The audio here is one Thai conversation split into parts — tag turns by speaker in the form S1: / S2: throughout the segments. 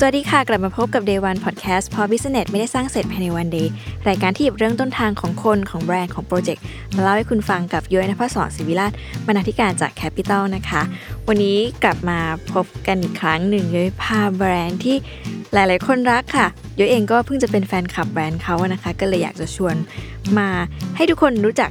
S1: สวัสดีค่ะ กลับมาพบกับ Day One Podcast เพราะ Business ไม่ได้สร้างเสร็จภายในวัน Day รายการที่หยิบเรื่องต้นทางของคนของแบรนด์ของโปรเจกต์มาเล่าให้คุณฟังกับย้อยนภศรศิวิลาศบรรณาธิการจาก Capital นะคะ วันนี้กลับมาพบกันอีกครั้งหนึ่งย้อยพาแบรนด์ที่ หลาย ๆ คนรักค่ะย้อยเองก็เพิ่งจะเป็นแฟนคลับแบรนด์เขาอะนะคะ ก็เลยอยากจะชวนมาให้ทุกคนรู้จัก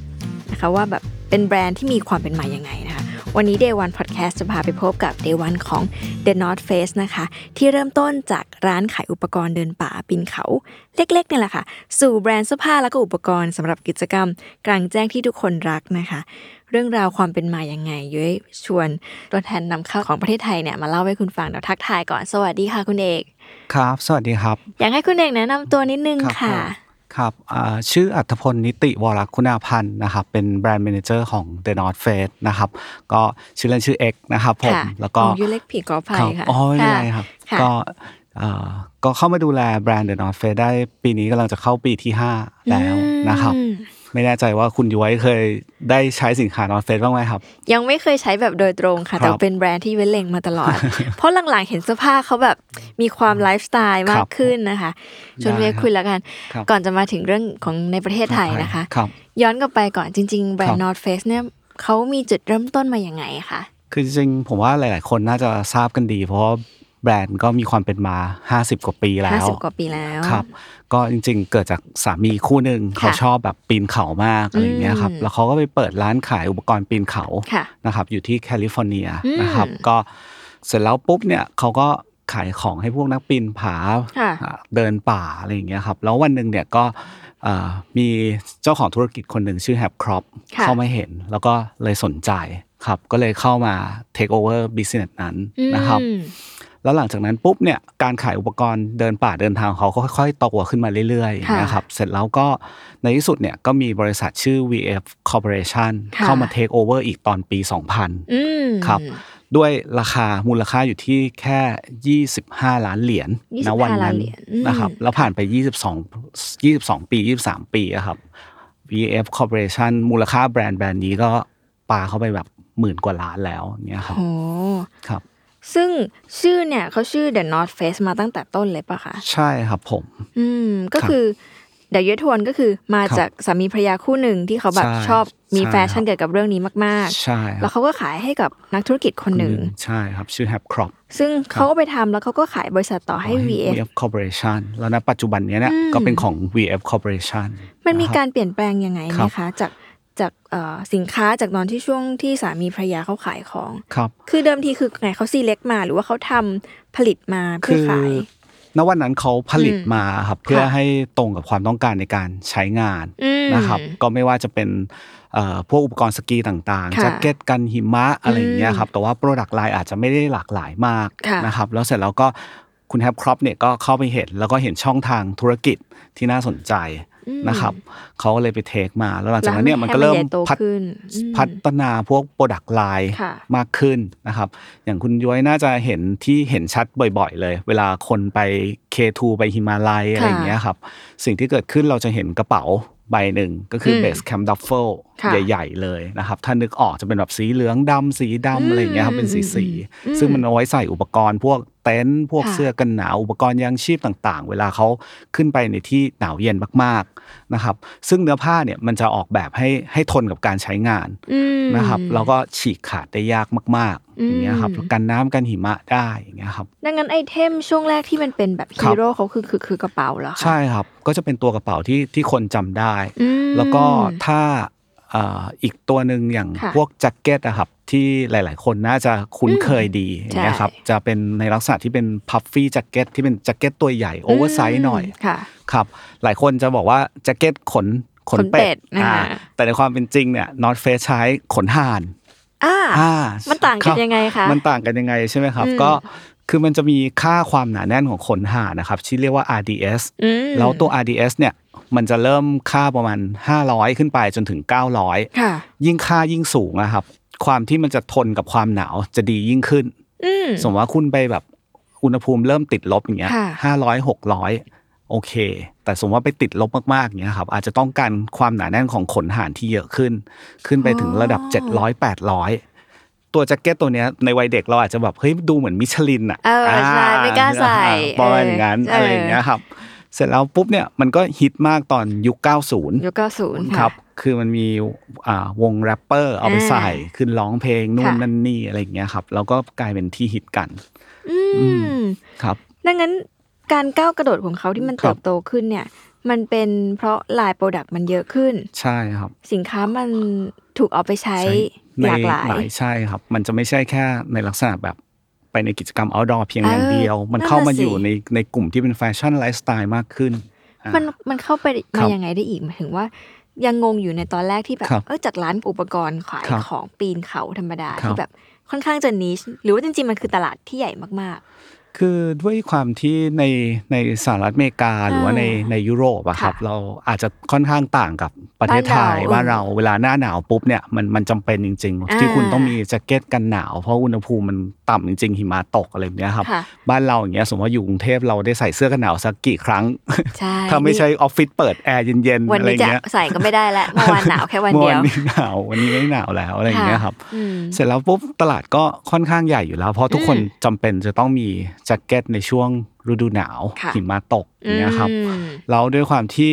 S1: นะคะว่าแบบเป็นแบรนด์ที่มีความเป็นมายังไงนะคะ วันนี้ Day One Podcast จะพาไปพบกับ Day One ของ The North Face นะคะ ที่เริ่มต้นจากร้านขายอุปกรณ์เดินป่าปีนเขา เล็ก ๆ เนี่ยแหละค่ะ สู่แบรนด์เสื้อผ้าแล้วก็อุปกรณ์สำหรับกิจกรรม กลางแจ้งที่ทุกคนรักนะคะ เรื่องราวความเป็นมายังไงย้อยชวนตัวแทนนำเข้าของประเทศไทยเนี่ยมาเล่าให้คุณฟังเดี๋ยวทักทายก่อนสวัสดีค่ะคุณเอก
S2: ครับ สวัสดีครับ
S1: อยากให้คุณเอกแนะนำตัวนิดนึง
S2: รับ
S1: ค่ะ
S2: ผมครับอ่าชื่ออัธพลนิติวรคุณาพันธ์นะครับ เป็นแบรนด์เมเนเจอร์ของ The North Face นะครับ ก็ชื่อเล่นชื่อ X นะครับผม
S1: ค่ะ
S2: แล้วก็
S1: อ๋อยูเล็กผีกอไผ่
S2: ครับ
S1: ค่ะ
S2: อ๋อไม่เป็นไรครับ
S1: ะ
S2: ก็อ่าก็เข้ามาดูแลแบรนด์ The North Face ได้ปีนี้กำลังจะเข้าปีที่ 5 แล้วนะครับ
S1: อืม
S2: ไม่แน่ใจว่าคุณย้อยเคยได้ใช้สินค้า North Face บ้างไหมครับ
S1: ยังไม่เคยใช้แบบโดยตรงค่ะ
S2: ครับ
S1: แต่เป็นแบรนด์ที่เว้นเล็งมาตลอ ด เพราะหลังๆเห็นเสื้อผ้าเขาแบบมีความไลฟ์สไตล์มา
S2: ครั
S1: ก
S2: บ
S1: ขึ้นนะคะชวน
S2: ได้
S1: เว
S2: ครับ
S1: คุยแล้วกัน
S2: ครับ
S1: ก่อนจะมาถึงเรื่องของในประเทศไทยนะคะ
S2: ครับ
S1: ย้อนกลับไปก่อนจริง ๆ แบรนด์
S2: ครับ
S1: North Face เนี่ยเขามีจุดเริ่มต้นมาอย่างไงคะ
S2: คือจริงๆผมว่าหลาย ๆ คนน่าจะทราบกันดี เพราะว่าแบรนด์ก็มีความเป็นมา 50 กว่าปีแล้ว
S1: ห้าสิบกว่าปีแล้ว
S2: ครับก็จริงๆ เกิดจากสามีคู่หนึ่งเขาชอบแบบปีนเขามากอะไรอย่างเงี้ยครับ
S1: อืม
S2: แล้วเขาก็ไปเปิดร้านขายอุปกรณ์ปีนเขา
S1: ค่ะ
S2: นะครับอยู่ที่แคลิฟอร์เนีย
S1: อืม
S2: นะครับก็เสร็จแล้วปุ๊บเนี่ยเขาก็ขายของให้พวกนักปีนผา
S1: ค่ะ
S2: อ่าเดินป่าอะไรอย่างเงี้ยครับแล้ววันหนึ่งเนี่ยก็เอ่อมีเจ้าของธุรกิจคนหนึ่งชื่อแฮปครอป
S1: ค่ะ
S2: เข้ามาเห็น แล้วก็เลยสนใจครับก็เลยเข้ามา take over business นั้นนะครับ
S1: อืม
S2: แล้วหลังจากนั้นปุ๊บเนี่ยการขายอุปกรณ์เดินป่าเดินทางของเขาก็ค่อยๆโตขึ้นมาเรื่อย
S1: ค่ะ
S2: ๆนะครับเสร็จแล้วก็ในที่สุดเนี่ยก็มีบริษัทชื่อ VF Corporation
S1: ค่ะ
S2: เข้ามา Take Over อีกตอนปี 2000
S1: อืม
S2: ครับ ด้วยราคามูลค่าอยู่ที่แค่ 25 ล้านเหรียญณ
S1: 25
S2: วันั้
S1: ล้าน
S2: น
S1: เหรียญอืม
S2: นะครับแล้วผ่านไป 22 22 ปี 23 ปีอะครับ VF Corporation มูลค่าแบรนด์แบรนด์นี้ก็ปาเข้าไปแบบหมื่นกว่าล้านแล้วเนี่ยครับ
S1: โห
S2: ครับ
S1: ซึ่งชื่อเนี่ยเขาชื่อ The North Face มาตั้งแต่ต้นเลยปะคะ
S2: ใช่ครับผม
S1: อืม ก็
S2: ครับ
S1: คือเดี๋ยวย้อยทวนก็คือมา
S2: ครับ
S1: จากสามีภรรยาคู่หนึ่งที่เขาแบบ
S2: ใช่
S1: ชอบมี
S2: ใช่
S1: แฟชั่น
S2: ครับ
S1: เกี่ยวกับเรื่องนี้มาก
S2: ใช่
S1: ๆ
S2: ค
S1: แล้
S2: รั
S1: ว
S2: บ
S1: เขาก็ขายให้กับนักธุรกิจคนหนึ่ง
S2: ใช่ครับ ชื่อ Hap Crop
S1: ซึ่งเขาก็ไปทำแล้วเขาก็ขายบริษัทต่อให้ VF
S2: VF Corporation แล้วนะปัจจุบันเนี้ยเนี่ยก็เป็นของ VF Corporation
S1: มันมี
S2: ะคบ
S1: การเปลี่ยนแปลงยังไงไห
S2: ค
S1: ม
S2: รับ
S1: คะ จากจากเอ่อสินค้าจากตอนที่ช่วงที่สามีภรรยาเขาขายของ
S2: ครับ
S1: คือเดิมทีคือไงเขาซีเล็กมาหรือว่าเขาทำผลิตมาเพื่
S2: คือ อ
S1: ขาย
S2: ณวันนั้นเขาผลิต
S1: อืม
S2: มาครับเพื่อ
S1: ค่ะ
S2: ให้ตรงกับความต้องการในการใช้งาน
S1: อืม
S2: นะครับ ก็ไม่ว่าจะเป็นเอ่อพวกอุปกรณ์สกีต่างๆ
S1: ค่ะ
S2: แจ็คเก็ตกันหิมะอะไรอย่างเงี้ยครับแต่ว่าโปรดักต์ไลน์อาจจะไม่ได้หลากหลายมาก
S1: ค่ะ
S2: นะครับแล้วเสร็จแล้วก็คุณแฮปครอปเนี่ยก็เข้าไปเห็น แล้วก็เห็นช่องทางธุรกิจที่น่าสนใจนะครับเขาก็เลยไปเทคมาแล้วหลังจากนั้นเนี่ย
S1: แล้ว
S2: มั
S1: น ให้
S2: ก็เริ่ม
S1: มันใหญ่โต
S2: พัฒ
S1: ขึ้นอืม
S2: พัฒนาพวกโปรดักต์ไลน์
S1: ค่ะ
S2: มากขึ้นนะครับ อย่างคุณย้อยน่าจะเห็นที่เห็นชัดบ่อยๆ เลย เวลาคนไป K2 ไปฮิมาลัยอะไรอย่างเงี้ยครับ สิ่งที่เกิดขึ้นเราจะเห็นกระเป๋า ใบหนึ่งก็คืออ
S1: ม
S2: เบสแคมดัฟเฟิล
S1: ค่ะ
S2: ใหญ่ ๆ เลยนะครับ ถ้านึกออกจะเป็นแบบสีเหลืองดำสีดำอะไรอย่างเงี้ยครับเป็นสีสีๆซึ่งมันเอาไว้ใส่อุปกรณ์ พวกเต็นท์พวกเสื้อกันหนาวอุปกรณ์ยางชีพต่าง ๆ เวลาเขาขึ้นไปในที่หนาวเย็นมากๆนะครับ ซึ่งเนื้อผ้าเนี่ยมันจะออกแบบให้ให้ทนกับการใช้งาน
S1: อืม
S2: นะครับแล้วก็ฉีกขาดได้ยากมาก ๆ อย่างเงี้ยครับ
S1: อืม
S2: กันน้ำกันหิมะได้อย่างเงี้ยครับ
S1: ดังนั้นไอเทมช่วงแรกที่มันเป็นแบบ
S2: ครั
S1: ฮี
S2: บ
S1: โร่เขาคือคือคือกระเป๋าเหรอคะ
S2: ใช่ครับก็จะเป็นตัวกระเป๋าที่ที่คนจำได้
S1: อืม
S2: แล้วก็ถ้าเอ่ออีกตัวหนึ่งอย่าง
S1: ค่ะ
S2: พวกแจ็คเก็ตอะครับที่หลาย ๆ คนน่าจะคุ้นเคยดีอย่างเงี้ยครับ
S1: ใช่
S2: จะเป็นในลักษณะที่เป็นพัฟฟี่แจ็คเก็ตที่เป็นแจ็คเก็ตตัวใหญ่โอเวอร์ไซส์หน่อย
S1: ค่ะ
S2: ครับหลายคนจะบอกว่าแจ็คเก็ตขนขน
S1: ขนเป็
S2: เป็
S1: ด
S2: ด
S1: อ่า
S2: อ่าแต่ในความเป็นจริงเนี่ยนอตเฟสใช้ขนห่าน
S1: อ่า
S2: อ่ามัน
S1: ต่างกันยังไงคะ
S2: มันต่างกันยังไงใช่ไหมครับ
S1: อืม
S2: ก็คือมันจะมีค่าความหนาแน่นของขนห่านะครับที่เรียกว่า RDS
S1: อืม
S2: แล้วตัว RDS เนี่ยมันจะเริ่มค่าประมาณ 500 ขึ้นไปจนถึง 900
S1: ค่ะ
S2: ยิ่งค่ายิ่งสูงนะครับ ความที่มันจะทนกับความหนาวจะดียิ่งขึ้น
S1: อืม
S2: สมมติว่าคุณไปแบบอุณหภูมิเริ่มติดลบอย่างเงี้ย
S1: ค่ะ
S2: ห้าร้อยหกร้อยโอเค แต่สมมติว่าไปติดลบมากๆอย่างเงี้ยครับอาจจะต้องการความหนาแน่นของขนห่านที่เยอะขึ้น ขึ้นไปถึงระดับ 700 800 ตัวแจ็คเก็ตตัวเนี้ยในวัยเด็กเราอาจจะแบบเฮ้ยดูเหมือนมิชลินอะ
S1: เอออ่
S2: า
S1: ใช่ไม่กล้าใส่
S2: ประมาณอย่างนั้น
S1: เอออ
S2: อะไรอย่างเงี้ยครับ เสร็จแล้วปุ๊บเนี่ยมันก็ฮิตมากตอนยุ
S1: ย
S2: ค 90
S1: กเก้าศูนย์
S2: ครับ คือมันมีอ่าวงแรปเปอร์เอาไป
S1: อ่า
S2: ใส่ขึ้นร้องเพลงนู่น
S1: ค่ะ
S2: นั่นนี่อะไรอย่างเงี้ยครับ แล้วก็กลายเป็นที่ฮิตกัน
S1: อืม
S2: ครับ
S1: ดังนั้นการก้าวกระโดดของเขาที่มัน
S2: ครั
S1: เติ
S2: บ
S1: บโตขึ้นเนี่ย มันเป็นเพราะลายโปรดักต์มันเยอะขึ้น
S2: ใช่ครับ
S1: สินค้ามันถูกเอาไปใช้
S2: ใน
S1: หลากหลาย
S2: ใช่ครับ มันจะไม่ใช่แค่ในลักษณะแบบไปในกิจกรรม outdoor เพียงอย่างเดียว
S1: เออ
S2: มันเข้า
S1: นั่
S2: มาน
S1: น่ะสิ
S2: อยู่ในในกลุ่มที่เป็นแฟชั่นไลฟ์สไตล์มากขึ้นอ่า
S1: มันมันเข้าไป
S2: ค
S1: มา
S2: รับ
S1: ยังไงได้อีกหมายถึงว่า ยังงงอยู่ในตอนแรกที่แบบ
S2: ครับ
S1: เออจากร้านอุปกรณ์ขาย
S2: ครับ
S1: ของปีนเขาธรรมดา
S2: ครับ
S1: ที่แบบค่อนข้างจะนิชหรือว่าจริงๆมันคือตลาดที่ใหญ่มาก
S2: คือด้วยความที่ในในสหรัฐอเมริกาหรือว่าในในยุโรปอะครับ
S1: ค่ะ
S2: เราอาจจะค่อนข้างต่างกับประเทศไทย
S1: บ้า
S2: บ้าน น
S1: เรา
S2: เราเวลาหน้าหนาวปุ๊บเนี่ยมันมันจำเป็นจริง
S1: อ่า
S2: ๆ ที่คุณต้องมีแจ็คเก็ตกันหนาว เพราะอุณหภูมิมันต่ำจริง ๆ หิมะตกอะไรแบบเนี้ยครับ
S1: ค่ะ
S2: บ้านเราอย่างเงี้ยสมมติว่าอยู่กรุงเทพเราได้ใส่เสื้อกันหนาวสักกี่ครั้ง
S1: ๆ ใช่
S2: ถ้าไม่ใช่ออฟฟิศเปิดแอร์เย็นๆ
S1: วัน
S2: อะไร
S1: นี้จะ
S2: เงี้ย
S1: ใส่ก็ไม่ได้ละเมื่อวานหนาวแค่วันเดียว
S2: เมื่อนี้หนาววันนี้ไม่หนาวแล้วอะไรอย่างเงี้ยครับ
S1: อืม
S2: เสร็จแล้วปุ๊บตลาดก็ค่อนข้างใหญ่อยู่แล้ว เพราะทุกคนจำเป็นจะต้องมีแจ็คเก็ตในช่วงฤดูหนาว
S1: ค่ะ
S2: หิมะตกอย่างเงี้ยครับ
S1: อืม
S2: แล้วด้วยความที่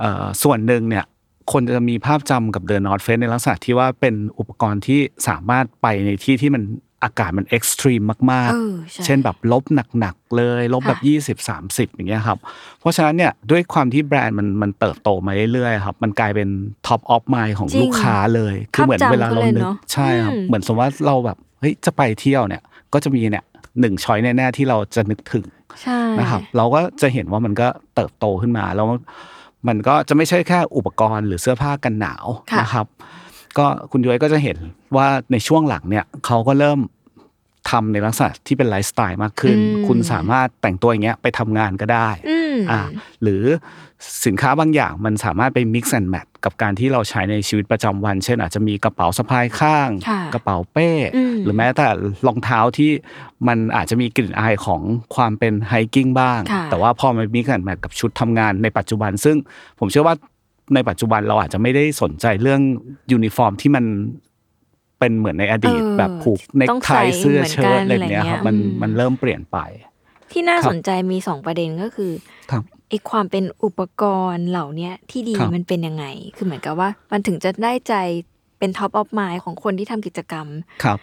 S2: เอ่อส่วนหนึ่งเนี่ยคนจะมีภาพจำกับเดอะนอตเฟสในลักษณะที่ว่าเป็นอุปกรณ์ที่สามารถไปในที่ที่มันอากาศมันเอ็กซ์ตรีมมาก
S1: เออใช่
S2: ๆ เช่นแบบลบหนักๆเลย ลบแบบ
S1: ค่ะ
S2: 20 30 อย่างเงี้ยครับ เพราะฉะนั้นเนี่ยด้วยความที่แบรนด์มันมันเติบโตมาเรื่อยๆครับมันกลายเป็นท็อปออฟไมล์ของ
S1: จริง
S2: ลูกค้าเลย คือเหมือน
S1: ภาพจำ
S2: เวลาเรา
S1: เขาเลย
S2: นึ
S1: เน
S2: ก
S1: อะ
S2: ใช่ครับ
S1: อืม
S2: เหมือนสมมติว่าเราแบบเฮ้ยจะไปเที่ยวเนี่ยก็จะมีเนี่ยหนึ่งช้อยแน่ๆที่เราจะนึกถึง
S1: ใช่
S2: นะครับ เราก็จะเห็นว่ามันก็เติบโตขึ้นมาแล้วมันก็จะไม่ใช่แค่อุปกรณ์หรือเสื้อผ้ากันหนาวนะครับ ก็คุณย้อยก็จะเห็นว่าในช่วงหลังเนี่ยเขาก็เริ่มทำในลักษณะที่เป็นไลฟ์สไตล์มากขึ้น คุณสามารถแต่งตัวอย่างเงี้ยไปทำงานก็ได้
S1: อืม
S2: อ่าหรือสินค้าบางอย่างมันสามารถไป mix and match กับการที่เราใช้ในชีวิตประจำวัน เช่นอาจจะมีกระเป๋าสะพายข้าง
S1: ค่ะ
S2: กระเป๋าเป้
S1: อืม
S2: หรือแม้แต่รองเท้าที่มันอาจจะมีกลิ่นอายของความเป็นไฮกิ้งบ้าง
S1: ค่ะ
S2: แต่ว่าพอมัน mix and match กับชุดทำงานในปัจจุบัน ซึ่งผมเชื่อว่าในปัจจุบันเราอาจจะไม่ได้สนใจเรื่องยูนิฟอร์มที่มันเป็นเหมือนในอดีต
S1: เออ
S2: แบบผูกเนค
S1: ต้อง
S2: ไท
S1: ใส่
S2: เสื้อ
S1: เหมือน
S2: เชิ้
S1: กั
S2: ต
S1: น
S2: อะไรอย่างเงี้ย
S1: อะไรเงี้ย
S2: ครับมัน
S1: อืม
S2: มันเริ่มเปลี่ยนไป
S1: ที่น่า
S2: ครับ
S1: สนใจมีสองประเด็นก็คือ
S2: ครับ
S1: ไอความเป็นอุปกรณ์เหล่าเนี้ยที่ดี
S2: ครับ
S1: มันเป็นยังไง คือเหมือนกับว่ามันถึงจะได้ใจเป็นท็อปออฟม d ของคนที่ทำกิจกรรม
S2: ครับ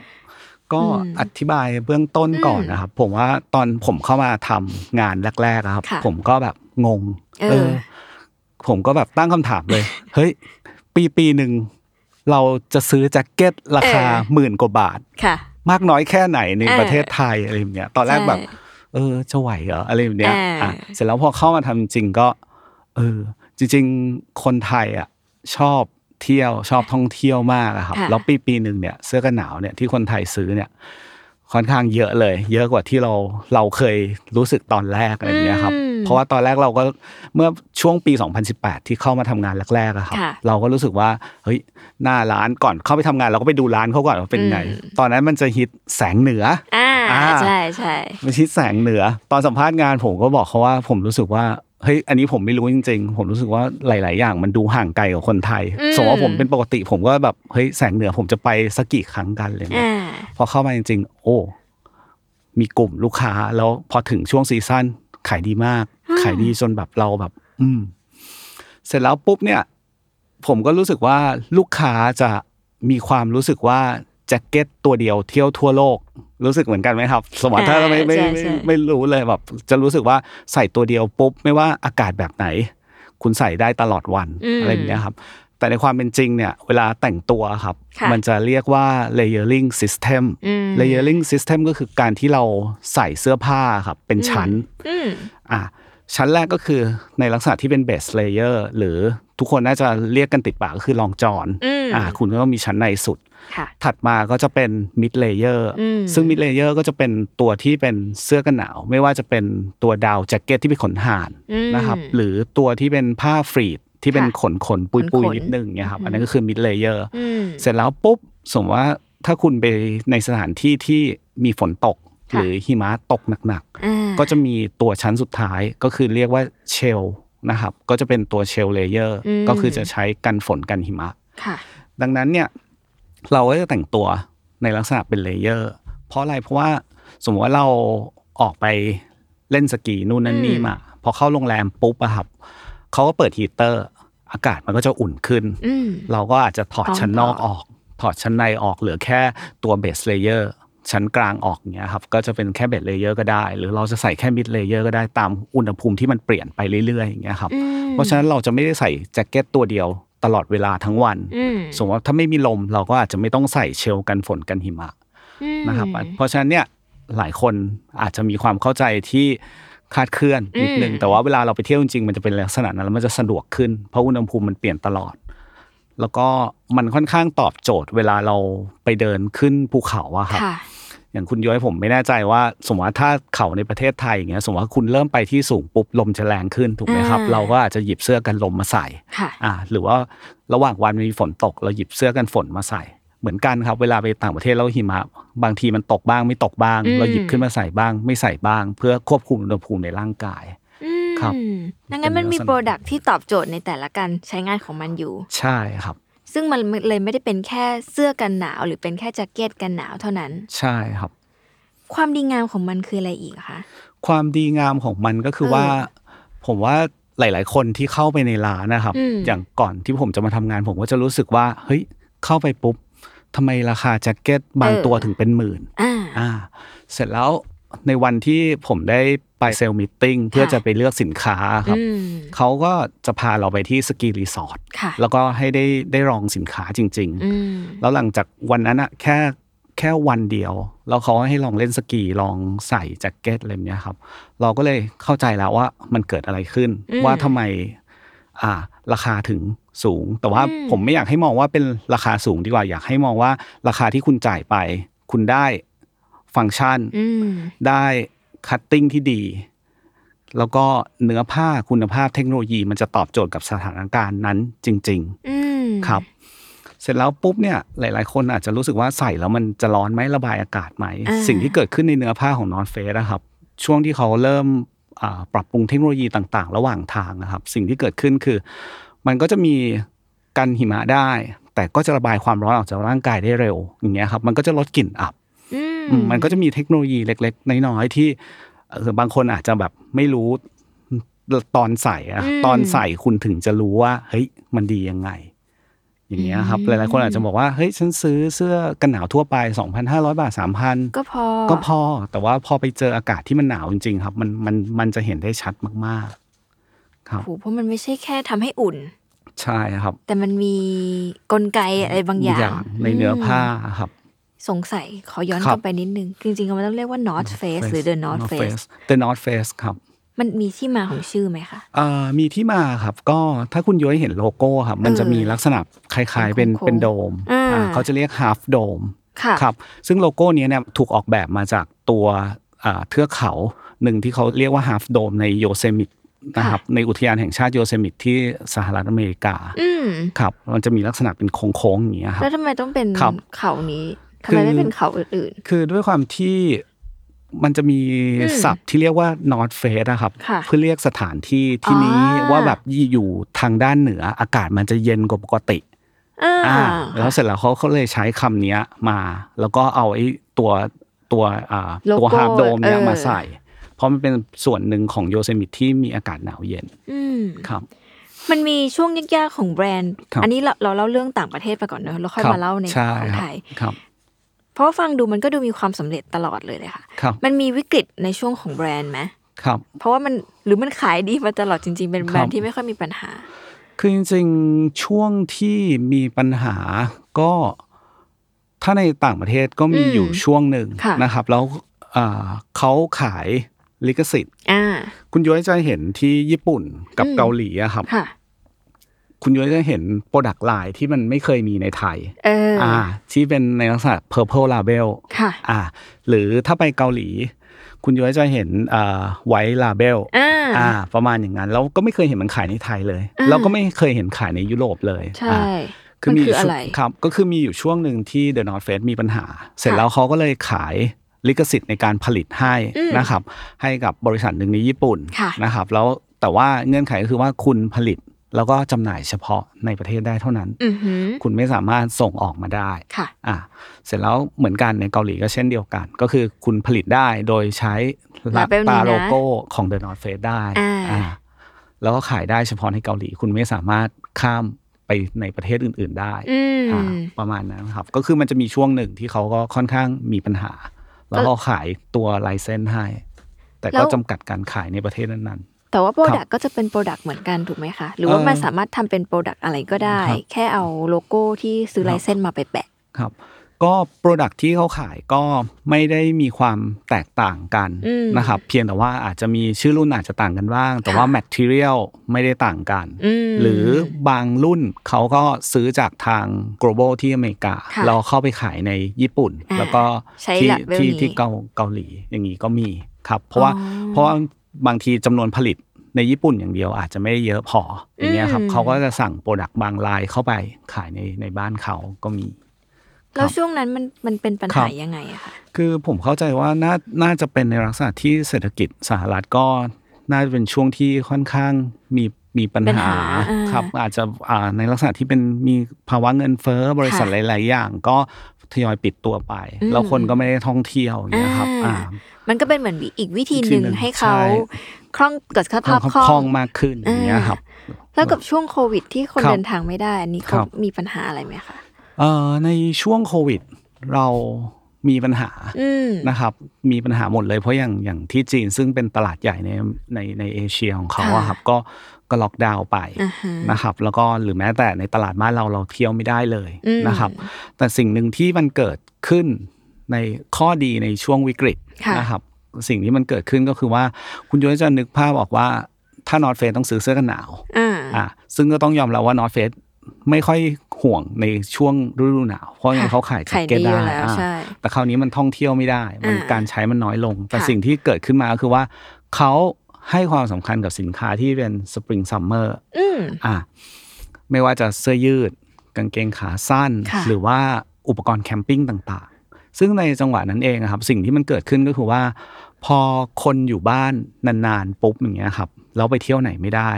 S2: ก็
S1: อืม
S2: อธิบายเบื้องต้นก่อนนะครับ ผมว่าตอนผมเข้ามาทำงานแรกๆอะครับ
S1: ค่ะ
S2: ผมก็แบบงง
S1: เออ
S2: ผมก็แบบตั้งคำถาม เลย เฮ้ย ปีปีหนึ่งเราจะซื้อแจ็คเก็ตราคาหมื่นกว่าบาท
S1: ค่ะ
S2: มากน้อยแค่ไหนใน
S1: เออ
S2: ประเทศไทยอะไรแบบเนี้ยตอนแรก
S1: ใช่
S2: แบบ เออจะไหวเหรออะไรแบบเนี้ย
S1: เอออ่
S2: ่ะเสร็จแล้วพอเข้ามาทำจริงๆก็ เออ จริง ๆ คนไทยอ่ะชอบเที่ยวชอบท่องเที่ยวมากอะครับ
S1: ค่ะ
S2: แล้วปีปีหนึ่งเนี่ยเสื้อกันหนาวเนี่ยที่คนไทยซื้อเนี่ย ค่อนข้างเยอะเลย เยอะกว่าที่เราเราเคยรู้สึกตอนแรกอะไรแบบเนี้ยครับ
S1: อืม
S2: เพราะว่าตอนแรกเราก็เมื่อช่วงปี 2018 ที่เข้ามาทำงานแรกๆอะครับ
S1: ค่ะ
S2: เราก็รู้สึกว่าเฮ้ยหน้าร้านก่อนเข้าไปทำงานเราก็ไปดูร้านเขาก่อนว่าเป็นไง ตอนนั้นมันจะฮิตแสงเหนืออ
S1: อ่า
S2: อ่า
S1: ใช่ใช่
S2: มันชิดแสงเหนือ ตอนสัมภาษณ์งานผมก็บอกเขาว่าผมรู้สึกว่า เฮ้ยอันนี้ผมไม่รู้จริง ๆ ผมรู้สึกว่าหลาย ๆ อย่างมันดูห่างไกลกับคนไทย
S1: อืม
S2: สมมติว่าผมเป็นปกติผมก็แบบเฮ้ยแสงเหนือผมจะไปสักกี่ครั้งกันอะไรเลย
S1: อ่า
S2: พอเข้ามาจริง ๆ โอ้ มีกลุ่มลูกค้า แล้วพอถึงช่วงซีซั่นขายดีมาก ขายดีจนแบบเราแบบ อืม เสร็จแล้วปุ๊บเนี่ย ผมก็รู้สึกว่าลูกค้าจะมีความรู้สึกว่าแจ็คเก็ตตัวเดียวเที่ยวทั่วโลก รู้สึกเหมือนกันไหมครับ สมมติถ้าไม่ไม่
S1: ใช่
S2: ไม่
S1: ใช่
S2: ไม่รู้เลยแบบ จะรู้สึกว่าใส่ตัวเดียวปุ๊บ ไม่ว่าอากาศแบบไหน คุณใส่ได้ตลอดวัน
S1: อืม
S2: อะไรแบบเนี้ยครับ แต่ในความเป็นจริงเนี่ย เวลาแต่งตัวครับ
S1: ค่ะ
S2: มันจะเรียกว่า layering system
S1: อืม
S2: layering system ก็คือการที่เราใส่เสื้อผ้าครับ เป็นชั้น
S1: อืม
S2: อ่ะชั้นแรกก็คือในลักษณะที่เป็น base layer หรือทุกคนน่าจะเรียกกันติดปากก็คือลองจอน
S1: อืม
S2: อ่ะคุณก็ต้องมีชั้นในสุด
S1: ค่ะ
S2: ถัดมาก็จะเป็น mid layer
S1: อืม
S2: ซึ่ง mid layer ก็จะเป็นตัวที่เป็นเสื้อกันหนาว ไม่ว่าจะเป็นตัวดาวแจ็คเก็ตที่เป็นขนห่าน
S1: อืม
S2: นะครับ หรือตัวที่เป็นผ้าฟรีดที่เป็น
S1: ค่ะ
S2: ขนขนปุยปุย
S1: ขนๆ
S2: นิดนึงเนี่ยครับ อันนั้นก็คือ mid layer
S1: อืม
S2: เสร็จแล้วปุ๊บ สมมติว่าถ้าคุณไปในสถานที่ที่มีฝนตก
S1: ค่ะ
S2: หรือหิมะตกหนัก
S1: อ่า
S2: ๆ ก็จะมีตัวชั้นสุดท้ายก็คือเรียกว่าเชลนะครับ ก็จะเป็นตัวเชลเลเยอร์ก็คือจะใช้กันฝนกันหิมะ
S1: ค่ะ
S2: ดังนั้นเนี่ยเราก็จะแต่งตัวในลักษณะเป็นเลเยอร์ เพราะอะไรเพราะว่าสมมติว่าเราออกไปเล่นสกีนู่นนั่นนี่มา พอเข้าโรงแรมปุ๊บอะครับเขาก็เปิดฮีเตอร์ อากาศมันก็จะอุ่นขึ้น
S1: อืม
S2: เราก็อาจจะถอด
S1: ต้อง
S2: ชั้นนอก
S1: ถอด
S2: ออก ถอดชั้นในออกเหลือแค่ตัวเบสเลเยอร์ชั้นกลางออกเนี้ยครับ ก็จะเป็นแค่เบสเลเยอร์ก็ได้ หรือเราจะใส่แค่มิดเลเยอร์ก็ได้ตามอุณหภูมิที่มันเปลี่ยนไปเรื่อยๆอย่างเงี้ยครับ
S1: อืม
S2: เพราะฉะนั้นเราจะไม่ได้ใส่แจ็คเก็ตตัวเดียวตลอดเวลาทั้งวัน
S1: อืม
S2: สมมติว่าถ้าไม่มีลมเราก็อาจจะไม่ต้องใส่เชลกันฝนกันหิมะนะครับเพราะฉะนั้นเนี่ยหลายคนอาจจะมีความเข้าใจที่คลาดเคลื่อนนิดนึงแต่ว่าเวลาเราไปเที่ยวจริงๆมันจะเป็นลักษณะนั้นแล้วมันจะสะดวกขึ้นเพราะอุณหภูมิมันเปลี่ยนตลอด แล้วก็มันค่อนข้างตอบโจทย์ เวลาเราไปเดินขึ้นภูเขาอะครับ
S1: ค่ะ
S2: อย่างคุณย้อยผมไม่แน่ใจว่า สมมติว่าถ้าเขาในประเทศไทยอย่างเงี้ยสมมติว่าคุณเริ่มไปที่สูงปุ๊บลมจะแรงขึ้นถูกไหมครับ
S1: อ่า
S2: เราก็อาจจะหยิบเสื้อกันลมมาใส่
S1: ค่ะ
S2: อ่าหรือว่าระหว่างวันมีฝนตกเราหยิบเสื้อกันฝนมาใส่ เหมือนกันครับเวลาไปต่างประเทศแล้วหิมะบางทีมันตกบ้างไม่ตกบ้าง
S1: อืม
S2: เราหยิบขึ้นมาใส่บ้าง ไม่ใส่บ้าง เพื่อควบคุมอุณหภูมิในร่างกาย
S1: อืม
S2: ครับ
S1: ดังนั้นมันมี
S2: เป็นลั
S1: โปร
S2: กษณะ
S1: ดักที่ตอบโจทย์ในแต่ละการใช้งานของมันอยู่
S2: ใช่ครับ
S1: ซึ่งมันเลยไม่ได้เป็นแค่เสื้อกันหนาว หรือเป็นแค่แจ็คเก็ตกันหนาวเท่านั้น
S2: ใช่ครับ
S1: ความดีงามของมันคืออะไรอีกอะคะ
S2: ความดีงามของมันก็คือ
S1: เออ
S2: ว่า ผมว่าหลาย ๆ คนที่เข้าไปในร้านนะครับ
S1: อืม
S2: อย่างก่อนที่ผมจะมาทำงาน ผมก็จะรู้สึกว่าเฮ้ยเข้าไปปุ๊บทำไมราคาแจ็คเก็ตบางตัวถึงเป็นหมื่น
S1: อ่า
S2: อ่าเสร็จแล้วในวันที่ผมได้ไปเซลล์มิทติ้งเพื่อจะไปเลือกสินค้าครับ
S1: อืม
S2: เขาก็จะพาเราไปที่สกีรีสอร์ท
S1: ค่ะ
S2: แล้วก็ให้ได้ได้ลองสินค้าจริง
S1: อืม
S2: ๆ แล้วหลังจากวันนั้นอะแค่แค่วันเดียว แล้วเขาให้ลองเล่นสกีลองใส่แจ็คเก็ตอะไรแบบเนี้ยครับ เราก็เลยเข้าใจแล้วว่ามันเกิดอะไรขึ้น
S1: อืม
S2: ว่าทำไมอ่าราคาถึงสูง แต่ว่า
S1: อืม
S2: ผมไม่อยากให้มองว่าเป็นราคาสูงดีกว่าอยากให้มองว่าราคาที่คุณจ่ายไป คุณได้ฟังก์ชัน
S1: อืม
S2: ได้คัตติ้งที่ดี แล้วก็เนื้อผ้าคุณภาพเทคโนโลยีมันจะตอบโจทย์กับสถานการณ์นั้นจริง
S1: อืม
S2: ๆ ครับ เสร็จแล้วปุ๊บเนี่ยหลาย ๆ คนอาจจะรู้สึกว่าใส่แล้วมันจะร้อนไหมระบายอากาศไหม สิ่งที่เกิดขึ้นในเนื้อผ้าของนอนเฟสนะครับ ช่วงที่เขาเริ่มอ่าปรับปรุงเทคโนโลยีต่างๆ ระหว่างทางนะครับ สิ่งที่เกิดขึ้นคือ มันก็จะมีกันหิมะได้ แต่ก็จะระบายความร้อนออกจากร่างกายได้เร็วอย่างเงี้ยครับมันก็จะลดกลิ่นอับ
S1: อืม
S2: อืมมันก็จะมีเทคโนโลยีเล็ก ๆ น้อยๆที่เอ่อบางคนอาจจะแบบไม่รู้ตอนใส่อะ
S1: อืม
S2: ตอนใส่คุณถึงจะรู้ว่า เฮ้ยมันดียังไง อย่างเงี้ยครับ
S1: อืม
S2: หลายๆคนอาจจะบอกว่าเฮ้ยฉันซื้อเสื้อกันหนาวทั่วไป 2,500 บาท 3,000
S1: ก็พอ
S2: ก็พอ แต่ว่าพอไปเจออากาศที่มันหนาวจริง ๆ ครับ มันมันมันจะเห็นได้ชัดมาก ๆ ครับ
S1: โหเพราะมันไม่ใช่แค่ทำให้อุ่น
S2: ใช่ครับ
S1: แต่มันมีกลไกอะไรบางอย่าง
S2: ในเนื้อผ้าครับ
S1: สงสัยขอย้อน
S2: ค
S1: ก
S2: รั
S1: ลั
S2: บ
S1: บไปนิดนึง จริงๆมันต้องเรียกว่า North Face หรือ The North Face
S2: The North Face ครับ
S1: มันมีที่มาของชื่อไหมคะ
S2: เอ่อมีที่มาครับก็ถ้าคุณย้อยเห็นโลโก้ครับ มันจะมีลักษณะคล้ายๆ เป็น
S1: โค้งๆ
S2: เป็นโดม
S1: อ่า
S2: อ่าเขาจะเรียก half dome
S1: ค่ะ
S2: ครับซึ่งโลโก้เนี้ยเนี่ยถูกออกแบบมาจากตัวอ่าเทือกเขาหนึ่งที่เขาเรียกว่า half dome ในโยเซมิตนะครับในอุทยานแห่งชาติโยเซมิตที่สหรัฐอเมริกา
S1: อืม
S2: ครับมันจะมีลักษณะเป็นโค้งๆอย่างเงี้ยครับ
S1: แล้วทำไมต้องเป็น
S2: ครับ
S1: เขานี้ทำ
S2: คื
S1: ไม
S2: อ
S1: ไม่เป็นเขาอื่น
S2: คือด้วยความที่ มันจะมี
S1: อืม
S2: ศัพท์ที่เรียกว่า North Face นะครับ
S1: ค่ะ
S2: เพื่อเรียกสถานที่ที่นี้
S1: อ่า
S2: ว่าแบบอยู่ทางด้านเหนืออากาศมันจะเย็นกว่าปกติ
S1: อ่า
S2: อ่าแล้วเสร็จแล้วเขาเขาเลยใช้คำเนี้ยมา แล้วก็เอาไอ้ตัวตัวอ่า
S1: โลโก้
S2: ตัวฮาร์โดมเนี่ย
S1: เออ
S2: มาใส่ เพราะมันเป็นส่วนหนึ่งของโยเซมิตที่มีอากาศหนาวเย็น
S1: อืม
S2: ครับ
S1: มันมีช่วงยากๆของแบรนด์
S2: ครับ
S1: อันนี้เราเราเล่าเรื่องต่างประเทศไปก่อนเนอะแล้วค่อย
S2: รับ
S1: มาเล่าใน
S2: ช่
S1: ของไทย
S2: ครับ
S1: เพราะว่าฟังดูมันก็ดูมีความสำเร็จตลอดเลยเลยค่ะ
S2: ครับ
S1: มันมีวิกฤตในช่วงของแบรนด์ไหม
S2: ครับ
S1: เพราะว่ามันหรือมันขายดีมาตลอดจริงๆ เป็นแบรน
S2: ครั
S1: ด์
S2: บ
S1: ที่ไม่ค่อยมีปัญหา
S2: คือจริงๆช่วงที่มีปัญหาก็ถ้าในต่างประเทศก็มี
S1: อืม
S2: อยู่ช่วงหนึ่ง
S1: ค่ะ
S2: นะครับ แล้วอ่าเขาขายลิขสิทธิ์
S1: อ่า
S2: คุณย้อยจะเห็นที่ญี่ปุ่นกับ
S1: อืม
S2: เกาหลีอะครับ
S1: ค่ะ
S2: คุณย้อยจะเห็นโปรดักต์ไลน์ที่มันไม่เคยมีในไทย
S1: เอออ
S2: อ่า ที่เป็นในลักษณะ purple label
S1: ค่ะ
S2: อ่า หรือถ้าไปเกาหลี คุณย้อยจะเห็นอ่า white label
S1: อ่า
S2: อ่า ประมาณอย่างนั้น แล้วก็ไม่เคยเห็นมันขายในไทยเลย
S1: อ่า
S2: แล้วก็ไม่เคยเห็นขายในยุโรปเลย
S1: ใช่
S2: อ่า
S1: มัน
S2: มี
S1: คื
S2: ยู่
S1: ออะ
S2: ช่วง
S1: ไร
S2: ครับ ก็คือมีอยู่ช่วงหนึ่งที่ The North Face มีปัญหา เสร็จแล้วเขาก็เลยขายลิขสิทธิ์ในการผลิตให้
S1: อืม
S2: นะครับ ให้กับบริษัทหนึ่งในญี่ปุ่น
S1: ค่ะ
S2: นะครับ แล้วแต่ว่าเงื่อนไขก็คือว่าคุณผลิตแล้วก็จำหน่ายเฉพาะในประเทศได้เท่านั้น
S1: อือหือ
S2: คุณไม่สามารถส่งออกมาได้
S1: ค่ะ
S2: อ่ะเสร็จแล้วเหมือนกันในเกาหลีก็เช่นเดียวกัน ก็คือคุณผลิตได้โดยใช้ลับ
S1: Label นี้
S2: ตา
S1: นะ
S2: โลโก้ของ The North Face ได้
S1: อ่า
S2: อ่ะแล้วก็ขายได้เฉพาะในเกาหลี คุณไม่สามารถข้ามไปในประเทศอื่น ๆ ได้
S1: อืม
S2: อ่ะประมาณนั้นครับ ก็คือมันจะมีช่วงหนึ่งที่เขาก็ค่อนข้างมีปัญหา แล้วก็ขายตัวไลเซนส์ให้ แต่
S1: แล้
S2: ก็
S1: ว
S2: จำกัดการขายในประเทศนั้น
S1: แต่ว่าโปรดักต์ก็จะเป็นโปรดักต์เหมือนกันถูกไหมคะ หรือว่า
S2: เอ่อ
S1: มันสามารถทำเป็นโปรดักต์อะไรก็ได้
S2: ครับ
S1: แค่เอาโลโก้ที่ซื้อไลเซนส์มาไปแปะ
S2: ๆครับ ก็โปรดักที่เขาขายก็ไม่ได้มีความแตกต่างกัน
S1: อืม
S2: นะครับ เพียงแต่ว่าอาจจะมีชื่อรุ่นอาจจะต่างกันบ้าง แต่ว่า
S1: ค่ะ
S2: แมทเทียลไม่ได้ต่างกัน
S1: อืม
S2: หรือบางรุ่นเขาก็ซื้อจากทาง global ที่อเมริกา
S1: ค่ะ
S2: เราเข้าไปขายในญี่ปุ่น
S1: อ่า
S2: แล้วก็
S1: ใช้
S2: ที่
S1: หลักเวล
S2: ที่
S1: นี้
S2: ที่เกาเกาหลีอย่างนี้ก็มีครับ เพราะว่า
S1: อ๋อ
S2: เพราะว่าบางทีจำนวนผลิตในญี่ปุ่นอย่างเดียวอาจจะไม่ได้เยอะพออย่างเงี้ยครับ
S1: อืม
S2: เขาก็จะสั่งโปรดักต์บางรายเข้าไปขายในในบ้านเขาก็มี
S1: แล้วช่วงนั้นมันมันเป็นปัญ
S2: ครั
S1: หา
S2: บ
S1: ยังไงอะคะ
S2: คือผมเข้าใจว่าน่าน่าจะเป็นในลักษณะที่เศรษฐกิจสหรัฐก็น่าจะเป็นช่วงที่ค่อนข้างมีมีปัญ
S1: ปัญ
S2: หา
S1: หาอ่า
S2: ครับ อาจจะอ่าในลักษณะที่เป็นมีภาวะเงินเฟ้อบริษัทห
S1: ค่ะ
S2: ลาย ๆ อย่างก็ทยอยปิดตัวไป
S1: อืม
S2: แล้วคนก็ไม่ได้ท่องเที่ยวอย่างเงี้ยครับ
S1: อ่า
S2: อ่า
S1: มันก็เป็นเหมือนอีกวิธีหนึ่ง
S2: วิธีหนึ่ง
S1: ให้เขา
S2: ใช่
S1: คล่องเกิดส
S2: คล่
S1: ภา
S2: อ
S1: พ
S2: ง
S1: คล่
S2: ค
S1: อ
S2: ล่อง งมากขึ้นอย่างเงี้ยครับ
S1: แล้วกับช่วงโควิดที่คน
S2: ครับ
S1: เดินทางไม่ได้ อันนี้เขา
S2: ครับ
S1: มีปัญหาอะไรไหมคะ
S2: เอ่อในช่วงโควิด เรามีปัญหา
S1: อืม
S2: นะครับมีปัญหาหมดเลยเพราะอย่างอย่างที่จีนซึ่งเป็นตลาดใหญ่ในในในเอเชียของเขา
S1: ค่ะ
S2: อะครับก็ก็ล็อกดาวน์ไป
S1: อ่าฮะ
S2: นะครับ แล้วก็หรือแม้แต่ในตลาดบ้านเราเราเที่ยวไม่ได้เลย
S1: อืม
S2: นะครับ แต่สิ่งหนึ่งที่มันเกิดขึ้นในข้อดีในช่วงวิกฤต
S1: ค่ะ
S2: นะครับ สิ่งที่มันเกิดขึ้นก็คือว่าคุณย้อยจะนึกภาพออกว่าถ้านอตเฟสต้องซื้อเสื้อกันหนาว
S1: อ่า
S2: อ่ะซึ่งก็ต้องยอมรับว่านอ t h เฟสไม่ค่อยห่วงในช่วงฤดูหนาว เพราะงั้น
S1: ค่ะ
S2: เขาขายแจ็คเก็ต
S1: ขายดีอยู่
S2: ได้
S1: แล้ว
S2: อ่ะ
S1: ใช่
S2: แต่คราวนี้มันท่องเที่ยวไม่ได้ มัน
S1: อ่า
S2: การใช้มันน้อยลง แต่
S1: ค่ะ
S2: สิ่งที่เกิดขึ้นมาก็คือว่า เขาให้ความสำคัญกับสินค้าที่เป็นสปริงซัมเมอร์
S1: อืม
S2: อ่ะไม่ว่าจะเสื้อยืด กางเกงขาสั้น
S1: ค่ะ
S2: หรือว่าอุปกรณ์แคมปิ้งต่างๆ ซึ่งในจังหวะนั้นเองอะครับ สิ่งที่มันเกิดขึ้นก็คือว่า พอคนอยู่บ้านนานๆปุ๊บอย่างเงี้ยครับแล้วไปเที่ยวไหนไม่ได้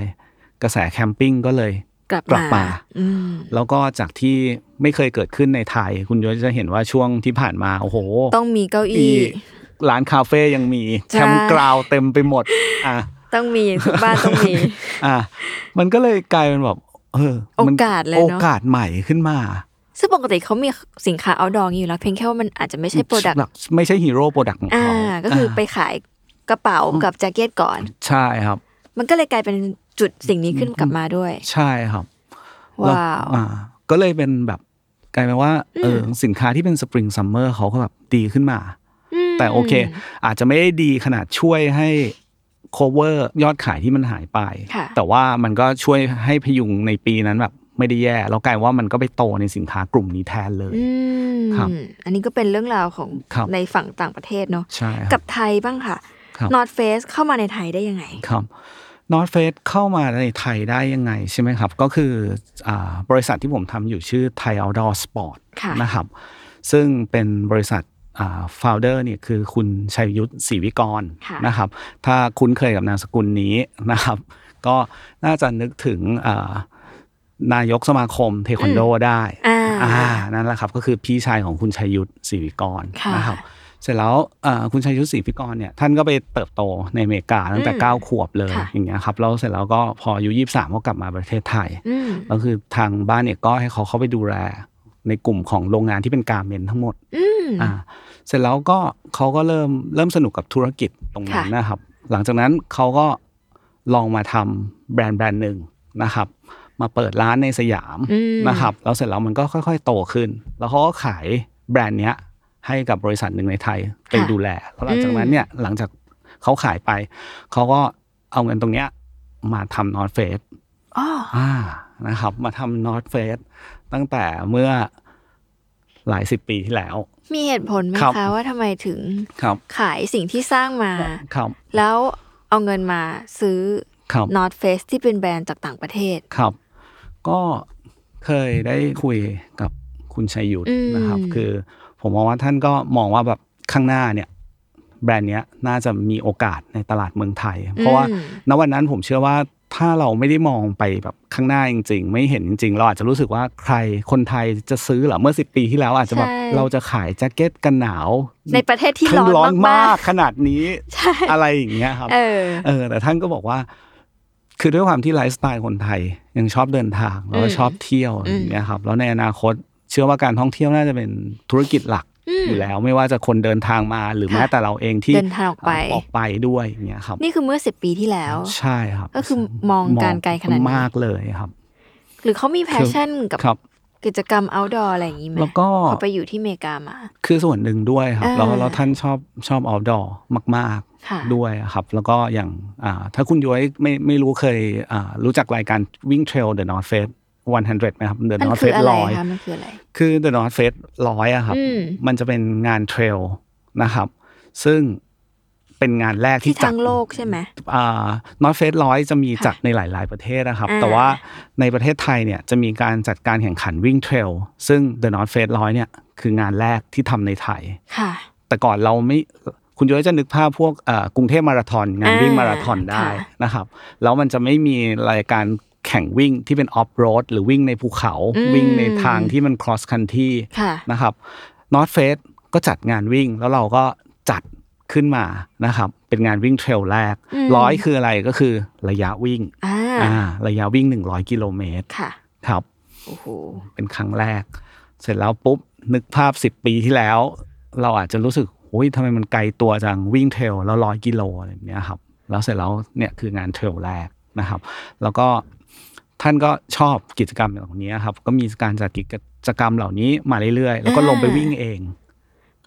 S2: กระแสแคมปิ้งก็เลย
S1: กลับ
S2: กลับ
S1: มา
S2: มา
S1: อืม
S2: แล้วก็จากที่ไม่เคยเกิดขึ้นในไทย คุณยศจะเห็นว่าช่วงที่ผ่านมาโอ้โห
S1: ต้องมีเก้า
S2: อี
S1: อี้
S2: ร้านคาเฟ่ยังมี
S1: ใช่
S2: แคมป์กราวเต็มไปหมดอ่ะ
S1: ต้องมีทุกบ้านต้องมี
S2: อ่ะมันก็เลยกลายเป็นแบบเออมัน
S1: โอกาสเลยเน
S2: โอ
S1: อะ
S2: กาสใหม่ขึ้นมา
S1: ซึ่งปกติเขามีสินค้าเอาดองอยู่แล้วเพียงแค่ว่ามันอาจจะไม่ใช่โปรดักต์
S2: แบบไม่ใช่ฮีโร่โปรดักต์ของ
S1: อ่า
S2: เขา
S1: ก็คือไป
S2: า
S1: ขายกระเป๋ากับแจ็คเก็ตก่อน
S2: ใช่ครับ
S1: มันก็เลยกลายเป็นจุดสิ่งนี้ขึ้นกลับมาด้วย
S2: ใช่ครับ แล้ว
S1: ว้าว
S2: อ่าก็เลยเป็นแบบกลายเป็นว่าเอออสินค้าที่เป็นสปริงซัมเมอร์เขาก็แบบดีขึ้นมา แต่โอเค อาจจะไม่ได้ดีขนาดช่วยให้ cover ยอดขายที่มันหายไป
S1: ค่ะ
S2: แต่ว่ามันก็ช่วยให้พยุงในปีนั้นแบบไม่ได้แย่ แล้วกลายว่ามันก็ไปโตในสินค้ากลุ่มนี้แทนเลย
S1: อืม
S2: ครับ
S1: อันนี้ก็เป็นเรื่องราวของ
S2: ครับ
S1: ในฝั่งต่างประเทศเนาะ
S2: ใช่ค
S1: กั
S2: รั
S1: บบ ไทยบ้างค่ะ
S2: ครับ
S1: North Face เข้ามาในไทยได้ยังไง
S2: ครับนอตเฟสเข้ามาในไทยได้ยังไงใช่ไหมครับ ก็คืออ่าบริษัทที่ผมทำอยู่ชื่อไทย Outdoor Sport
S1: ค่ะ
S2: นะครับ ซึ่งเป็นบริษัท ฟาวเดอร์เนี่ยคือคุณชัยยุทธศรีวิกร
S1: ค่ะ
S2: นะครับ ถ้าคุ้นเคยกับนามสกุลนี้นะครับ ก็น่าจะนึกถึงอ่านายกสมาคมเทควันโดได้
S1: อ่า
S2: อ่านั่นแหละครับก็คือพี่ชายของคุณชัยยุทธศรีวิกร
S1: ค่ะ
S2: นะครับ เสร็จแล้วเอ่อคุณชัยยุทธศรีพิกรเนี่ยท่านก็ไปเติบโตในอเมริกาตั้งแต่
S1: อืม
S2: 9 ขวบเลย
S1: ค่ะ
S2: อย่างเงี้ยครับแล้วเสร็จแล้วก็พออายุยี่สามก็กลับมาประเทศไทย
S1: อืม
S2: ก็คือทางบ้านเนี่ยก็ให้เขาเข้าไปดูแลในกลุ่มของโรงงานที่เป็นการเมนทั้งหมด
S1: อืม
S2: อ่าเสร็จแล้วก็เขาก็เริ่มเริ่มสนุกกับธุรกิจตรงนั้น
S1: ค่ะ
S2: นะครับ หลังจากนั้นเขาก็ลองมาทำแบรนด์แบรนด์หนึ่งนะครับ มาเปิดร้านในสยาม
S1: อืม
S2: นะครับแล้วเสร็จแล้วมันก็ค่อยๆ โตขึ้น แล้วเขาก็ขายแบรนด์เนี้ยให้กับบริษัทหนึ่งในไทยไป
S1: ค่ะ
S2: ดูแลแล้วหลังจากนั้นเนี่ยหลังจากเขาขายไป เขาก็เอาเงินตรงเนี้ยมาทำนอตเฟส
S1: อ๋อ
S2: อ่านะครับมาทำนอตเฟสตั้งแต่เมื่อหลายสิบปีที่แล้ว
S1: มีเหตุผลไหม
S2: ครับ
S1: คะว่าทำไมถึง
S2: ครับ
S1: ขายสิ่งที่สร้างมา
S2: ครับ
S1: แล้วเอาเงินมาซื้อ
S2: ครับ
S1: North Face ที่เป็นแบรนด์จากต่างประเทศ
S2: ครับ ก็เคยได้คุยกับคุณชัยยุทธ
S1: อืม
S2: นะครับ คือผมมองว่าท่านก็มองว่าแบบข้างหน้าเนี่ยแบรนด์เนี้ยน่าจะมีโอกาสในตลาดเมืองไทย เพราะว่า
S1: อืม
S2: ณวันนั้นผมเชื่อว่าถ้าเราไม่ได้มองไปแบบข้างหน้าจริง ๆ ไม่เห็นจริง ๆ เราอาจจะรู้สึกว่าใครคนไทยจะซื้อเหรอเมื่อ 10 ปีที่แล้วอาจจะแบบ
S1: ใช่
S2: เราจะขายแจ็คเก็ตกันหนาว
S1: ในประเทศที่
S2: ทั้
S1: ร้อ
S2: ง
S1: น
S2: ร้อน
S1: มาม
S2: าก กขนาดนี้
S1: ๆ ใช่
S2: อะไรอย่างเงี้ยครับ
S1: เออ
S2: เออแต่ท่านก็บอกว่า คือด้วยความที่ไลฟ์สไตล์คนไทย ยังชอบเดินทาง แล้วก็
S1: อืม
S2: ชอบเที่ยว
S1: อืม
S2: อย่างเงี้ยครับ แล้วในอนาคต เชื่อว่าการท่องเที่ยวน่าจะเป็นธุรกิจหลัก
S1: ม
S2: อยู่แล้ว ไม่ว่าจะคนเดินทางมาหรือ
S1: ค่ะ
S2: แม้แต่เราเองที่
S1: เดินทางออกไป
S2: ออกไปด้วยอย่างเงี้ยครับ
S1: นี่คือเมื่อสิบปีที่แล้ว
S2: ใช่ครับ
S1: ก็คือมองการไกลขนาดนี้
S2: มากเลยครับ
S1: หรือเขามีแพชชั่นกับ
S2: ครับ
S1: กิจกรรม outdoor อะไรอย่างนี้ไหม
S2: แล้วก็
S1: เขาไปอยู่ที่อเมริกามา
S2: คือส่วนหนึ่งด้วยครับ
S1: อ่า
S2: แล้วแล้วท่านชอบชอบออฟดอร์มาก
S1: ค่ะ
S2: ๆ ด้วยครับ แล้วก็อย่างอ่าถ้าคุณย้อยไม่ไม่รู้เคยอ่ารู้จักรายการวิ่งเทรลเดอะนอร์ทเฟส100ไหมครับ The
S1: มัน
S2: North
S1: คือ
S2: Face
S1: อะไร
S2: ร้อย
S1: คะมันคืออะไร
S2: คือ The North Face ร้อยอะครับ
S1: อืม
S2: มันจะเป็นงานเทรลนะครับ ซึ่งเป็นงานแรก
S1: ที่
S2: ที่จัด
S1: ทั้งโลกใช่ไหม
S2: นอตเฟสร้อยจะมี
S1: ค่ะ
S2: จัดในหลาย ๆ ประเทศนะครับ
S1: อ่า
S2: แต่ว่าในประเทศไทยเนี่ยจะมีการจัดการแข่งขันวิ่งเทรลซึ่ง The North Face ร้อยเนี่ยคืองานแรกที่ทำในไทย
S1: ค่ะ
S2: แต่ก่อนเราไม่คุณย้อยจะนึกภาพพวกเอ่อกรุงเทพมาราธอนงาน
S1: อ่า
S2: วิ่งมาราธอนได้
S1: ค่ะ
S2: นะครับ แล้วมันจะไม่มีรายการแข่งวิ่งที่เป็นออฟโรดหรือวิ่งในภูเขา
S1: อืม
S2: วิ่งในทางที่มัน cross country
S1: ค่ะ
S2: นะครับนอตเฟสก็จัดงานวิ่งแล้วเราก็จัดขึ้นมานะครับเป็นงานวิ่งเทรลแรก
S1: อืม
S2: ร้อยคืออะไรก็คือระยะวิ่ง
S1: อ่า
S2: อ่าระยะวิ่ง 100 กิโลเมตร
S1: ค่ะ
S2: ครับ
S1: โอ้โห
S2: เป็นครั้งแรก เสร็จแล้วปุ๊บ นึกภาพ 10 ปีที่แล้ว เราอาจจะรู้สึกโอ้ยทำไมมันไกลตัวจังวิ่งเทรลแล้วร้อยกิโลอะไรแบบเนี้ยครับแล้วเสร็จแล้วเนี่ยคืองานเทรลแรกนะครับ แล้วก็ท่านก็ชอบกิจกรรมเหล่านี้ครับก็มีการจัดกิจกรรมเหล่านี้มาเรื่อยๆ แล้วก็ลงไปวิ่งเอง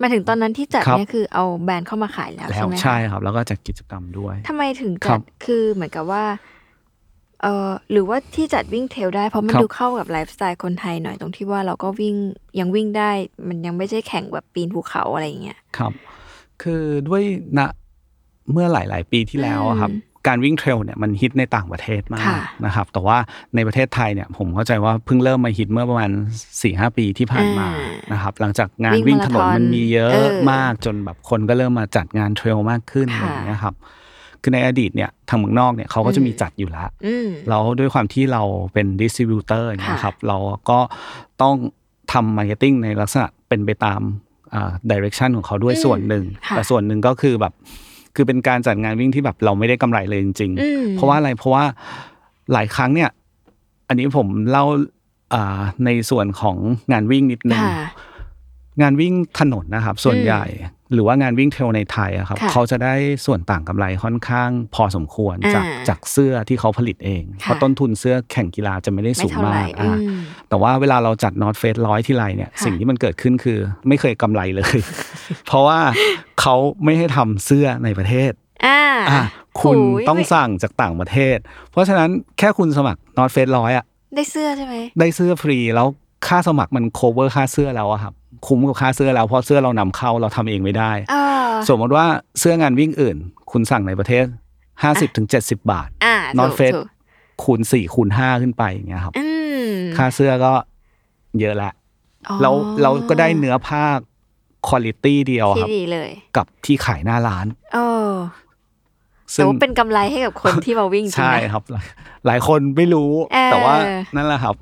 S1: มาถึงตอนนั้นที่จัด
S2: ครับ
S1: เนี่ยคือเอาแบรนด์เข้ามาขายแล้ว
S2: แล้
S1: ใช่
S2: ว
S1: ไหมคะ
S2: ใช่ครับ แล้วก็จัดกิจกรรมด้วย
S1: ทำไมถึง
S2: ครั
S1: จัด
S2: บ
S1: คือเหมือนกับว่าเออหรือว่าที่จัดวิ่งเทรลได้เพราะมัน
S2: ครับ
S1: ดูเข้ากับไลฟ์สไตล์คนไทยหน่อยตรงที่ว่าเราก็วิ่งยังวิ่งได้ มันยังไม่ใช่แข่งแบบปีนภูเขาอะไรอย่างเงี้ย
S2: ครับ คือด้วยณเมื่อหลาย ๆ ปีที่แล้วอะครับ
S1: อืม
S2: การวิ่งเทรลเนี่ยมันฮิตในต่างประเทศมาก
S1: ค่ะ
S2: นะครับ แต่ว่าในประเทศไทยเนี่ยผมเข้าใจว่าเพิ่งเริ่มมาฮิตเมื่อประมาณ4ีหปีที่ผ่านมา
S1: อ่าน
S2: นะครับ หลังจากงาน
S1: วิ่
S2: วิ่
S1: ง
S2: ง
S1: มาราธ
S2: ถน
S1: อน
S2: นมันมีเย
S1: เอ
S2: อะ
S1: อ
S2: มากจนแบบคนก็เริ่มมาจัดงานเทรลมากขึ้นอะไร
S1: ค่ะ
S2: อย่างเงี้ยครับ คือในอดีตเนี่ยทางเมืองนอกเนี่ยเขาก็จะมีจัดอยู่แล้ว
S1: อืม
S2: แล้วด้วยความที่เราเป็นดิส t r ิบิวเตอร์อย่างเงี้ย
S1: ค่ะ
S2: ครับ เราก็ต้องทำมาร์เก็ตติ้งในลักษณะเป็นไปตามดิเรกชันของเขาด้วย
S1: อืม
S2: ส่วนหนึ่ง
S1: ค่ะ
S2: แต่ส่วนหนึ่งก็คือแบบ คือเป็นการจัดงานวิ่งที่แบบเราไม่ได้กำไรเลยจริง
S1: อืม
S2: ๆ เพราะว่าอะไรเพราะว่าหลายครั้งเนี่ย อันนี้ผมเล่าอ่าในส่วนของงานวิ่งนิดนึง
S1: ค่ะ
S2: งานวิ่งถนนนะครับ ส่วนใหญ่หรือว่างานวิ่งเทรลในไทยอะครับ
S1: ค่ะ
S2: เขาจะได้ส่วนต่างกำไรค่อนข้างพอสมควรจาก
S1: อ่า
S2: จากเสื้อที่เขาผลิตเอง
S1: ค่ะ
S2: เพราะต้นทุนเสื้อแข่งกีฬาจะไม่ได้
S1: ไม่
S2: สูง
S1: เท่าไห
S2: มา
S1: ร่
S2: กอ่า
S1: อืม
S2: แต่ว่าเวลาเราจัดนอตเฟสร้อยที่ไรเนี่ย
S1: ค่ะ
S2: สิ่งที่มันเกิดขึ้นคือไม่เคยกำไรเลย เพราะว่าเขาไม่ให้ทำเสื้อในประเทศ
S1: ่า
S2: อ่ะคุณ
S1: หูย
S2: ต้อง
S1: ไม่
S2: สั่งจากต่างประเทศ เพราะฉะนั้นแค่คุณสมัครนอตเฟสร้อยอะ
S1: ได้เสื้อใช่ไหม
S2: ได้เสื้อฟรีแล้วค่าสมัครมัน cover ค่าเสื้อแล้วอะครับ คุ้มกับค่าเสื้อแล้วเพราะเสื้อเรานำเข้าเราทำเองไม่ได้
S1: เออ
S2: สมมติว่าเสื้องานวิ่งอื่น คุณสั่งในประเทศ 50-70ถึง70 บาท
S1: อ่า
S2: North Face
S1: ถูก
S2: คูณ 4 คูณ 5 ขึ้นไปอย่างเงี้ยครับ
S1: ๆอืม
S2: ค่าเสื้อก็เยอะละ
S1: อ๋อ
S2: แล้วเราก็ได้เนื้อผ้า คุณตี้เดียวค
S1: ที่
S2: รับ
S1: ดีเลย
S2: กับที่ขายหน้าร้าน
S1: โอ้แต่
S2: ซึ่ง
S1: ว่าเป็นกำไรให้กับคนที่มาวิ่งจริง
S2: ใช่
S1: นะ
S2: ครับ หลายคนไม่รู้
S1: เออ
S2: แต่ว่านั่นแหละครับ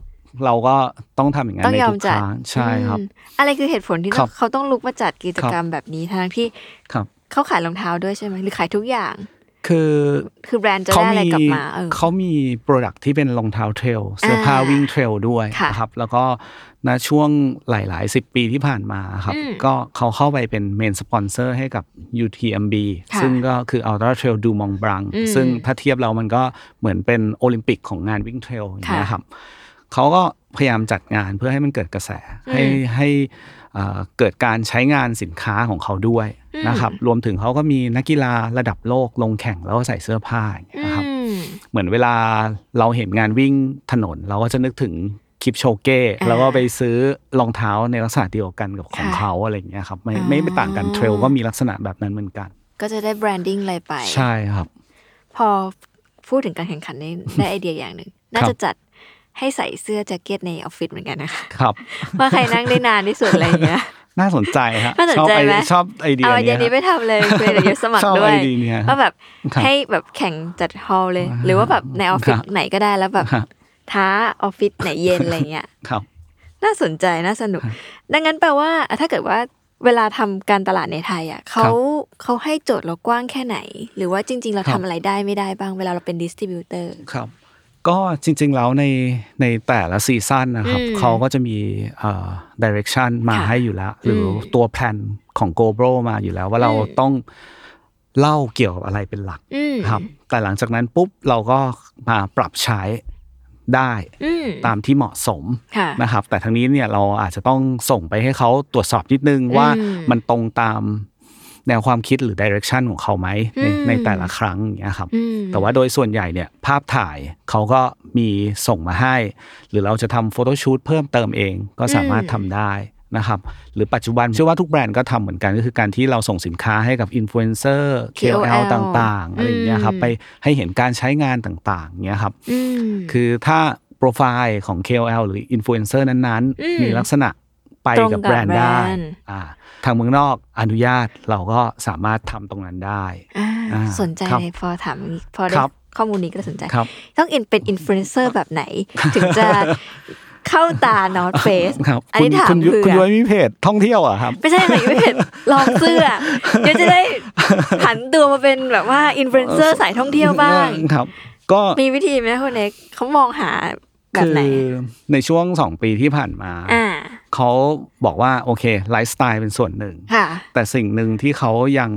S2: เราก็ต้องทำอย่างนั้น
S1: ต้อง
S2: ใน
S1: ยอ
S2: ทุ
S1: ม
S2: ก
S1: จั
S2: ค
S1: ด
S2: รั้งใช่ครับ
S1: อืมอะไรคือเหตุผลที่
S2: ครับ
S1: เขาต้องลุกมาจัดกิจ
S2: ครับ
S1: กรรมแบบนี้ทั้งที่
S2: ครับ
S1: เขาขายรองเท้าด้วยใช่ไหมหรือขายทุกอย่าง
S2: คือ
S1: คือแบรนด์จะได้อะไรกลับมาเออ
S2: เขามีโปรดักที่เป็นรองเท้าเทรลเสื้อผ้า
S1: อ่า
S2: วิ่งเทรลด้วย
S1: ค่ะ
S2: นะครับ แล้วก็ณช่วงหลาย ๆ 10 ปีที่ผ่านมาครับ
S1: อืม
S2: ก็เขาเข้าไปเป็นเมนสปอนเซอร์ให้กับ UTMB
S1: ค่ะ
S2: ซึ่งก็คือ Ultra Trail du Mont Blanc
S1: อืม
S2: ซึ่งถ้าเทียบเรามันก็เหมือนเป็นโอลิมปิกของงานวิ่งเทรลอย่างนี้ย
S1: ค่ะ
S2: ครับเขาก็พยายามจัดงานเพื่อให้มันเกิดกระแส ให้
S1: อืม
S2: ให้เอ่อเกิดการใช้งานสินค้าของเขาด้วยนะครับ รวมถึงเขาก็มีนักกีฬาระดับโลกลงแข่งแล้วก็ใส่เสื้อผ้าอย่างเงี้ยนะครับ
S1: อืม
S2: เหมือนเวลาเราเห็นงานวิ่งถนน เราก็จะนึกถึงคลิปโชเก้
S1: อ่า
S2: แล้วก็ไปซื้อรองเท้าในลักษณะเดียวกันกับของ
S1: ค่ะ
S2: เขาอะไรอย่างเงี้ยครับไม่
S1: อ๋อ
S2: ไม่ไม่ต่างกันเทรลก็มีลักษณะแบบนั้นเหมือนกัน
S1: ก็จะได้แบรนดิ้งอะไรไป
S2: ใช่ครับ
S1: พอพูดถึงการแข่งขันนี่ ได้ไอเดียอย่างหนึ่งน่าจะจัดให้ใส่เสื้อแจ็คเก็ตในออฟฟิศเหมือนกันนะคะ
S2: ครับ
S1: ว่าใครนั่งได้นานที่สุดอะไรอย่างเงี้ ย
S2: น่าสนใจฮะ
S1: น่าสน
S2: ชอบ
S1: ใจ
S2: ไอ
S1: ไหม
S2: ชอบไอเดีย
S1: เอาไอเดียนี้
S2: นี้
S1: ไป
S2: ฮะ
S1: ทำเลยเพื่อเดี๋ยวสมัคร
S2: ชอบ
S1: ด้วย
S2: ไอเดียเนี่ย
S1: ว่าแบบ
S2: ครับ
S1: ให้แบบแข่งจัดฮอลเลย หรือว่าแบบในออฟฟิศ
S2: ครับ
S1: ไหนก็ได้แล้วแบบ
S2: ครับ
S1: ท้าออฟฟิศไหนเย็นอะไรเงี้ย
S2: ครับ
S1: น่าสนใจน่าสนุก ดังนั้นแปลว่าอ่ะถ้าเกิดว่าเวลาทำการตลาดในไทยอ่ะเขาเขาให้โจทย์เรากว้างแค่ไหน หรือว่าจริง ๆ เรา
S2: ครั
S1: ทำ
S2: บ
S1: อะไรได้ไม่ได้บ้างเวลาเราเป็นดิสติบิวเตอร์
S2: ครับ ก็จริงๆแล้วในในแต่ละซีซั่นนะครับ
S1: อืม
S2: เขาก็จะมีเอ่อดิเรกชันมา
S1: ค่ะ
S2: ให้อยู่แล้ว หรืออ
S1: ม
S2: ตัวแพลนของ g o b r o มาอยู่แล้ว ว่าเรา
S1: อืม
S2: ต้องเล่าเกี่ยวกับอะไรเป็นหลัก
S1: อืม
S2: ครับแต่หลังจากนั้นปุ๊บเราก็มาปรับใช้ได้
S1: อืม
S2: ตามที่เหมาะสม
S1: ค่ะ
S2: นะครับ แต่ทั้งนี้เนี่ยเราอาจจะต้องส่งไปให้เขาตรวจสอบนิดนึง
S1: อืม
S2: ว่ามันตรงตามแนวความคิดหรือดิเรกชันของเขาไหมใน
S1: อืม
S2: ในแต่ละครั้งอย่างเงี้ยครับ
S1: อืม
S2: แต่ว่าโดยส่วนใหญ่เนี่ยภาพถ่ายเขาก็มีส่งมาให้ หรือเราจะทำโฟโต้ชูตเพิ่มเติมเองก็สามารถทำได้นะครับ หรือปัจจุบันเชื่อว่าทุกแบรนด์ก็ทำเหมือนกันก็คือการที่เราส่งสินค้าให้กับอินฟลูเอนเซอร์
S1: KOL
S2: KOL ต่างๆ อะไรอย่างเงี้ยครับ
S1: อืม
S2: ไปให้เห็นการใช้งานต่างๆเงี้ยครับ
S1: อืม
S2: คือถ้าโปรไฟล์ของ KOL หรืออินฟลูเอนเซอร์นั้น
S1: อืม
S2: ๆ มีลักษณะไป
S1: ตรงกั
S2: กั
S1: บบ
S2: แบรนด์ได้
S1: แบรนด์
S2: อ่าทางเมืองนอกอนุญาตเราก็สามารถทำตรงนั้นได้
S1: อ่า
S2: อ่า
S1: สนใจ
S2: ครับ
S1: เลยพอถามอย่างนี้พอได้
S2: ครับ
S1: ข้อมูลนี้ก็สนใจ
S2: ครับ
S1: ต้องอินเป็นอินฟลูเอนเซอร์แบบไหน ถึงจะเข้าตานอตเฟส
S2: ครับ
S1: อันนี้ถาม
S2: คุณยุ้ย
S1: เผื่อ
S2: คุณย้อยมีเพจท่องเที่ยวเหรอ่ะครับ
S1: ไม่ใช่อะไรไม่เห็นลองเสื้อเดี๋ยวจะได้ผันตัวมาเป็นแบบว่าอินฟลูเอนเซอร์สายท่องเที่ยวบ้าง
S2: ครับ ก็
S1: มีวิธีไหมคุณเอกเขามองหาแบบ
S2: คื
S1: ไหน
S2: อในช่วงสองปีที่ผ่านมา
S1: อ่า
S2: เขาบอกว่าโอเคไลฟ์สไตล์เป็นส่วนหนึ่ง
S1: ค่ะ
S2: แต่สิ่งหนึ่งที่เขายัง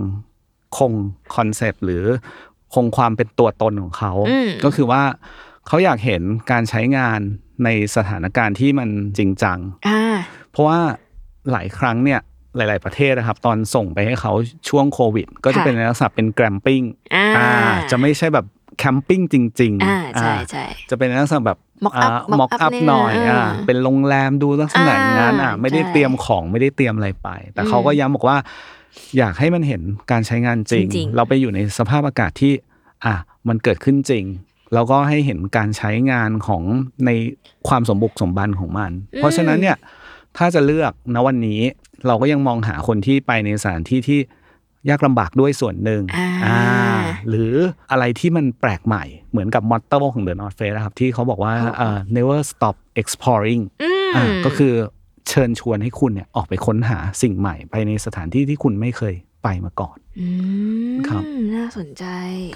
S2: คงคอนเซปต์หรือคงความเป็นตัวตนของเขา
S1: อืม
S2: ก็คือว่าเขาอยากเห็นการใช้งานในสถานการณ์ที่มันจริงจัง
S1: อ่า
S2: เพราะว่าหลายครั้งเนี่ยหลาย ๆ ประเทศนะครับ ตอนส่งไปให้เขาช่วงโควิด ก็จะ
S1: ค่ะ
S2: เป็นในลักษณะเป็นแกรมปิ้ง
S1: อ่า
S2: อ่าจะไม่ใช่แบบแคมปิ้งจริง ๆ
S1: อ่าใช่ใช่
S2: จะเป็นลักษณะแบบ
S1: Mock up
S2: ม็
S1: mock
S2: อกอั
S1: up
S2: พ
S1: เนี่ย
S2: หน่อย
S1: เอออ่
S2: อ่าเป็นโรงแรมดูลักษณะอย่างนั้นอ่ะ
S1: อ่า
S2: ไม่ได้
S1: ใช่
S2: เตรียมของไม่ได้เตรียมอะไรไป แต่เขาก็ย้ำบอกว่า อยากให้มันเห็นการใช้งานจริง
S1: จริงๆ
S2: เราไปอยู่ในสภาพอากาศที่อ่ะมันเกิดขึ้นจริง แล้วก็ให้เห็นการใช้งานของในความสมบุกสมบันของมัน เพราะฉะนั้นเนี่ยถ้าจะเลือกณวันนี้เราก็ยังมองหาคนที่ไปในสถานที่ที่ยากลำบากด้วยส่วนหนึ่ง
S1: อ่า
S2: อ่า หรืออะไรที่มันแปลกใหม่เหมือนกับมอตโต้ของ The North Face นะครับ ที่เขาบอกว่าเอ่อ never stop exploring
S1: อืม
S2: อ่าก็คือเชิญชวนให้คุณเนี่ยออกไปค้นหาสิ่งใหม่ ไปในสถานที่ที่คุณไม่เคยไปมาก่อน
S1: อืม
S2: ครับ
S1: น่าสนใจ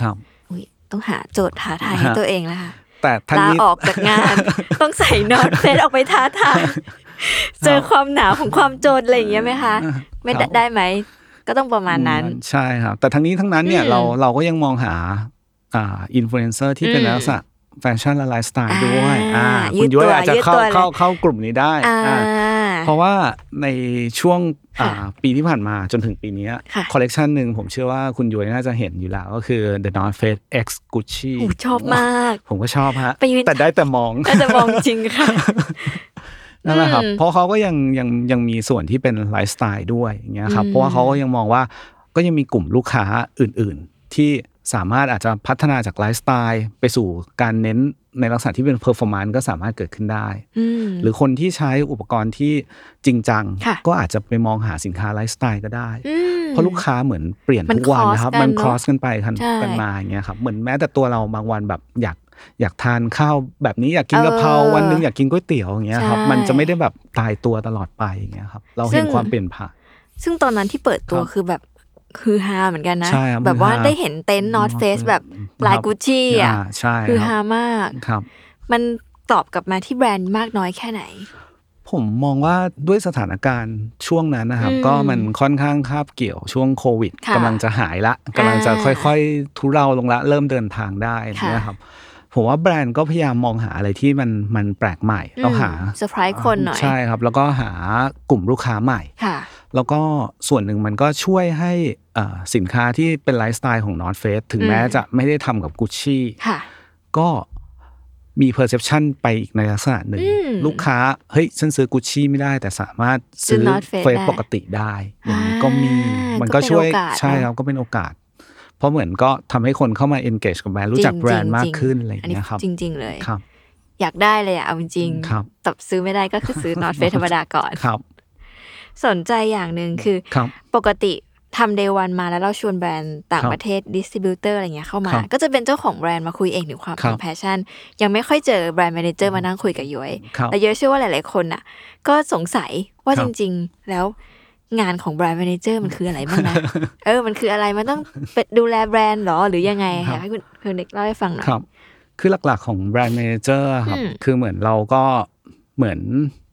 S2: ครับ
S1: อุ๊ยต้องหาโจทย์ท้าทายให้
S2: ฮะ
S1: ตัวเองแล้วค่ะ
S2: แต่ทั้ง
S1: ลา
S2: นี้
S1: ออกจากงาน ต้องใส่นอตเฟสออกไปท้า ทายเจอความหนาวของความโจรอะไรอย่างเงี้ยไหมคะ ไม่ได้
S2: ครับ
S1: ได้ไหม ก็ต้องประมาณนั้น
S2: ใช่ครับ แต่ทั้งนี้ทั้งนั้นเนี่ย
S1: อืม
S2: เราเราก็ยังมองหาอ่าอินฟลูเอนเซอร์ที่เป็น
S1: อืม
S2: ลักษณะแฟชั่นและไลฟ์สไตล์ด้วย
S1: อ่า
S2: อ่า
S1: ยื
S2: คุณ
S1: ด
S2: ย้อย
S1: ตัว
S2: อาจจะ
S1: ยืด
S2: เข้า
S1: ตัวเลย
S2: เข้าเข้ากลุ่มนี้ได้
S1: อ่า
S2: อ่า เพราะว่าในช่วงอ่า
S1: ค่ะ
S2: ปีที่ผ่านมาจนถึงปีเนี้
S1: ค่ะ
S2: คอลเลกชันหนึ่งผมเชื่อว่าคุณยุ้ยน่าจะเห็นอยู่แล้ว ก็คือ The North Face X Gucci
S1: อู้ชอบมาก
S2: ผมก็ชอบฮะ
S1: ไปยืน
S2: แต่ได้แต่มอง
S1: น่าจะมองจริงค่ะ
S2: นั่นแหละครับ
S1: อืม
S2: เพราะเขาก็ยังยังยังมีส่วนที่เป็นไลฟ์สไตล์ด้วยอย่างเงี้ยครับ
S1: อืม
S2: เพราะว่าเขาก็ยังมองว่าก็ยังมีกลุ่มลูกค้าอื่น ๆ ที่ สามารถอาจจะพัฒนาจากไลฟ์สไตล์ไปสู่การเน้นในลักษณะที่เป็นเพอร์ฟอร์มนก็สามารถเกิดขึ้นได้
S1: อืม
S2: หรือคนที่ใช้อุปกรณ์ที่จริงจัง
S1: ค่ะ
S2: ก็อาจจะไปมองหาสินค้าไลฟ์สไตล์ก็ได้
S1: ม
S2: เพราะลูกค้าเหมือนเปลี่ยน
S1: มัน
S2: ทุกวันนะครับ
S1: cross กัน
S2: มัน
S1: เนอะ
S2: ครอสกันไปกัน
S1: ใช่
S2: กันมาอย่างเงี้ยครับเหมือนแม้แต่ตัวเราบางวันแบบอยากอยากทานข้าวแบบนี้อยากกิ
S1: เออก
S2: นะเพราวันหนึงอยากกินก๋วยเตี๋ยวอย่างเงี้ยครับ
S1: ใช่
S2: มันจะไม่ได้แบบตายตัวตลอดไปอย่างเงี้ยครับเราเห็
S1: ซึ่
S2: น
S1: ง
S2: ความเปลี่ยนผ่าน
S1: ซึ่งตอนนั้นที่เปิดตัว
S2: ครับ
S1: คือแบบฮือฮาเหมือนกันนะ
S2: ใช่ครับ
S1: แบบว่า
S2: ฮือฮา
S1: ได้เห็นเต็นท์นอตเฟส
S2: ครับ
S1: แบบลาย
S2: ครับ
S1: กุชชี่อ่ะ
S2: อ่าใช่ครับ
S1: ฮือฮามาก
S2: ครับ
S1: มันตอบกลับมาที่แบรนด์มากน้อยแค่ไหน
S2: ผมมองว่าด้วยสถานการณ์ช่วงนั้นนะครับ
S1: อืม
S2: ก็มันค่อนข้างคาบเกี่ยวช่วงโควิด
S1: ค่ะ
S2: กำลังจะหายละกำลังจะค่อยๆ ทุเลาลงละ เริ่มเดินทางได้
S1: ค่ะ
S2: นะครับ ผมว่าแบรนด์ก็พยายามมองหาอะไรที่มันมันแปลกใหม่
S1: อืม
S2: เราหา
S1: surprise คนหน่อย
S2: ใช่ครับ แล้วก็หากลุ่มลูกค้าใหม่
S1: ค่ะ
S2: แล้วก็ส่วนหนึ่งมันก็ช่วยให้เอ่อสินค้าที่เป็นไลฟ์สไตล์ของ North Face ถึงแม้
S1: อืม
S2: จะไม่ได้ทำกับกุชชี่
S1: ค่ะ
S2: ก็มี perception ไปอีกในลักษณะหนึ่ง
S1: อืม
S2: ลูกค้า เฮ้ย ฉันซื้อกุชชี่ไม่ได้ แต่สามารถซื้อ
S1: ซื้อ North Face
S2: เฟซ
S1: ได้
S2: ปกติได้อย่างนี้ก็มี
S1: อ่ามั
S2: มันก็ช่วย
S1: ก็เป็นโอกาส
S2: ใช่
S1: เนอะ
S2: ครับก็เป็นโอกาส เพราะเหมือนก็ทำให้คนเข้ามา engage กับแบรนด์รู้จัก
S1: งๆ
S2: แบรนด์มาก
S1: จงๆ
S2: ขึ้นอะไรอย่าง
S1: นนี้
S2: เงี้ยครับ
S1: จริง ๆ เลย
S2: ครับ
S1: อยากได้เลยอะเอาจริงๆ
S2: ครับ
S1: แต่ซื้อไม่ได้ก็คือซื้อนอตเฟสธรรมดาก่อน
S2: ครับ
S1: สนใจอย่างหนึ่งคือ
S2: ครับ
S1: ปกติทำเดวันมาแล้วเราชวนแบรนด์ต่าง
S2: ครับ
S1: ประเทศดิสติบิวเตอร์อะไรเงี้ยเข้ามา
S2: ครับ
S1: ก็จะเป็นเจ้าของแบรนด์มาคุยเองถึงความ
S2: ครับ
S1: แพชชั่น ยังไม่ค่อยเจอแบรนด์แมเนเจอร์มานั่งคุยกับย้อย
S2: ครับ
S1: แต่ย้อยเชื่อว่าหลาย ๆ คนน่ะ ก็สงสัยว่า
S2: ครั
S1: จ
S2: บ
S1: ริง ๆ แล้วงานของแบรนด์แมเนเจอร์มันคืออะไรบ้างนะ เออมันคืออะไรมันต้อง เป็นดูแลแบรนด์เหรอหรือยังไงอยากให้คุณคุณเด็กเล่าให้ฟังหน่อย
S2: ครับ คือหลักๆของแบรนด์เมเนเจอร์ครับ
S1: อืม
S2: คือเหมือนเราก็เหมือน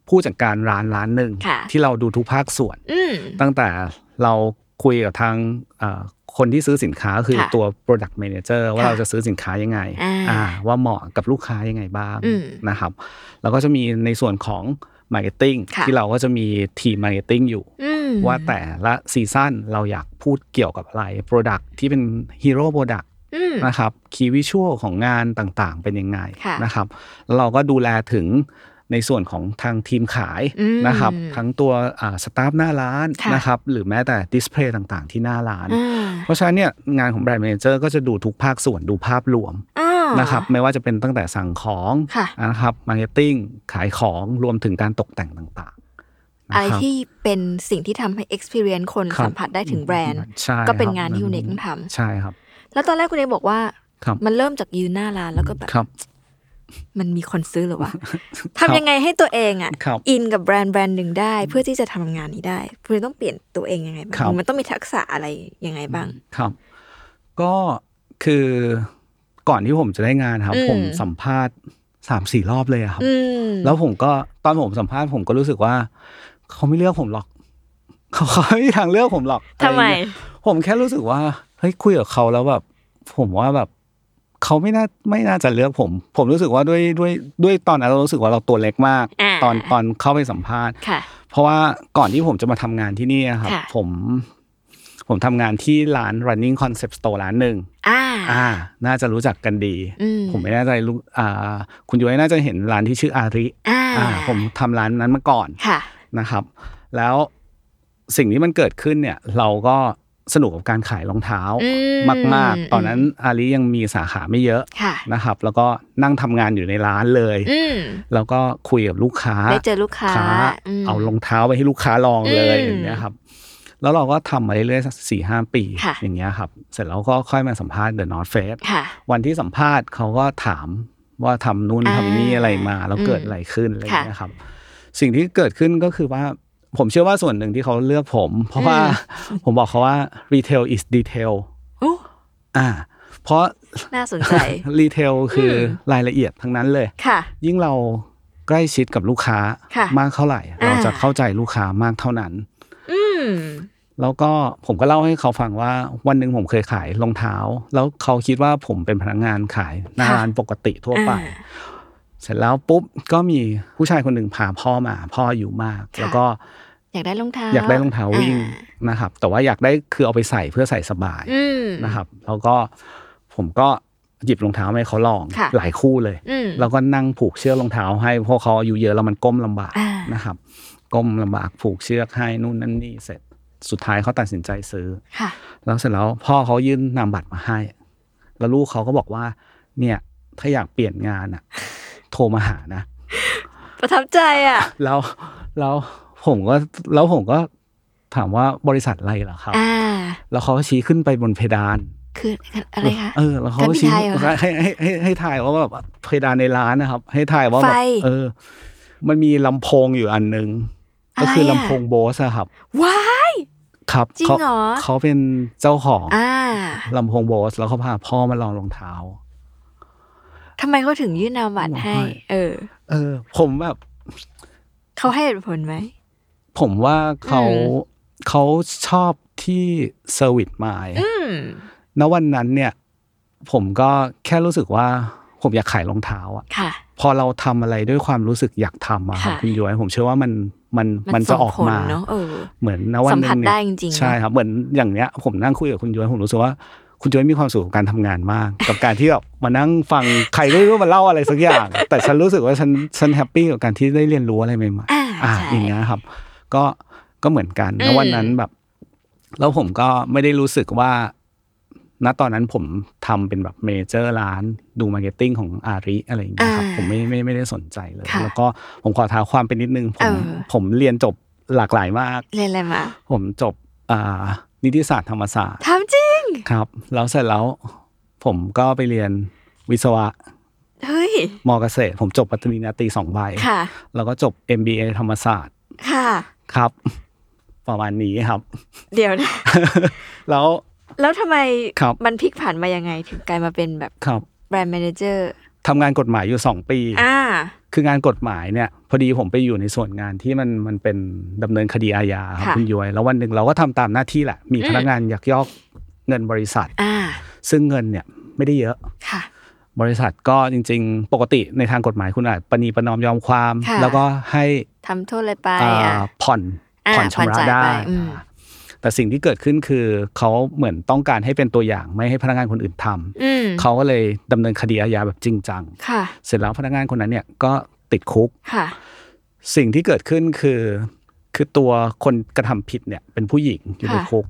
S2: ผู้จัดการร้านร้านหนึ่ง
S1: ค่ะ
S2: ที่เราดูทุกภาคส่วน
S1: อืม
S2: ตั้งแต่เราคุยกับทางเอ่อคนที่ซื้อสินค้าคือ
S1: ค่ะ
S2: ตัว product manager ว่า
S1: ค่ะ
S2: เราจะซื้อสินค้ายังไง
S1: อ่า
S2: อ่าว่าเหมาะกับลูกค้ายังไงบ้าง
S1: อืม
S2: นะครับแล้วก็จะมีในส่วนของ marketing
S1: ค่ะ
S2: ที่เราก็จะมีทีม marketing อยู่
S1: อืม
S2: ว่าแต่ละซีซั่นเราอยากพูดเกี่ยวกับอะไร product ที่เป็น hero product
S1: อืม
S2: นะครับ key visual ของงานต่างๆ เป็นยังไง
S1: ค่ะ
S2: นะครับแล้วเราก็ดูแลถึงในส่วนของทางทีมขาย
S1: อืม
S2: นะครับทั้งตัวสตาฟหน้าร้าน
S1: ค่ะ
S2: นะครับหรือแม้แต่ดิสเพลย์ต่างๆ ที่หน้าร้าน
S1: อ่า
S2: เพราะฉะนั้นเนี่ยงานของแบรนด์เมเนเจอร์ก็จะดูทุกภาคส่วนดูภาพรวม
S1: อ่า
S2: นะครับไม่ว่าจะเป็นตั้งแต่สั่งของ
S1: ค่ะ
S2: นะครับมาร์เก็ตติ้งขายของรวมถึงการตกแต่งต่างๆน
S1: อะไร
S2: ครับ
S1: ที่เป็นสิ่งที่ทำให้ experience คน
S2: ครับ
S1: สัมผัสได้ถึงแบรนด์
S2: ใช่ครับ
S1: ก็เป็นงานที่
S2: อืม
S1: คุณเอกต้องท
S2: ใช่ครับ
S1: ำแล้วตอนแรกคุณเอกบอกว่า
S2: ครับ
S1: มันเริ่มจากยืนหน้าร้านแล้วก็แบบ
S2: ครับ
S1: มันมีคนซื้อเหรือวะ
S2: ครับ
S1: ทำยังไงให้ตัวเองอ่ะ
S2: ครับ
S1: อินกับแบรนด์แบรนด์หนึ่งได้ เพื่อที่จะทำงานนี้ได้ คุณเอกต้องเปลี่ยนตัวเองยังไงบ้างหรือมันต้องมีทักษะอะไรยังไงบ้าง
S2: ครับ ก็คือก่อนที่ผมจะได้งานครับ
S1: อืม
S2: ผมสัมภาษณ์สามสี่รอบเลยอะครับ
S1: อืม
S2: แล้วผมก็ตอนผมสัมภาษณ์ผมก็รู้สึกว่าเขาไม่เลือกผมหรอก เขาเขาไม่มีทางเลือกผมหรอก
S1: ทำไม
S2: อะรเงี้ยผมแค่รู้สึกว่าเฮ้ยคุยกับเขาแล้วแบบ ผมว่าแบบเขาไม่น่าไม่น่าจะเลือกผม ผมรู้สึกว่าด้วยด้วยด้วยตอนนั้นเรารู้สึกว่าเราตัวเล็กมาก
S1: อ่า
S2: ตอนตอนเข้าไปสัมภาษณ์
S1: ค่ะ
S2: เพราะว่าก่อนที่ผมจะมาทำงานที่นี่อะครับ
S1: ค่ะ
S2: ผม ผมทำงานที่ร้าน running concept store ร้านหนึ่ง
S1: อ่า
S2: อ่า น่าจะรู้จักกันดี
S1: อืม
S2: ผมไม่แน่ใจรู้อ่า คุณยุ้ยน่าจะเห็นร้านที่ชื่ออาริ
S1: อ่า
S2: อ่า ผมทำร้านนั้นมาก่อน
S1: ค่ะ
S2: นะครับ แล้วสิ่งที่มันเกิดขึ้นเนี่ย เราก็สนุกกับการขายรองเท้า
S1: อืม
S2: มาก
S1: อืม
S2: ๆ ตอนนั้นอาริยังมีสาขาไม่เยอะ
S1: ค่ะ
S2: นะครับ แล้วก็นั่งทำงานอยู่ในร้านเลย
S1: อืม
S2: แล้วก็คุยกับลูกค้า
S1: ได้เจอลูกค้าอืม
S2: เอารองเท้าไปให้ลูกค้าลองเลย
S1: อืม
S2: อย่างเงี้ยครับ แล้วเราก็ทำมาเรื่อยๆสี่ห้าปี
S1: ค่ะ
S2: อย่างเงี้ยครับ เสร็จแล้วก็ค่อยมาสัมภาษณ์ The North Face
S1: ค่ะ
S2: วันที่สัมภาษณ์เขาก็ถามว่าทำนู่น
S1: อ่า
S2: ทำนี่อะไรมา แล้วเกิด
S1: อืม
S2: อะไรขึ้นอะไรอย่างเงี้ย
S1: ค่ะ
S2: ครับ สิ่งที่เกิดขึ้นก็คือว่าผมเชื่อว่าส่วนหนึ่งที่เขาเลือกผม เพราะว่า
S1: อื
S2: ผมบอกเขาว่า retail is detail
S1: อู้
S2: อ่า เพราะ
S1: น่าสน ใจ
S2: retail คืออรายละเอียดทั้งนั้นเลย
S1: ค่ะ
S2: ยิ่งเราใกล้ชิดกับลูกค้า
S1: ค่ะ
S2: มากเท่าไหร่
S1: อ่า
S2: เราจะเข้าใจลูกค้ามากเท่านั้น
S1: อืม
S2: แล้วก็ผมก็เล่าให้เขาฟังว่าวันหนึ่งผมเคยขายรองเท้า แล้วเขาคิดว่าผมเป็นพนักงานขายหน้า
S1: ค่ะ
S2: ร้านปกติทั่วไป
S1: อ่า
S2: เสร็จแล้วปุ๊บก็มีผู้ชายคนหนึ่งพาพ่อมาพ่ออายู่มาก
S1: ค่ะ
S2: แล้วก็
S1: อยากได้รองเท้า
S2: อยากได้รองเท้าวิ่ง
S1: อ่า
S2: นะครับ แต่ว่าอยากได้คือเอาไปใส่เพื่อใส่สบาย
S1: อืม
S2: นะครับแล้วก็ผมก็หยิบรองเท้ามาให้เขาลอง
S1: ค่ะ
S2: หลายคู่เลย
S1: อืม
S2: แล้วก็นั่งผูกเชือกรองเท้าให้เพราะเขาอายุเยอะแล้วมันก้มลำบาก
S1: อ่าน
S2: นะครับ ก้มลำบากผูกเชือกให้นู่นนั่นนี่เสร็จสุดท้ายเขาตัดสินใจซื้อ
S1: ค่ะ
S2: แล้วเสร็จแล้วพ่อเขายื่นนามบัตรมาให้ แล้วลูกเขาก็บอกว่า เนี่ย ถ้าอยากเปลี่ยนงานอ่ะ โทรมาหานะ
S1: ประทับใจอ่ะ
S2: แล้วแล้วผมก็แล้วผมก็ถามว่าบริษัทอะไรเหรอครับ
S1: อ่า
S2: แล้วเขาก็ชี้ขึ้นไปบนเพดาน
S1: คืออะไรคะ
S2: เออ แล้วเขาก็ชี้
S1: การบินไทยเหรอคะ
S2: ให้ให้ให้ให้ถ่ายว่าแบบเพดานในร้านนะครับ ให้ถ่ายว่าแบบ
S1: ไฟ
S2: เออ มันมีลำโพงอยู่อันหนึ่งก็คือ
S1: อะไร
S2: ลำ
S1: อะ
S2: โพงโบสอะครับ
S1: ว้าย
S2: ครับ
S1: จริง
S2: เขา
S1: เหรอ
S2: เขาเป็นเจ้าของ
S1: อ่า
S2: ลำโพงโบส แล้วเขาพาพ่อมาลองรองเท้า
S1: ทำไมเขาถึงยื่นนามบัตรให้
S2: ให้
S1: เออ
S2: เออ ผมแบบ
S1: เขาให้เหตุผลไหม
S2: ผมว่าเขา
S1: อืม
S2: เขาชอบที่เซอร์วิสมาย
S1: อืม
S2: ณวันนั้นเนี่ย ผมก็แค่รู้สึกว่า ผมอยากขายรองเท้าอะ
S1: ค่ะ
S2: พอเราทำอะไรด้วยความรู้สึกอยากทำอะครับ
S1: ค่ะ
S2: คุณย้อยผมเชื่อว่ามันมันมันจะ
S1: ส่ง
S2: ออก
S1: ผล
S2: มา
S1: เนาะเออ
S2: เหมือนนะวัน
S1: สัม
S2: หนึ
S1: ผัส
S2: ง
S1: ได้
S2: เนี่ย
S1: จริงๆ
S2: ใช่
S1: เนอะ
S2: ครับเหมือนอย่างเนี้ย ผมนั่งคุยกับคุณย้อยผมรู้สึกว่า คุณย้อยมีความสุขกับการทำงานมาก กับการที่แบบมานั่งฟังใครก็ไม่รู้มาเล่าอะไรสักอย่าง แต่ฉันรู้สึกว่าฉันฉันแฮปปี้กับการที่ได้เรียนรู้อะไรใหม่ๆ
S1: อ่า
S2: อ่ะ
S1: ใช่
S2: อย่างเงี้ยครับ ก็ก็เหมือนกัน
S1: อืม
S2: แล้ววันนั้นแบบ แล้วผมก็ไม่ได้รู้สึกว่า ณตอนนั้นผมทำเป็นแบบเมเจอร์ร้านดูมาร์เก็ตติ้งของอาริอะไรอย่างเงี้ยครับ
S1: อ่า
S2: ผมไม่ไม่ไม่ได้สนใจเลย
S1: ค่ะ
S2: แล้วก็ผมขอท้าความไปนิดนึง ผ
S1: เอ
S2: ม
S1: อ
S2: ผมเรียนจบหลากหลายมาก
S1: เรียนอะไรมา
S2: ผมจบอ่านิติศาสตร์ธรรมศาสตร์
S1: ถามจริง
S2: ครับ แล้วเสร็จแล้ว ผมก็ไปเรียนวิศวะ
S1: เฮ้ย
S2: มอเกษตร ผมจบปริญญาตรีสองใบ
S1: ค่ะ
S2: แล้วก็จบ MBA ธรรมศาสตร์
S1: ค่ะ
S2: ครับ ประมาณนี้ครับ
S1: เดี๋ยว นะ
S2: แล้ว
S1: แล้วทำไม
S2: ครับ
S1: มันพลิกผันมายังไงถึงกลายมาเป็นแบบ
S2: ครับ
S1: แบรนด์แมเนเจอร์
S2: ทำงานกฎหมายอยู่ 2 ปี
S1: อ่า
S2: คืองานกฎหมายเนี่ย พอดีผมไปอยู่ในส่วนงานที่มันมันเป็นดำเนินคดีอาญาครับ
S1: ค่ะ
S2: คุณย้อยแล้ววันหนึ่งเราก็ทำตามหน้าที่แหละ มี
S1: อืม
S2: พนักงานยักยอกเงินบริษัท
S1: อ่า
S2: ซึ่งเงินเนี่ยไม่ได้เยอะ
S1: ค่ะ
S2: บริษัทก็จริง ๆ ปกติในทางกฎหมายคุณอาจประนีประนอมยอมความ
S1: ค่ะ
S2: แล้วก็ให้
S1: ทำโทษอะไรไป
S2: อ่า
S1: อ่ะ
S2: ผ่อน
S1: อ่า
S2: ผ่อนชำระ
S1: ผ่อนจ่าย
S2: ได้
S1: ไปอืม
S2: แต่สิ่งที่เกิดขึ้นคือเขาเหมือนต้องการให้เป็นตัวอย่างไม่ให้พนักงานคนอื่นทำ
S1: อืม
S2: เขาก็เลยดำเนินคดีอาญาแบบจริงจัง
S1: ค่ะ
S2: เสร็จแล้วพนักงานคนนั้นเนี่ยก็ติดคุก
S1: ค่ะ
S2: สิ่งที่เกิดขึ้นคือ คือตัวคนกระทำผิดเนี่ยเป็นผู้หญิงอยู่ใน
S1: ค่ะ
S2: คุก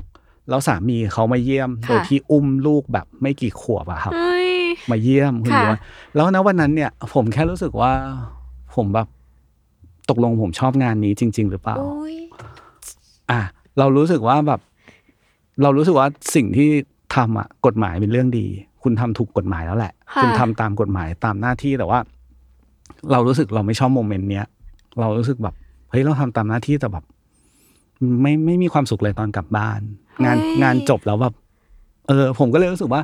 S2: แล้วสามีเขามาเยี่ยม
S1: ค่ะ
S2: โดยที่อุ้มลูกแบบไม่กี่ขวบอะครับ
S1: เฮ้ย
S2: มาเยี่ยมคุณ
S1: ค่ะ
S2: ย้อยแล้วนะวันนั้นเนี่ย ผมแค่รู้สึกว่า ผมแบบตกลงผมชอบงานนี้จริง ๆ หรือเปล่า
S1: อุ้ย
S2: อ่ะเรารู้สึกว่าแบบ เรารู้สึกว่าสิ่งที่ทำอ่ะกฎหมายเป็นเรื่องดี คุณทำถูกกฎหมายแล้วแหละ
S1: ค่ะ
S2: คุณทำตามกฎหมายตามหน้าที่แต่ว่า เรารู้สึกเราไม่ชอบโมเมนต์เนี้ยเรารู้สึกแบบเฮ้ยเราทำตามหน้าที่แต่แบบ ไม่ไม่มีความสุขเลยตอนกลับบ้าน งานงานจบแล้วแบบเออ ผมก็เลยรู้สึกว่า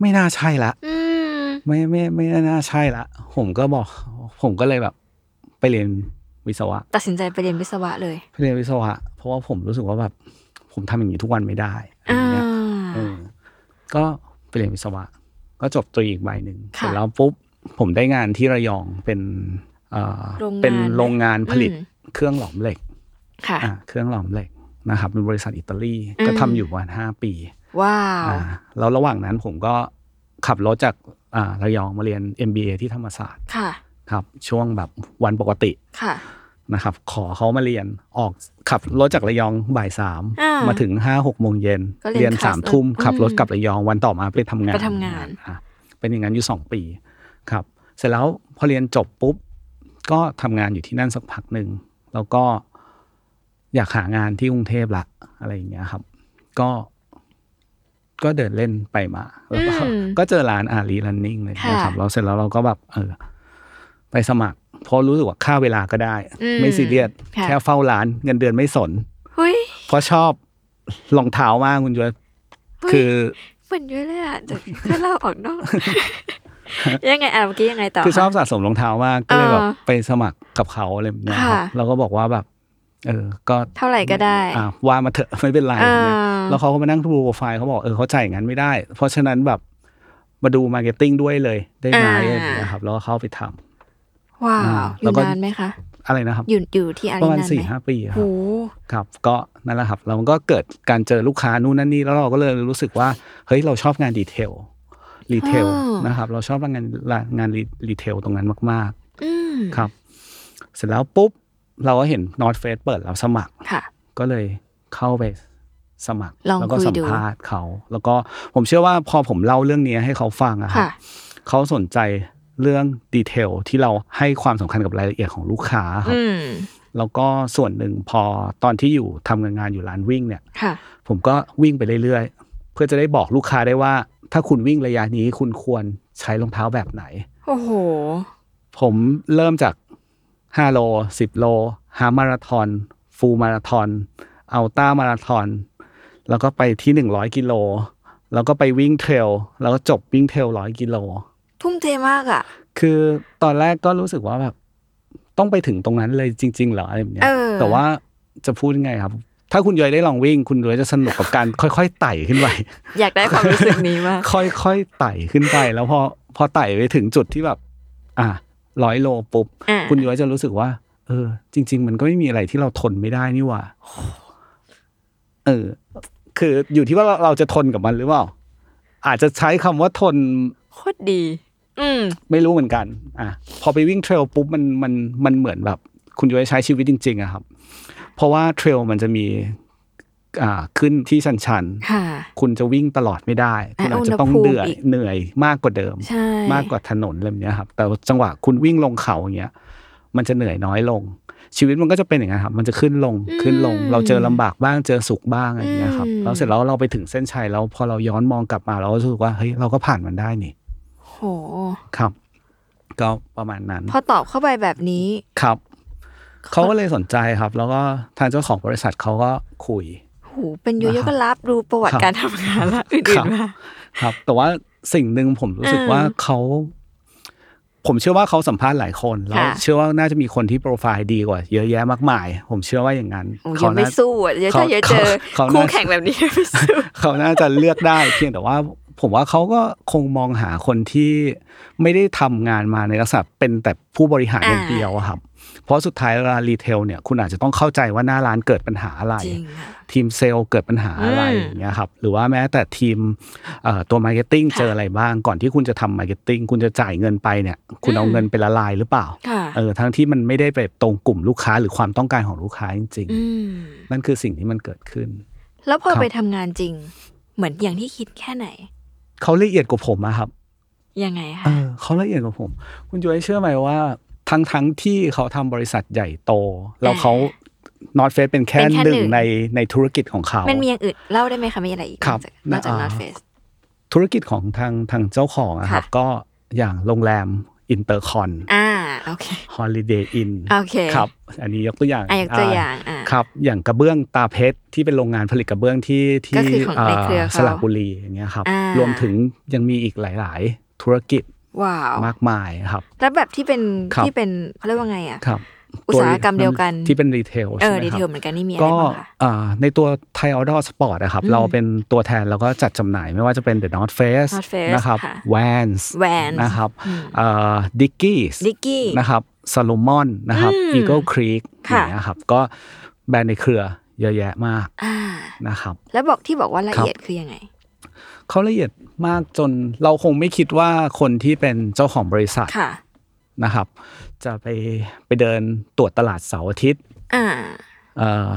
S2: ไม่น่าใช่ละ
S1: อืม
S2: ไม่ไม่ไม่น่าใช่ละ ผมก็บอก ผมก็เลยแบบ ไปเรียนวิศวะ
S1: ตัดสินใจไปเรียนวิศวะเลย
S2: ไปเรียนวิศวะเพราะว่าผมรู้สึกว่าแบบผมทำอย่างนี้ทุกวันไม่ได้อะไร
S1: อ่า
S2: เงี้ยเออก็ไปเรียนวิศวะ ก็จบตรีอีกใบหนึ่ง
S1: ค่ะ
S2: เสร็จแล้วปุ๊บผมได้งานที่ระยองเป็นเอ่อ
S1: โรงงาน
S2: เป็นโรงงานผลิต
S1: อืม
S2: เครื่องหลอมเหล็ก
S1: ค่ะ
S2: อ่ะเครื่องหลอมเหล็กนะครับเป็นบริษัทอิตาลี
S1: อืม
S2: ก็ทำอยู่ประมาณห้าปี
S1: ว้าว
S2: อ่าแล้วระหว่างนั้นผมก็ขับรถจากอ่าระยองมาเรียน MBA ที่ธรรมศาสตร์
S1: ค่ะ
S2: ครับ ช่วงแบบวันปกติ
S1: ค่ะ
S2: นะครับขอเขามาเรียนออกขับรถจากระยองบ่ายสาม
S1: อ่าม
S2: มาถึงห้าหกโมงเย็น
S1: ก็เรียนคลาส
S2: สามทุ่ม
S1: อืม
S2: ขับรถกลับระยองวันต่อมาไปทำงาน
S1: ไปทำงาน
S2: อ่ะเป็นอย่างนั้นอยู่สองปีครับ เสร็จแล้วพอเรียนจบปุ๊บ ก็ทำงานอยู่ที่นั่นสักพักหนึ่ง แล้วก็อยากหางานที่กรุงเทพละอะไรอย่างเงี้ยครับ ก็ก็เดินเล่นไปมาแล้วก็
S1: อืม
S2: ก็เจอร้านอารีรันนิ่งเลยนะครับ
S1: ค่ะ
S2: แล้วเสร็จแล้วเราก็แบบเออ ไปสมัครเพราะรู้สึกว่าค่าเวลาก็ได้
S1: อืม
S2: ไม่ซีเรียส
S1: ค่ะ
S2: แค่เฝ้าร้านเงินเดือนไม่สน
S1: เฮ้ย
S2: เพราะชอบรองเท้ามากคุณย้วย
S1: เฮ้ย
S2: คือ
S1: เหมือนยุ้ยเลยอ่ะแต่แค่เล่าออกน อก ยังไงอ่ะเมื่อกี้ยังไงต่อ
S2: คือชอบสะสมรองเท้ามากก็เลยแบบ
S1: อ่า
S2: ไปสมัครกับเขาอะไรแบบเนี้ยครับ
S1: ค่ะ
S2: เราก็บอกว่าแบบ เออ ก็
S1: เท่าไหร่ก็ได้
S2: อ่ะว่ามาเถอะ ไม่เป็นไร
S1: อ่า
S2: เนี่ยแล้วเขาก็มานั่งดูโปรไฟล์เขาบอกเออเขาจ่ายอย่างนั้นไม่ได้ เพราะฉะนั้นแบบมาดูมาร์เก็ตติ้งด้วยเลย ได้ไหมอะไรอย่างเงี้ยครับ แล้วก็เข้าไปทำ
S1: ว้าว
S2: อ่า
S1: อ
S2: แล้
S1: ยู่
S2: วก็
S1: นานไหมคะ
S2: อะไรนะครับ
S1: อยู่อยู่ที่อา
S2: ป
S1: รี
S2: ระมาณ
S1: นาน
S2: สี่
S1: ไหม
S2: ห้าปีครับ
S1: โอ้
S2: ครับก็นั่นแหละครับเราก็เกิดการเจอลูกค้านู่นนั่นนี่แล้วเราก็เลยรู้สึกว่า เฮ้ยเราชอบงานดีเทลรีเทลนะครับ เราชอบงานงานรีเทลตรงนั้นมาก
S1: อืม
S2: ๆครับ เสร็จแล้วปุ๊บ เราก็เห็นนอตเฟสเปิดรับสมัคร
S1: ค่ะ
S2: ก็เลยเข้าไป สมัคร
S1: ลอง
S2: แล้วก็
S1: คุย
S2: สัม
S1: ดู
S2: ภาษณ์เขา แล้วก็ผมเชื่อว่าพอผมเล่าเรื่องนี้ให้เขาฟังอะครับ
S1: ค่ะ
S2: เขาสนใจเรื่องดีเทลที่เราให้ความสำคัญกับรายละเอียดของลูกค้าครับ
S1: อืม
S2: แล้วก็ส่วนหนึ่งพอตอนที่อยู่ทำงานงานอยู่ร้านวิ่งเนี่ย
S1: ค่ะ
S2: ผมก็วิ่งไปเรื่อยๆ เพื่อจะได้บอกลูกค้าได้ว่า ถ้าคุณวิ่งระยะนี้คุณควรใช้รองเท้าแบบไหน
S1: โอ้โห
S2: ผมเริ่มจาก 5 โล 10 โลฮามาราทอนฟูลมาราทอนอัลต้ามาราทอนแล้วก็ไปที่ 100 กิโล แล้วก็ไปวิ่งเทรลแล้วก็จบวิ่งเทรลร้อยกิโล
S1: ทุ่มเทมากอ่ะ
S2: คือตอนแรกก็รู้สึกว่าแบบต้องไปถึงตรงนั้นเลยจริง ๆ เหรออะไรแบบเนี้ย
S1: เออ
S2: แต่ว่าจะพูดยังไงครับ ถ้าคุณยอยได้ลองวิ่ง คุณยอยจะสนุกกับการ ค่อยๆไต่ขึ้นไป
S1: อยากได้ความรู้สึกนี้มาก
S2: ค่อยๆไต่ขึ้นไป แล้วพอพอไต่ไปถึงจุดที่แบบ อ่ะร้อยโลปุ๊บ
S1: อ่า
S2: คุณย้อยจะรู้สึกว่า เออ จริง ๆ มันก็ไม่มีอะไรที่เราทนไม่ได้นี่หว่าเออ คืออยู่ที่ว่าเราเราจะทนกับมันหรือเปล่า อาจจะใช้คำว่าทน
S1: โคตรดี อืม
S2: ไม่รู้เหมือนกัน อ่ะ พอไปวิ่งเทรลปุ๊บมันมันมันเหมือนแบบ คุณจะไปใช้ชีวิตจริงๆอะครับ เพราะว่าเทรลมันจะมี อ่า ขึ้นที่ชันชันๆ
S1: ค่ะ
S2: คุณจะวิ่งตลอดไม่ได้ คุณอาจจะต้อง
S1: อุณหภูมิ
S2: เหนื่อย
S1: อีก
S2: เหนื่อยมากกว่าเดิม
S1: ใช่
S2: มากกว่าถนนอะไรแบบเนี้ยครับ แต่จังหวะคุณวิ่งลงเขาอย่างเงี้ย มันจะเหนื่อยน้อยลง ชีวิตมันก็จะเป็นอย่างนั้นครับ มันจะขึ้นลงขึ้นลง เราเจอลำบากบ้างเจอสุขบ้างอะไรอย่างเงี้ยครับ แล้วเสร็จแล้วเราไปถึงเส้นชัยแล้วพอเราย้อนมองกลับมาเราก็รู้สึกว่าเฮ้ยเราก็ผ่านมันได้นี่
S1: โห
S2: ครับ ก็ประมาณนั้น
S1: พอตอบเข้าไปแบบนี้
S2: ครับ เขาก็เลยสนใจครับ แล้วก็ทางเจ้าของบริษัทเขาก็คุย
S1: หูเป็นยุยก็รับดูประวัติ
S2: ครับ
S1: การทำงานและอื่
S2: ครั
S1: น
S2: บ
S1: ๆมาก
S2: ครับ แต่ว่าสิ่งหนึ่งผมรู้สึกว่าเขา ผมเชื่อว่าเขาสัมภาษณ์หลายคนแล้ว
S1: ค่ะ
S2: เชื่อว่าน่าจะมีคนที่โปรไฟล์ดีกว่า เยอะแยะมากมาย ผมเชื่อว่าอย่างนั้น
S1: โอ้ย
S2: เขา
S1: ยังไม่
S2: น่า
S1: สู้อ่ะเดี๋ยวถ้า
S2: เขา
S1: เดี๋ยวเจอ
S2: เขา
S1: คู่
S2: น่า
S1: แข่งแบบนี้ ไม่สู้
S2: เขาน่าจะเลือกได้ เพียงแต่ว่าผมว่าเขาก็คงมองหาคนที่ไม่ได้ทำงานมาในลักษณะเป็นแต่ผู้บริหารอย่าง
S1: อ่า
S2: เดียวอะครับ เพราะสุดท้ายเวลารีเทลเนี่ยคุณอาจจะต้องเข้าใจว่าหน้าร้านเกิดปัญหาอะไร
S1: จริงอ่ะ
S2: ทีมเซลล์เกิดปัญหาอะไร
S1: อืม
S2: อย่างเงี้ยครับหรือว่าแม้แต่ทีมเอ่อตัวมาร์เก็ตติ้งเจออะไรบ้างก่อนที่คุณจะทำมาร์เก็ตติ้งคุณจะจ่ายเงินไปเนี่ย คุณเอาเงินไปละลายหรือเปล่า
S1: ค่ะ
S2: เออทั้งที่มันไม่ได้ไปตรงกลุ่มลูกค้าหรือความต้องการของลูกค้าจริง
S1: อืม
S2: ๆ นั่นคือสิ่งที่มันเกิดขึ้น
S1: แล้วพอ
S2: ครับ
S1: ไปทำงานจริง เหมือนอย่างที่คิดแค่ไหน
S2: เขาละเอียดกว่าผมอะครับ
S1: ยังไงคะ
S2: เออเขาละเอียดกว่าผม คุณจุ้ยเชื่อไหมว่า ทั้งทั้งที่เขาทำบริษัทใหญ่โต แล้วเขานอตเฟสเป็นแค่
S1: เป็นแค่
S2: หนึ่ง
S1: หนึ่ง
S2: ในในธุรกิจของเขาม
S1: มันมีอย่างอื่น เล่าได้ไหมคะมีอะไรอีก
S2: ครับ
S1: นอกจากนอ
S2: อ่า
S1: ตเฟส
S2: ธุรกิจของทางทางเจ้าของอะครับ
S1: ค่ะ
S2: ก็อย่างโรงแรมอินเตอร์คอน
S1: อ่าโอเค
S2: ฮอลิเดย์อิน
S1: โอเค
S2: ครับ อันนี้ยกตัวอย่าง
S1: อ่ะยกตัวอย่างอ่ะ
S2: ครับ อย่างกระเบื้องตาเพชรที่เป็นโรงงานผลิตกระเบื้องที่ที่
S1: ก็คือของในเครือ
S2: อ่า
S1: เขา
S2: สระบุรีอย่างเงี้ยครับ
S1: อ่าร
S2: รวมถึงยังมีอีกหลาย ๆ ธุรกิจ
S1: ว้าว
S2: มากมายครับ
S1: แล้วแบบที่เป็น
S2: ครับ
S1: ที่เป็นเขาเรียกว่าไงอ่ะ
S2: ครับ
S1: อุตสาหกรรมเดียวกัน
S2: ที่เป็นรีเทล
S1: เอ
S2: ใช่
S1: อ
S2: ไหม
S1: ดี
S2: ครั
S1: เท
S2: บ
S1: ลเหมือนกันนี่มีอะไร
S2: ก็
S1: บ้างคะ
S2: อ่าในตัวไทยออดอสปอร์ตนะครับ เราเป็นตัวแทนแล้วก็จัดจำหน่ายไม่ว่าจะเป็น The North Face
S1: North Face
S2: นะครับ
S1: ค่ะ
S2: Vans
S1: Vans
S2: นะครับดิกกี้
S1: Dickies
S2: นะครับ Salomon นะครับ Eagle Creek อย่างเงี้ยครับ ก็แบรนด์ในเครือเยอะแยะมาก
S1: อ่า
S2: นะครับ
S1: แล้วบอกที่บอกว่าละเอียดคือยังไง
S2: เขาละเอียดมากจนเราคงไม่คิดว่าคนที่เป็นเจ้าของบริษัท
S1: ค่ะ
S2: นะครับ จะไปไปเดินตรวจตลาดเสาร์อาทิตย์
S1: อ่า
S2: เอ่อ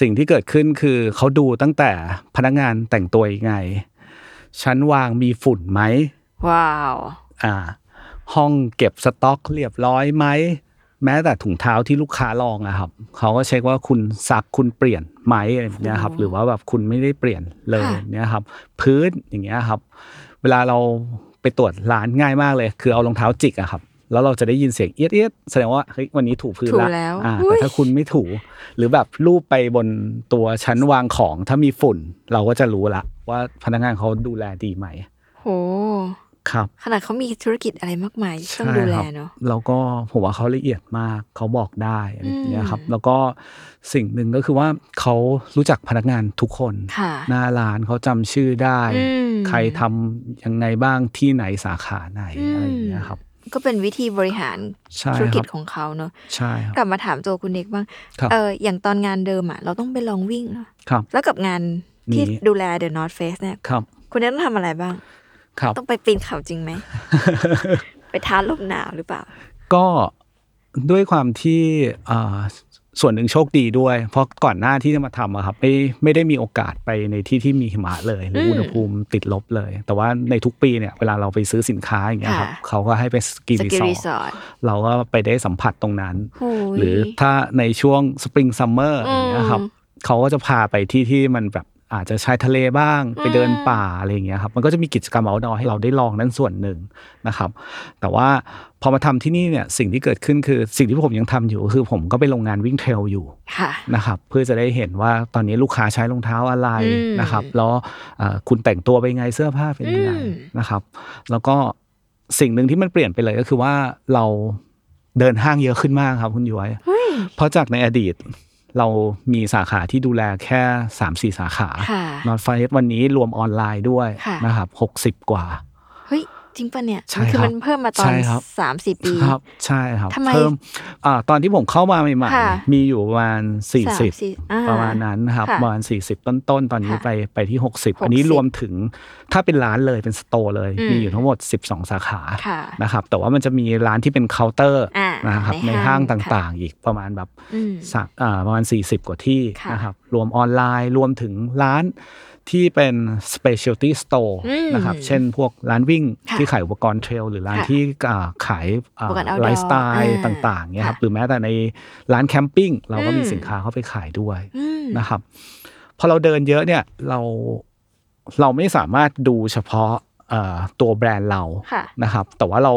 S2: สิ่งที่เกิดขึ้นคือเขาดูตั้งแต่พนักงานแต่งตัวยังไง ชั้นวางมีฝุ่นไหม
S1: ว้าว
S2: อ่า ห้องเก็บสต็อกเรียบร้อยไหม แม้แต่ถุงเท้าที่ลูกค้าลองนะครับ เขาก็เช็คว่าคุณซักคุณเปลี่ยนไหมอะไรแบบเนี้ยครับ หรือว่าแบบคุณไม่ได้เปลี่ยนเลย
S1: ค่ะ
S2: เนี่ยครับ พื้นอย่างเงี้ยครับ เวลาเราไปตรวจร้านง่ายมากเลย คือเอารองเท้าจิกอะครับ แล้วเราจะได้ยินเสียงเอียดเอียดแสดงว่าเฮ้ยวันนี้ถูพื้น
S1: ถู
S2: ละ
S1: แล้ว
S2: อ่า
S1: อุ๊
S2: แต่
S1: ย
S2: ถ้าคุณไม่ถู หรือแบบรูปไปบนตัวชั้นวางของถ้ามีฝุ่น เราก็จะรู้ละ ว่าพนักงานเขาดูแลดีไหม
S1: โห
S2: ครับ
S1: ขนาดเขามีธุรกิจอะไรมากมายที่ต้องดูแล
S2: ใช่ครับ
S1: เนาะ
S2: แล้วก็ผมว่าเขาละเอียดมากเขาบอกได้อะไรอย่างเงี้ยครับ
S1: อืม
S2: แล้วก็สิ่งหนึ่งก็คือว่าเขารู้จักพนักงานทุกคน
S1: ค่ะ
S2: หน้าร้านเขาจำชื่อได้
S1: อืม
S2: ใครทำยังไงบ้างที่ไหนสาขาไหนอะไรอย่างเงี้ยครับ
S1: ก็เป็นวิธีบริหาร
S2: ใช่
S1: ธุร
S2: ค
S1: กิจ
S2: รับ
S1: ของเขาเนาะ
S2: ใช่ค
S1: ก
S2: รั
S1: ลับ
S2: บ
S1: มาถามตัวคุณเอกบ้าง
S2: ครับ
S1: เอออย่างตอนงานเดิมอ่ะ เราต้องไปลองวิ่งเนาะ
S2: ครับ
S1: แล้วกับงานที่
S2: นี่
S1: ดูแล The North Face เนี่ย
S2: ครับ
S1: คุณเอกต้องทำอะไรบ้าง
S2: ครับ
S1: ต้องไปปีนเขาจ ริงไหม ไปท้าลมหนาวหรือเปล่า
S2: ก็ด้วยความที่อ่า ส่วนหนึ่งโชคดีด้วย เพราะก่อนหน้าที่จะมาทำอะครับไม่ไม่ได้มีโอกาสไปในที่ที่มีหิมะเลยหรืออุณหภูมิติดลบเลย แต่ว่าในทุกปีเนี่ยเวลาเราไปซื้อสินค้าอย่างเงี้ยครับ
S1: ค่ะ
S2: เขาก็ให้ไปสกี
S1: ส
S2: รี
S1: กี
S2: สอ
S1: รี
S2: ร์ท
S1: สอร์ท
S2: เราก็ไปได้สัมผัสตรงนั้น
S1: โอ้ย
S2: หรือถ้าในช่วงสปริงซัมเมอร์
S1: อืม
S2: อย่างเงี้ยครับเขาก็จะพาไปที่ที่มันแบบอาจจะชายทะเลบ้าง ไปเดินป่าอะไรอย่างเงี้ยครับ มันก็จะมีกิจกรรมเอาดอให้เราได้ลองนั่นส่วนหนึ่งนะครับ แต่ว่าพอมาทำที่นี่เนี่ยสิ่งที่เกิดขึ้นคือสิ่งที่ผมยังทำอยู่คือผมก็ไปโรงงานวิ่งเทรลอยู่
S1: ค่ะ
S2: นะครับเพื่อจะได้เห็นว่าตอนนี้ลูกค้าใช้รองเท้าอะไร
S1: อืม
S2: นะครับแล้วเอ่อคุณแต่งตัวไปยังไงเสื้อผ้าเป็นยังไง
S1: อืม
S2: นะครับ แล้วก็สิ่งหนึ่งที่มันเปลี่ยนไปเลยก็คือว่าเราเดินห้างเยอะขึ้นมากครับคุณย้อย
S1: เฮ้ย
S2: เพราะจากในอดีตเรามีสาขาที่ดูแลแค่ 3 4 สาขาน
S1: ค่ะ
S2: นอตไฟวันนี้รวมออนไลน์ด้วย
S1: ค่ะ
S2: นะครับ60 กว่า
S1: เฮ้ย จริงปะเนี่ย
S2: ใช่
S1: มันคือ
S2: ครับ
S1: มันเพิ่มมาตอน
S2: ใช่ครับ
S1: สามสี่ปี
S2: ครับใช่ครับ
S1: ทำไม
S2: เพิ่มอาตอนที่ผมเข้ามาใหม่
S1: ค่ะ
S2: ๆมีอยู่ประมาณสี่
S1: สาม
S2: สิบ
S1: สี่อ่า
S2: ประมาณนั้นนะครับ
S1: ค่ะ
S2: ประมาณสี่สิบต้นๆ ตอนนี้
S1: ค่ะ
S2: ไปไปที่หกสิบ
S1: 60
S2: อันนี้รวมถึงถ้าเป็นร้านเลยเป็นสโตร์เลย
S1: อืม
S2: มีอยู่ทั้งหมดสิบสองสาขา
S1: ค่ะ
S2: นะครับแต่ว่ามันจะมีร้านที่เป็นเคาน์เตอร์
S1: อ่า
S2: นะครับ
S1: ใน
S2: ใน
S1: ห้า
S2: ห้าง ง
S1: ค่ะ
S2: ต่างๆ อีกประมาณแบบ
S1: อืม
S2: สักอ่าประมาณ 40 กว่าที่
S1: ค่ะ
S2: นะครับรวมออนไลน์รวมถึงร้านที่เป็น specialty store
S1: อืม
S2: นะครับเช่นพวกร้านวิ่ง
S1: ค่ะ
S2: ที่ขายอุปกรณ์เทรล หรือร้าน
S1: ค่ะ
S2: ที่อ่าขายอ่า
S1: อุปกรณ์ outdoor
S2: ไลฟ์สไตล์
S1: อ่า
S2: ต่างๆเนี่ยครั
S1: ค่ะ
S2: บหรือแม้แต่ในร้านแคมปิ้งเราก็มี
S1: อืม
S2: สินค้าเข้าไปขายด้วย
S1: อืม
S2: นะครับพอเราเดินเยอะเนี่ยเราเราไม่สามารถดูเฉพาะเอ่อตัวแบรนด์เรา
S1: ค่ะ
S2: นะครับแต่ว่าเรา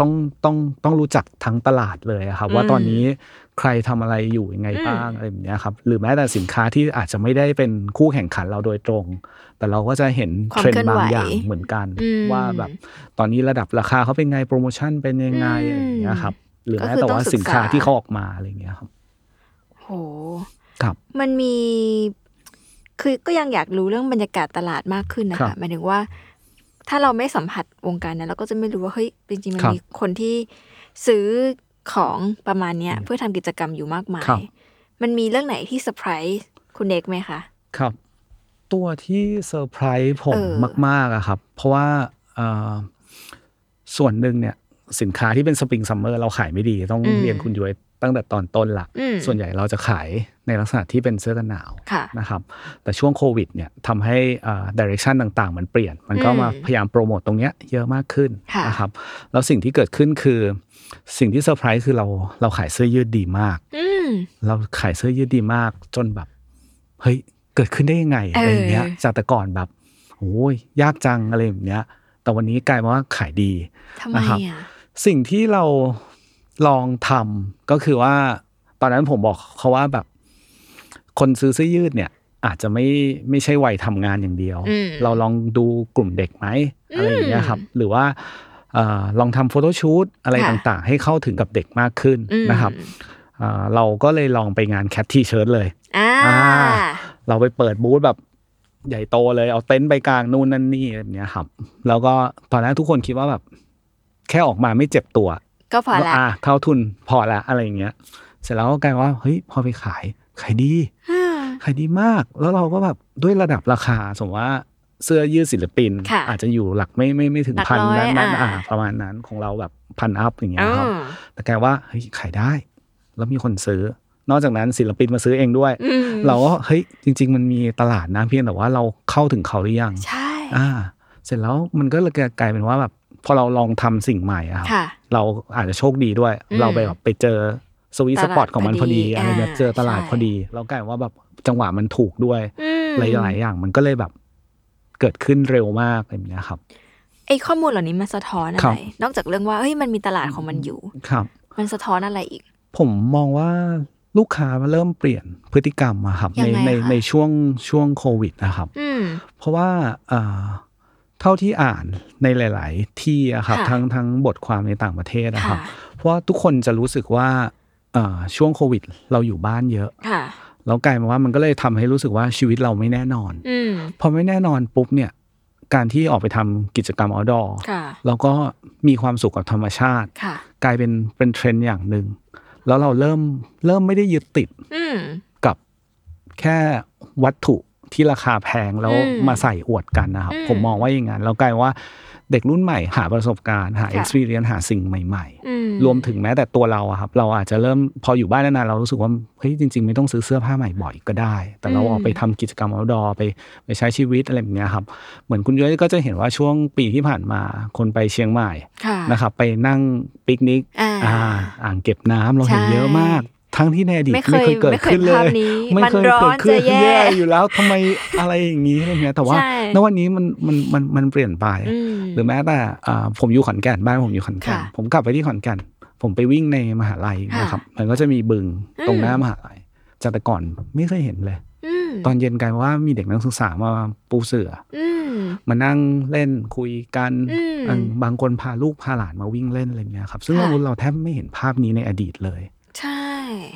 S2: ต้องต้องต้องรู้จักทั้งตลาดเลยอะครับ
S1: อืม
S2: ว่าตอนนี้ใครทำอะไรอยู่ยังไง
S1: อืม
S2: บ้างอะไรแบบเนี้ยครับหรือแม้แต่สินค้าที่อาจจะไม่ได้เป็นคู่แข่งขันเราโดยตรง แต่เราก็จะเห็น
S1: ความ
S2: เทรน
S1: เคลื่อน
S2: ด์
S1: ไหว
S2: บางอย่างเหมือนกัน
S1: อืม
S2: ว่าแบบตอนนี้ระดับราคาเขาเป็นไงโปรโมชั่นเป็นยังไง
S1: อืม
S2: อะไรอย่างเงี้ยครับหรือ
S1: ก็
S2: แม้
S1: คือ
S2: แต่ว่า
S1: ต้องศึก
S2: สินค้า
S1: ษา
S2: ที่เขาออกมาอะไรอย่างเงี้ยครับ
S1: โห
S2: ครับ
S1: มันมี คือก็ยังอยากรู้เรื่องบรรยากาศตลาดมากขึ้นนะ
S2: ครั
S1: คะ
S2: บ
S1: หมายถึงว่า ถ้าเราไม่สัมผัสวงการนั้นเราก็จะไม่รู้ว่าเฮ้ยจริงๆมัน
S2: ครับ
S1: มีคนที่ซื้อของประมาณเนี้ย เพื่อทำกิจกรรมอยู่มากมา
S2: ครั
S1: ย
S2: บ
S1: มันมีเรื่องไหนที่เซอร์ไพรส์คุณเอกไหมคะ
S2: ครับตัวที่เซอร์ไพรส์ผ
S1: เอ
S2: ม
S1: อ
S2: มากๆอะครับ เพราะว่าเอ่อส่วนหนึ่งเนี่ยสินค้าที่เป็นสปริงซัมเมอร์เราขายไม่ดี ต้อง
S1: อืม
S2: เรียนคุณย้วยตั้งแต่ตอนต้นละ
S1: อืม
S2: ส่วนใหญ่เราจะขายในลักษณะที่เป็นเสื้อกันหนาว
S1: ค่ะ
S2: นะครับแต่ช่วงโควิดเนี่ยทำให้ดิเรกชันต่างๆ มันเปลี่ยน มันก็
S1: อืม
S2: มาพยายามโปรโมตตรงเนี้ยเยอะมากขึ้น
S1: ค่ะ
S2: นะครับแล้วสิ่งที่เกิดขึ้นคือสิ่งที่เซอร์ไพรส์คือเราเราขายเสื้อยืดดีมาก
S1: ม
S2: เราขายเสื้อยืดดีมากจนแบบ เฮ้ย เกิดขึ้นได้ยังไง
S1: เอออ
S2: อะไรอย่างเงี้ยจากแต่ก่อนแบบโอ้ยยากจังอะไรแบบเนี้ย แต่วันนี้กลายมาว่าขายดี
S1: ทำไม
S2: นะครับ
S1: อ่ะ
S2: สิ่งที่เราลองทำก็คือว่า ตอนนั้นผมบอกเขาว่าแบบ คนซื้อเสื้อยืดเนี่ย อาจจะไม่ไม่ใช่วัยทำงานอย่างเดียว
S1: อืม
S2: เราลองดูกลุ่มเด็กไหมอะไรอย่างเงี้ยครับ หรือว่าเออลองทำโฟโต้ชูตอะไร
S1: ค่ะ
S2: ต่างๆ ให้เข้าถึงกับเด็กมากขึ้น
S1: อืม
S2: นะครับเอ่อเราก็เลยลองไปงานแคททีเชิร์ตเลย
S1: อ่า
S2: อ่า เราไปเปิดบูธแบบใหญ่โตเลย เอาเต็นท์ไปกลางนู่นนั่นนี่อะไรแบบเนี้ยครับ แล้วก็ตอนนั้นทุกคนคิดว่าแบบ แค่ออกมาไม่เจ็บตัว
S1: ก็พอละ
S2: อ่ะเท่าทุนพอละอะไรอย่างเงี้ย เสร็จแล้วก็กลายว่าเฮ้ยพอไปขายขายดีขายดีมาก แล้วเราก็แบบด้วยระดับราคา สมมติว่าเสื้อยืดศิลปิน
S1: ค่ะ
S2: อาจจะอยู่หลักไม่ไม่ไม่ถึง
S1: หลัก
S2: พัน
S1: ร้อย
S2: นั้นนั้น
S1: อ่ะ
S2: อ่ะประมาณนั้นของเราแบบพันอัพอย่างเงี้
S1: อื
S2: ยครับ
S1: ม
S2: แต่แกว่าเฮ้ยขายได้ แล้วมีคนซื้อ นอกจากนั้นศิลปินมาซื้อเองด้วย
S1: อืม
S2: เราก็เฮ้ยจริง ๆ มันมีตลาดนะเพียงแต่ว่าเราเข้าถึงเขาหรือยัง
S1: ใช่
S2: อ่า เสร็จแล้วมันก็เลยกลายเป็นว่าแบบพอเราลองทำสิ่งใหม่อะครับ
S1: ค่ะ
S2: เราอาจจะโชคดีด้วย
S1: อืม
S2: เราไปแบบไปเจอสวีท
S1: ต
S2: ส
S1: ลาด
S2: ปอตของมัน
S1: พ
S2: พ
S1: อ
S2: อ
S1: ดี
S2: ดีอะไรแบบ
S1: อ่า
S2: เจอตลาด
S1: ใช่
S2: พอดี แล้วกลายว่าแบบจังหวะมันถูกด้วย
S1: อืม
S2: หลายๆอย่างมันก็เลยแบบเกิดขึ้นเร็วมากอะไรแบบเนี้ยครับ
S1: ไอ้ข้อมูลเหล่านี้มันสะท้อนอะ
S2: ครั
S1: ไร
S2: บ
S1: นอกจากเรื่องว่าเฮ้ยมันมีตลาดของมันอยู่
S2: ครับ
S1: มันสะท้อนอะไรอีก
S2: ผมมองว่าลูกค้าเริ่มเปลี่ยนพฤติกรรมอะครับ
S1: ยั
S2: ใน
S1: งไง
S2: ใน
S1: คะ
S2: ในช่วงช่วงโควิดนะครับ
S1: อืม
S2: เพราะว่าเอ่อเท่าที่อ่านในหลาย ๆ ที่อะครับ
S1: ค่ะ
S2: ทั้งทั้งบทความในต่างประเทศนะครับ
S1: ค่ะ
S2: เพราะว่าทุกคนจะรู้สึกว่าเอ่อช่วงโควิด เราอยู่บ้านเยอะ
S1: ค่ะ
S2: แล้วกลายมาว่ามันก็เลยทำให้รู้สึกว่าชีวิตเราไม่แน่นอน
S1: อืม
S2: พอไม่แน่นอนปุ๊บเนี่ยการที่ออกไปทำกิจกรรมออดอร์
S1: ค่ะ
S2: แล้วก็มีความสุขกับธรรมชาติ
S1: ค่ะ
S2: กลายเป็นเป็นเทรนด์อย่างหนึ่ง แล้วเราเริ่มเริ่มไม่ได้ยึดติด
S1: อืม
S2: กับแค่วัตถุ ที่ราคาแพงแล้ว
S1: อืม
S2: มาใส่อวดกันนะครับ
S1: อืม
S2: ผมมองว่าอย่างนั้นแล้วกลายว่าเด็กรุ่นใหม่หาประสบการณ์หา
S1: ค่ะ
S2: experience หาสิ่งใหม่ ๆ
S1: อื
S2: รวมถึงแม้แต่ตัวเราอะครับเราอาจจะเริ่มพออยู่บ้านนานๆเรารู้สึกว่าเฮ้ยจริง ๆ ไม่ต้องซื้อเสื้อผ้าใหม่บ่อยก็ได้ แต่เราออกไปทำกิจกรรม outdoor ไปไปใช้ชีวิตอะไรแบบเนี้ยครับ เหมือนคุณย้อยก็จะเห็นว่าช่วงปีที่ผ่านมาคนไปเชียงใหม่
S1: ค่ะ
S2: นะครับไปนั่งปิกนิก
S1: อ่า
S2: อ่าอ่างเก็บน้ำเราเห็น
S1: ใช่
S2: เยอะมาก ทั้งที่ในอดีต
S1: ไม่เคย
S2: ไม่เคยเกิดขึ้นเลย
S1: ไม่เคยภาพนี้มันร้อนจะแย่
S2: แย่อยู่แล้วทำไมอะไรอย่างนี้อะไรเงี้ยแต่ว่า
S1: ใช่
S2: ณวันนี้มันมันมันมันเปลี่ยนไป
S1: อืม
S2: หรือแม้แต่อ่าผมอยู่ขอนแก่นบ้านผมอยู่ขอนแก่น
S1: ค่ะ
S2: ผมกลับไปที่ขอนแก่นผมไปวิ่งในมหาลัย
S1: ค่ะ
S2: นะครับ มันก็จะมีบึง
S1: อืม
S2: ตรงหน้ามหาลัยจากแต่ก่อนไม่เคยเห็นเลย
S1: อืม
S2: ตอนเย็นกลายว่ามีเด็กนักศึกษามาปูเสือ
S1: อืม
S2: มานั่งเล่นคุยกัน
S1: อืม
S2: เออบางคนพาลูกพาหลานมาวิ่งเล่นอะไรอย่างเงี้ยครับ ซึ่ง
S1: ค่ะ
S2: เราเราแทบไม่เห็นภาพนี้ในอดีตเลย
S1: ใช่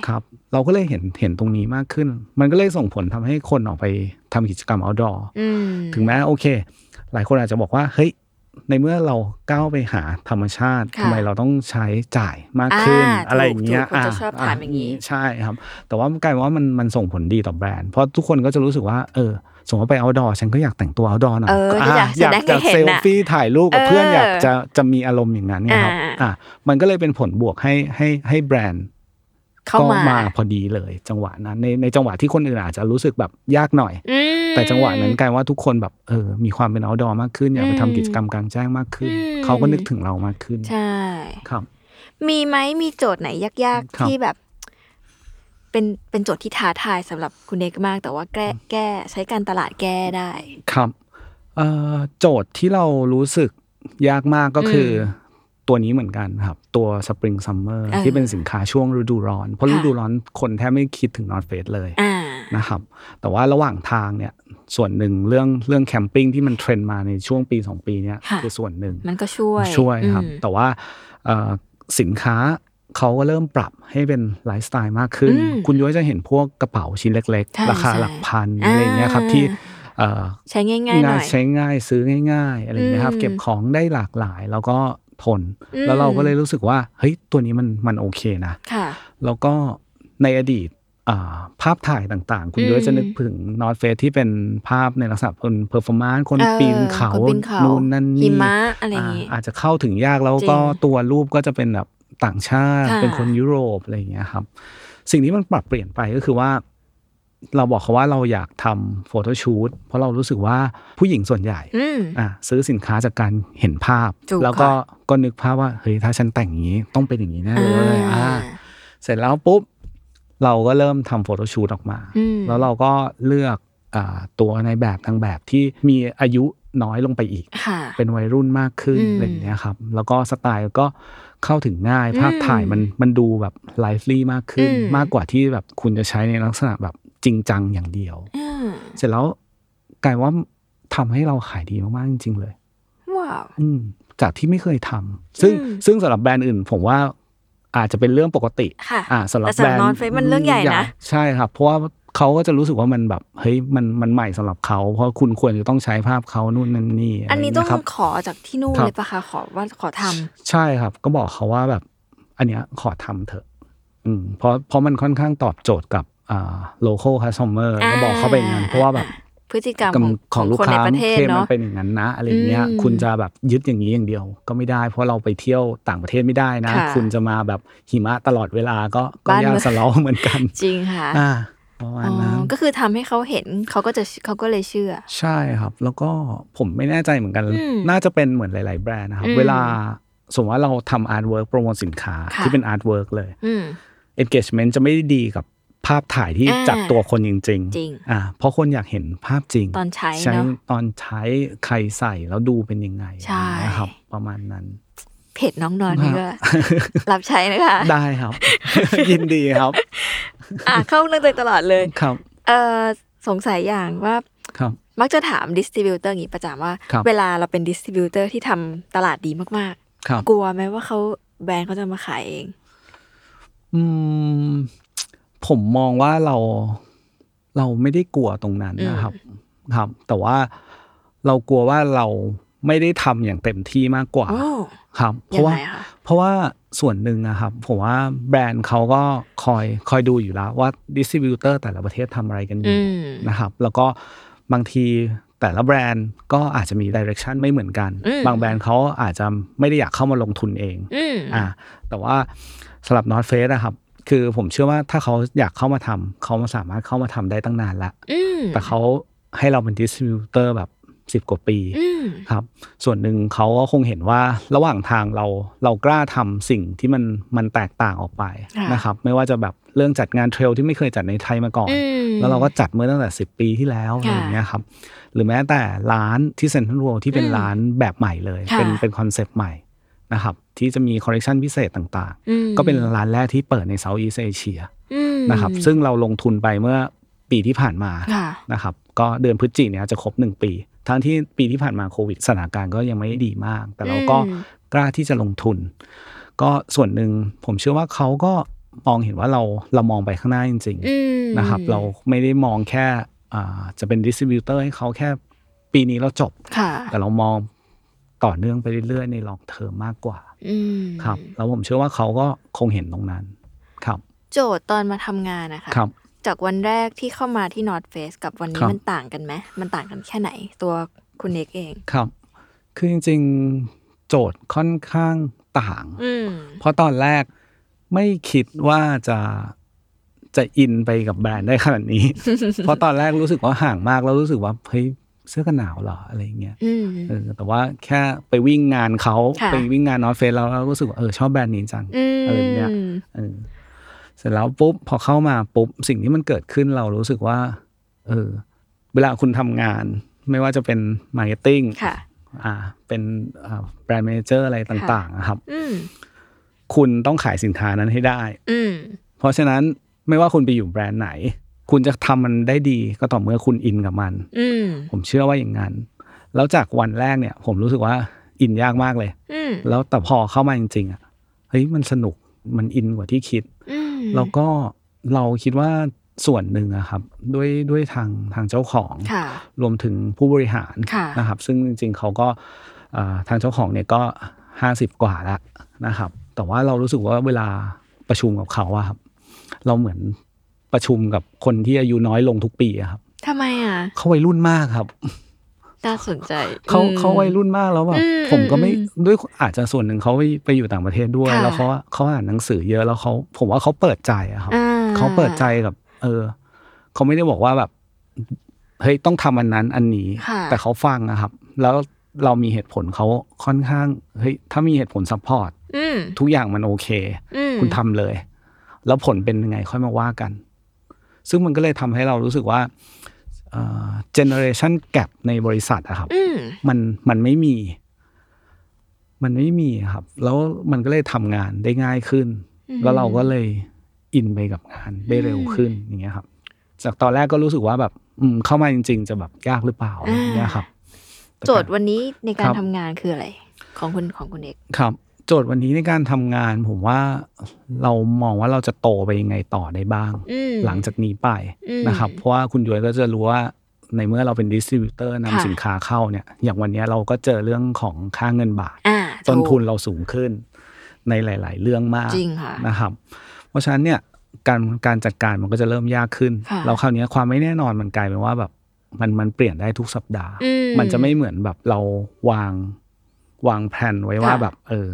S2: ครับ เราก็เลยเห็นเห็นตรงนี้มากขึ้น มันก็เลยส่งผลทำให้คนออกไปทำกิจกรรม outdoor
S1: อืม
S2: ถึงแม้โอเค หลายคนอาจจะบอกว่า เฮ้ย ในเมื่อเราก้าวไปหาธรรมชาติ
S1: ค่ะ
S2: ทำไมเราต้องใช้จ่ายมากขึ้น
S1: อ่า
S2: อะไรอย่างเงี้ย
S1: ถูกๆคนจะชอบถามอย่างนี้
S2: ใช่ครับ แต่ว่ามันกลายว่ามันมันส่งผลดีต่อแบรนด์ เพราะทุกคนก็จะรู้สึกว่า เออ สมมติว่าไปเอาดอฉันก็อยากแต่งตัวเอาดอหน่อย
S1: เออก็อยาก
S2: อยาก
S1: จะได้
S2: จะ
S1: เห็น
S2: เซล
S1: น่ะ
S2: ฟี่ถ่ายรูปกับ
S1: เออ
S2: เพื่อนอยากจะจะมีอารมณ์อย่างนั้นไงครับ
S1: อ่า
S2: อ่ะมันก็เลยเป็นผลบวกให้ให้ให้แบรนด์
S1: เข้า
S2: ก็
S1: มา
S2: มาพอดีเลย จังหวะนั้นในในจังหวะที่คนอื่นอาจจะรู้สึกแบบยากหน่อย
S1: อืม
S2: แต่จังหวะนั้นกลายว่าทุกคนแบบเออมีความเป็น outdoor มากขึ้น อยากไป
S1: อืม
S2: ทำกิจกรรมกลางแจ้งมากขึ้น
S1: อืม
S2: เขาก็นึกถึงเรามากขึ้น
S1: ใช่
S2: ครับ
S1: มีไหมมีโจทย์ไหนยาก
S2: ค
S1: ๆ
S2: รับ
S1: ที่แบบ เป็นเป็นโจทย์ที่ท้าทายสำหรับคุณเอกมาก แต่ว่าแก้แก้ใช้การตลาดแก้ได้
S2: ครับเอ่อโจทย์ที่เรารู้สึกยากมากก็คืออตัวนี้เหมือนกันครับ ตัว Spring Summer
S1: เออ
S2: ที่เป็นสินค้าช่วงฤดูร้อน เพราะ
S1: ค่ะ
S2: ฤดูร้อนคนแทบไม่คิดถึง North Face เลย
S1: อ่า
S2: นะครับแต่ว่าระหว่างทางเนี่ยส่วนหนึ่งเรื่องเรื่องแคมปิ้งที่มันเทรนด์มาในช่วงปี 2 ปีเนี่ย
S1: ค่ะ
S2: คือส่วนหนึ่ง
S1: มันก็ช่วย
S2: ช่วยครับ
S1: อืม
S2: แต่ว่าเอ่อสินค้าเขาก็เริ่มปรับให้เป็นไลฟ์สไตล์มากขึ้น
S1: อืม
S2: คุณย้อยจะเห็นพวกกระเป๋าชิ้นเล็ก
S1: ใช่
S2: ๆ ราคาหลักพัน
S1: ใช่
S2: อะไรอย่างเงี้ยครับ
S1: อ่า
S2: ที่เอ่อ
S1: ใช้ง่ายๆหน่อย
S2: ใช้ง่ายซื้อง่ายๆอะไรอย่างเงี้ยครับ
S1: อืม
S2: เก็บของได้หลากหลายแล้วก็ทน
S1: อืม
S2: แล้วเราก็เลยรู้สึกว่าเฮ้ยตัวนี้มันมันโอเคนะ
S1: ค่ะ
S2: แล้วก็ในอดีตอ่าภาพถ่ายต่างๆ คุณ
S1: อืม
S2: ย้อยจะนึกถึงนอตเฟสที่เป็นภาพในลักษณะเป็นเพอร์ฟอร์มานซ์คน
S1: เออ
S2: ปีนเขา
S1: คนปีนเขา
S2: นู่นนั่นนี่
S1: หิมะอะไรอย่างงี้
S2: าอาจจะเข้าถึงยากแล้ว
S1: จริง
S2: ก็ตัวรูปก็จะเป็นแบบต่างชาติ
S1: ค่ะ
S2: เป็นคนยุโรปอะไรอย่างเงี้ยครับ สิ่งที่มันปรับเปลี่ยนไปก็คือว่า เราบอกเขาว่าเราอยากทำโฟโต้ชูตเพราะเรารู้สึกว่าผู้หญิงส่วนใหญ่
S1: อืม
S2: อ่ะซื้อสินค้าจากการเห็นภาพ
S1: ถูก
S2: แล้วก็
S1: ค่ะ
S2: ก็นึกภาพว่าเฮ้ยถ้าฉันแต่งอย่างนี้ต้องเป็นอย่างนี้แน่เลย
S1: อ่า
S2: อ่าเสร็จแล้วปุ๊บ เราก็เริ่มทำโฟโต้ชูตออกมา
S1: อืม
S2: แล้วเราก็เลือกอาตัวในายแบบทางแบบที่มีอายุน้อยลงไปอีก
S1: ค่ะ
S2: เป็นวัยรุ่นมากขึ้น
S1: อืม
S2: อะไรอย่างเงี้ยครับ แล้วก็สไตล์ก็เข้าถึงง่าย
S1: อืม
S2: ภาพถ่ายมันมันดูแบบไลฟ์ลี่มากขึ้น
S1: อืม
S2: มากกว่าที่แบบคุณจะใช้ในลักษณะแบบจริงจังอย่างเดียว
S1: อืม
S2: เสร็จแล้วกลายว่าทำให้เราขายดีมากๆจริง ๆ เลย
S1: ว้าว
S2: อืมจากที่ไม่เคยทำซึ่ง
S1: อืม
S2: ซึ่งสำหรับแบรนด์อื่น ผมว่าอาจจะเป็นเรื่องปกติ
S1: ค่ะ
S2: อ่าสำหรับ
S1: แต่
S2: แบรน
S1: สำหรับ
S2: ด์
S1: North Face มันเรื่องใหญ่นะ
S2: ใช่ครับ เพราะว่าเขาก็จะรู้สึกว่ามันแบบเฮ้ยมันมันใหม่สำหรับเขาเพราะคุณควรจะต้องใช้ภาพเขานู่นนั่นนี่ะไร
S1: อันนี้ต้อง
S2: ย่าเยครับ
S1: ขอจากที่นู่น
S2: ครับ
S1: เลยปะคะขอว่าขอทำ
S2: ใช่ครับ ก็บอกเขาว่าแบบ อันเนี้ยขอทำเถอะ อืมเพราะเพราะมันค่อนข้างตอบโจทย์กับอ่า local customer
S1: อ่า
S2: ก็บอกเขาไปอย่างนั้นเพราะว่าแบบ
S1: พฤติกรรมข
S2: กำ
S1: อง
S2: ของลูก
S1: คนใน
S2: ค้า
S1: ประเทศ
S2: เคลมมั
S1: เนาะ
S2: นเป็นอย่างนั้นนะอะไรอย่างเงี้ย
S1: อืม
S2: คุณจะแบบยึดอย่างนี้อย่างเดียว ก็ไม่ได้ เพราะเราไปเที่ยวต่างประเทศไม่ได้นะ
S1: ค่ะ
S2: คุณจะมาแบบหิมะตลอดเวลาก็ก็
S1: บ้าน
S2: ยา
S1: เมื
S2: ก
S1: อง
S2: สล้อเหมือนกัน
S1: จริงค่ะ
S2: อ่าประมา
S1: อ๋
S2: ณนั้น
S1: อก็คือทำให้เขาเห็นเขาก็จะเขาก็เลยเชื่อ
S2: ใช่ครับ แล้วก็ผมไม่แน่ใจเหมือนกัน
S1: อืม
S2: น่าจะเป็นเหมือนหลาย ๆ แบรนด์นะครับ
S1: อืม
S2: เวลาสมมติว่าเราทำอาร์ตเวิร์กโปรโมทสินค้า
S1: ค่ะ
S2: ที่เป็นอาร์ตเวิร์กเลย
S1: อืม
S2: engagement จะไม่ได้ดีกับภาพถ่ายที่
S1: อ่า
S2: จากตัวคนจริง
S1: จริง
S2: อ่าเพราะคนอยากเห็นภาพจริง
S1: ตอนใช้
S2: ใช้
S1: เนอะ
S2: ตอนใช้ใครใส่แล้วดูเป็นยังไง
S1: ใช่
S2: นะครับ ประมาณนั้น
S1: เพจน้องนอนนี่ก็ รับใช้นะคะ
S2: ได้ครับ ยินดีครับ
S1: อ่ะเข้าเรื่องตัวเองตลอดเลย
S2: ครับ
S1: เออสงสัยอย่างว่า
S2: ครับ
S1: มักจะถามดิสติบิวเตอร์อย่างนี้ประจำว่า
S2: ครับ
S1: เวลาเราเป็นดิสติบิวเตอร์ที่ทำตลาดดีมาก
S2: ครับ
S1: ๆ กลัวไหมว่าเขาแบรนด์เขาจะมาขายเอง
S2: อืมผมมองว่าเราเราไม่ได้กลัวตรงนั้นนะครับ ครับ แต่ว่าเรากลัวว่าเราไม่ได้ทำอย่างเต็มที่มากกว่า
S1: โอ้
S2: ครับ เพ
S1: ยัง
S2: ราะว่า
S1: ไงคะ
S2: เพราะว่าส่วนหนึ่งนะครับผมว่าแบรนด์เขาก็คอยคอยดูอยู่แล้วว่าดิสติบิวเตอร์แต่ละประเทศทำอะไรกันอยู่
S1: อืม
S2: นะครับ แล้วก็บางทีแต่ละแบรนด์ก็อาจจะมีดิเรกชันไม่เหมือนกัน
S1: อืม
S2: บางแบรนด์เขาอาจจะไม่ได้อยากเข้ามาลงทุนเอง
S1: อืม
S2: อ่าแต่ว่าสำหรับ North Face อะครับ คือผมเชื่อว่าถ้าเขาอยากเข้ามาทำเขาสามารถเข้ามาทำได้ตั้งนานละ
S1: อืม
S2: แต่เขาให้เราเป็นดิสติบิวเตอร์แบบ 10 กว่าปี
S1: อืม
S2: ครับ ส่วนหนึ่งเขาก็คงเห็นว่าระหว่างทางเราเรากล้าทำสิ่งที่มันมันแตกต่างออกไป
S1: ค่ะ
S2: นะครับ ไม่ว่าจะแบบเรื่องจัดงานเทรลที่ไม่เคยจัดในไทยมาก่อน
S1: อืม
S2: แล้วเราก็จัดเมื่อตั้งแต่ 10 ปีที่แล้วอะไร
S1: ค่ะ
S2: อย่างเงี้ยครับ หรือแม้แต่ร้านที่เซ็นทรัลเวิลด์ที่เป็น
S1: อืม
S2: ร้านแบบใหม่เลย
S1: ค่ะ
S2: เป็นเป็นคอนเซปต์ใหม่นะครับ ที่จะมีคอลเล t ชันพิเศษต่าง
S1: อืม
S2: ๆ ก็เป็นร้านแรกที่เปิดในเซาท์อีสเอเชีย
S1: อืม
S2: นะครับ ซึ่งเราลงทุนไปเมื่อปีที่ผ่านมา
S1: ค่ะ
S2: นะครับ ก็เดือนพฤศจิกเนี่ยจะครบ 1 ปี ทั้งที่ปีที่ผ่านมาโควิดสถานการณ์ก็ยังไม่ดีมาก แต่เราก็
S1: อืม
S2: กล้าที่จะลงทุน ก็ส่วนหนึ่งผมเชื่อว่าเขาก็มองเห็นว่าเราเรามองไปข้างหน้าจริง ๆ
S1: อืม
S2: นะครับเราไม่ได้มองแค่อ่าจะเป็นดิสติบิวเตอร์ให้เขาแค่ปีนี้เราจบ
S1: ค่ะ
S2: แต่เรามองต่อเนื่องไปเรื่อยๆ ในลองเทอมมากกว่า
S1: อืม
S2: ครับแล้วผมเชื่อว่าเขาก็คงเห็นตรงนั้น ครับ
S1: โจทย์ตอนมาทำงานนะคะ
S2: ครับ
S1: จากวันแรกที่เข้ามาที่ North Face กับวัน
S2: ค
S1: นี้
S2: รับ
S1: มันต่างกันไหมมันต่างกันแค่ไหนตัวคุณเอกเอง
S2: ครับ คือจริงๆ โจทย์ค่อนข้างต่าง
S1: อืม
S2: เพราะตอนแรกไม่คิดว่าจะจะอินไปกับแบรนด์ได้ขนาดนี้ เพราะตอนแรกรู้สึกว่าห่างมากแล้วรู้สึกว่าเฮ้ยเสื้อกันหนาวเหรออะไรอย่างเงี้ย
S1: อืม
S2: เออแต่ว่าแค่ไปวิ่งงานเขา
S1: ค่ะ
S2: ไปวิ่งงานนอตเฟสแล้วเรารู้สึกว่าเออชอบแบรนด์นี้จัง
S1: อื
S2: อะไรแบบเนี้ย
S1: ม
S2: เออเสร็จแล้วปุ๊บพอเข้ามาปุ๊บสิ่งที่มันเกิดขึ้นเรารู้สึกว่า เออ เวลาคุณทำงาน ไม่ว่าจะเป็นมาร์เก็ตติ้ง
S1: ค่ะ
S2: อ่า เป็นแบรนด์เมเจอร์อะไรต่างๆนะครับ
S1: อืม
S2: คุณต้องขายสินค้านั้นให้ได้
S1: อืม
S2: เพราะฉะนั้นไม่ว่าคุณไปอยู่แบรนด์ไหน คุณจะทำมันได้ดีก็ต่อเมื่อคุณอินกับมัน
S1: อืม
S2: ผมเชื่อว่าอย่างนั้น แล้วจากวันแรกเนี่ย ผมรู้สึกว่าอินยากมากเลย
S1: อืม
S2: แล้วแต่พอเข้ามาจริงๆอ่ะเฮ้ยมันสนุกมันอินกว่าที่คิด
S1: อืม
S2: แล้วก็เราคิดว่าส่วนหนึ่งอะครับ ด้วยด้วยทางทางเจ้าของ
S1: ค่ะ
S2: รวมถึงผู้บริหาร
S1: ค่ะ
S2: นะครับ ซึ่งจริงๆเขาก็เอ่อทางเจ้าของเนี่ยก็ 50 กว่าแล้วนะครับ แต่ว่าเรารู้สึกว่าเวลาประชุมกับเขาอะครับ เราเหมือนประชุมกับคนที่อายุน้อยลงทุกปีอะครับ
S1: ทำไมอ่ะ
S2: เขาวัยรุ่นมากครับ
S1: น่าสนใจ
S2: เขา
S1: อืม
S2: เขาวัยรุ่นมากแล้วแบบ
S1: อืม
S2: ผมก็ไม่
S1: อืม
S2: ด้วยอาจจะส่วนหนึ่งเขาไปไปอยู่ต่างประเทศด้วย
S1: ค่ะ
S2: แล้วเขาเขาอ่านหนังสือเยอะแล้วเขาผมว่าเขาเปิดใจอะครับ
S1: อ่
S2: เขาเปิดใจกับ เออเขาไม่ได้บอกว่าแบบเฮ้ยต้องทำอันนั้นอันนี้
S1: ค่ะ
S2: แต่เขาฟังนะครับ แล้วเรามีเหตุผลเขาค่อนข้างเฮ้ยถ้ามีเหตุผลซัพพอร์ต
S1: อืม
S2: ทุกอย่างมันโอเค
S1: อืม
S2: คุณทำเลย แล้วผลเป็นยังไงค่อยมาว่ากัน ซึ่งมันก็เลยทำให้เรารู้สึกว่าเจเนอเรชันแกรในบริษัทอะครับ
S1: อืม
S2: มันมันไม่มี มันไม่มีครับ แล้วมันก็เลยทำงานได้ง่ายขึ้น
S1: อืม
S2: แล้วเราก็เลยอินไปกับงานได้เร็วขึ้นอย่างเงี้ยครับ จากตอนแรกก็รู้สึกว่าแบบ อืมเข้ามาจริง ๆ จะแบบยากหรือเปล่าอะไรอย่างเงี้ยครับ
S1: โจทย์วันนี้ในการ
S2: ครับ
S1: ทำงานคืออะไร ของคุณของคุณเอก
S2: ครับ โจทย์วันนี้ในการทำงาน ผมว่าเรามองว่าเราจะโตไปยังไงต่อได้บ้าง
S1: อืม
S2: หลังจากนี้ไป
S1: อืม
S2: นะครับ เพราะว่าคุณย้วยก็จะรู้ว่าในเมื่อเราเป็นดิสติบิวเตอร์
S1: ค่ะ
S2: นำสินค้าเข้าเนี่ย อย่างวันเนี้ยเราก็เจอเรื่องของค่าเงินบาท
S1: อ่า
S2: ต้นทุน
S1: ถูก
S2: เราสูงขึ้นในหลาย ๆ เรื่องมาก
S1: จริงค่ะ
S2: นะครับ เพราะฉะนั้นเนี่ยการการจัดการมันก็จะเริ่มยากขึ้น
S1: ค่ะ
S2: แล้วคราวเนี้ยความไม่แน่นอนมันกลายเป็นว่าแบบมันมันเปลี่ยนได้ทุกสัปดาห์
S1: อืม
S2: มันจะไม่เหมือนแบบเราวางวางแผนไว้ว่า
S1: ค่ะ
S2: แบบเออ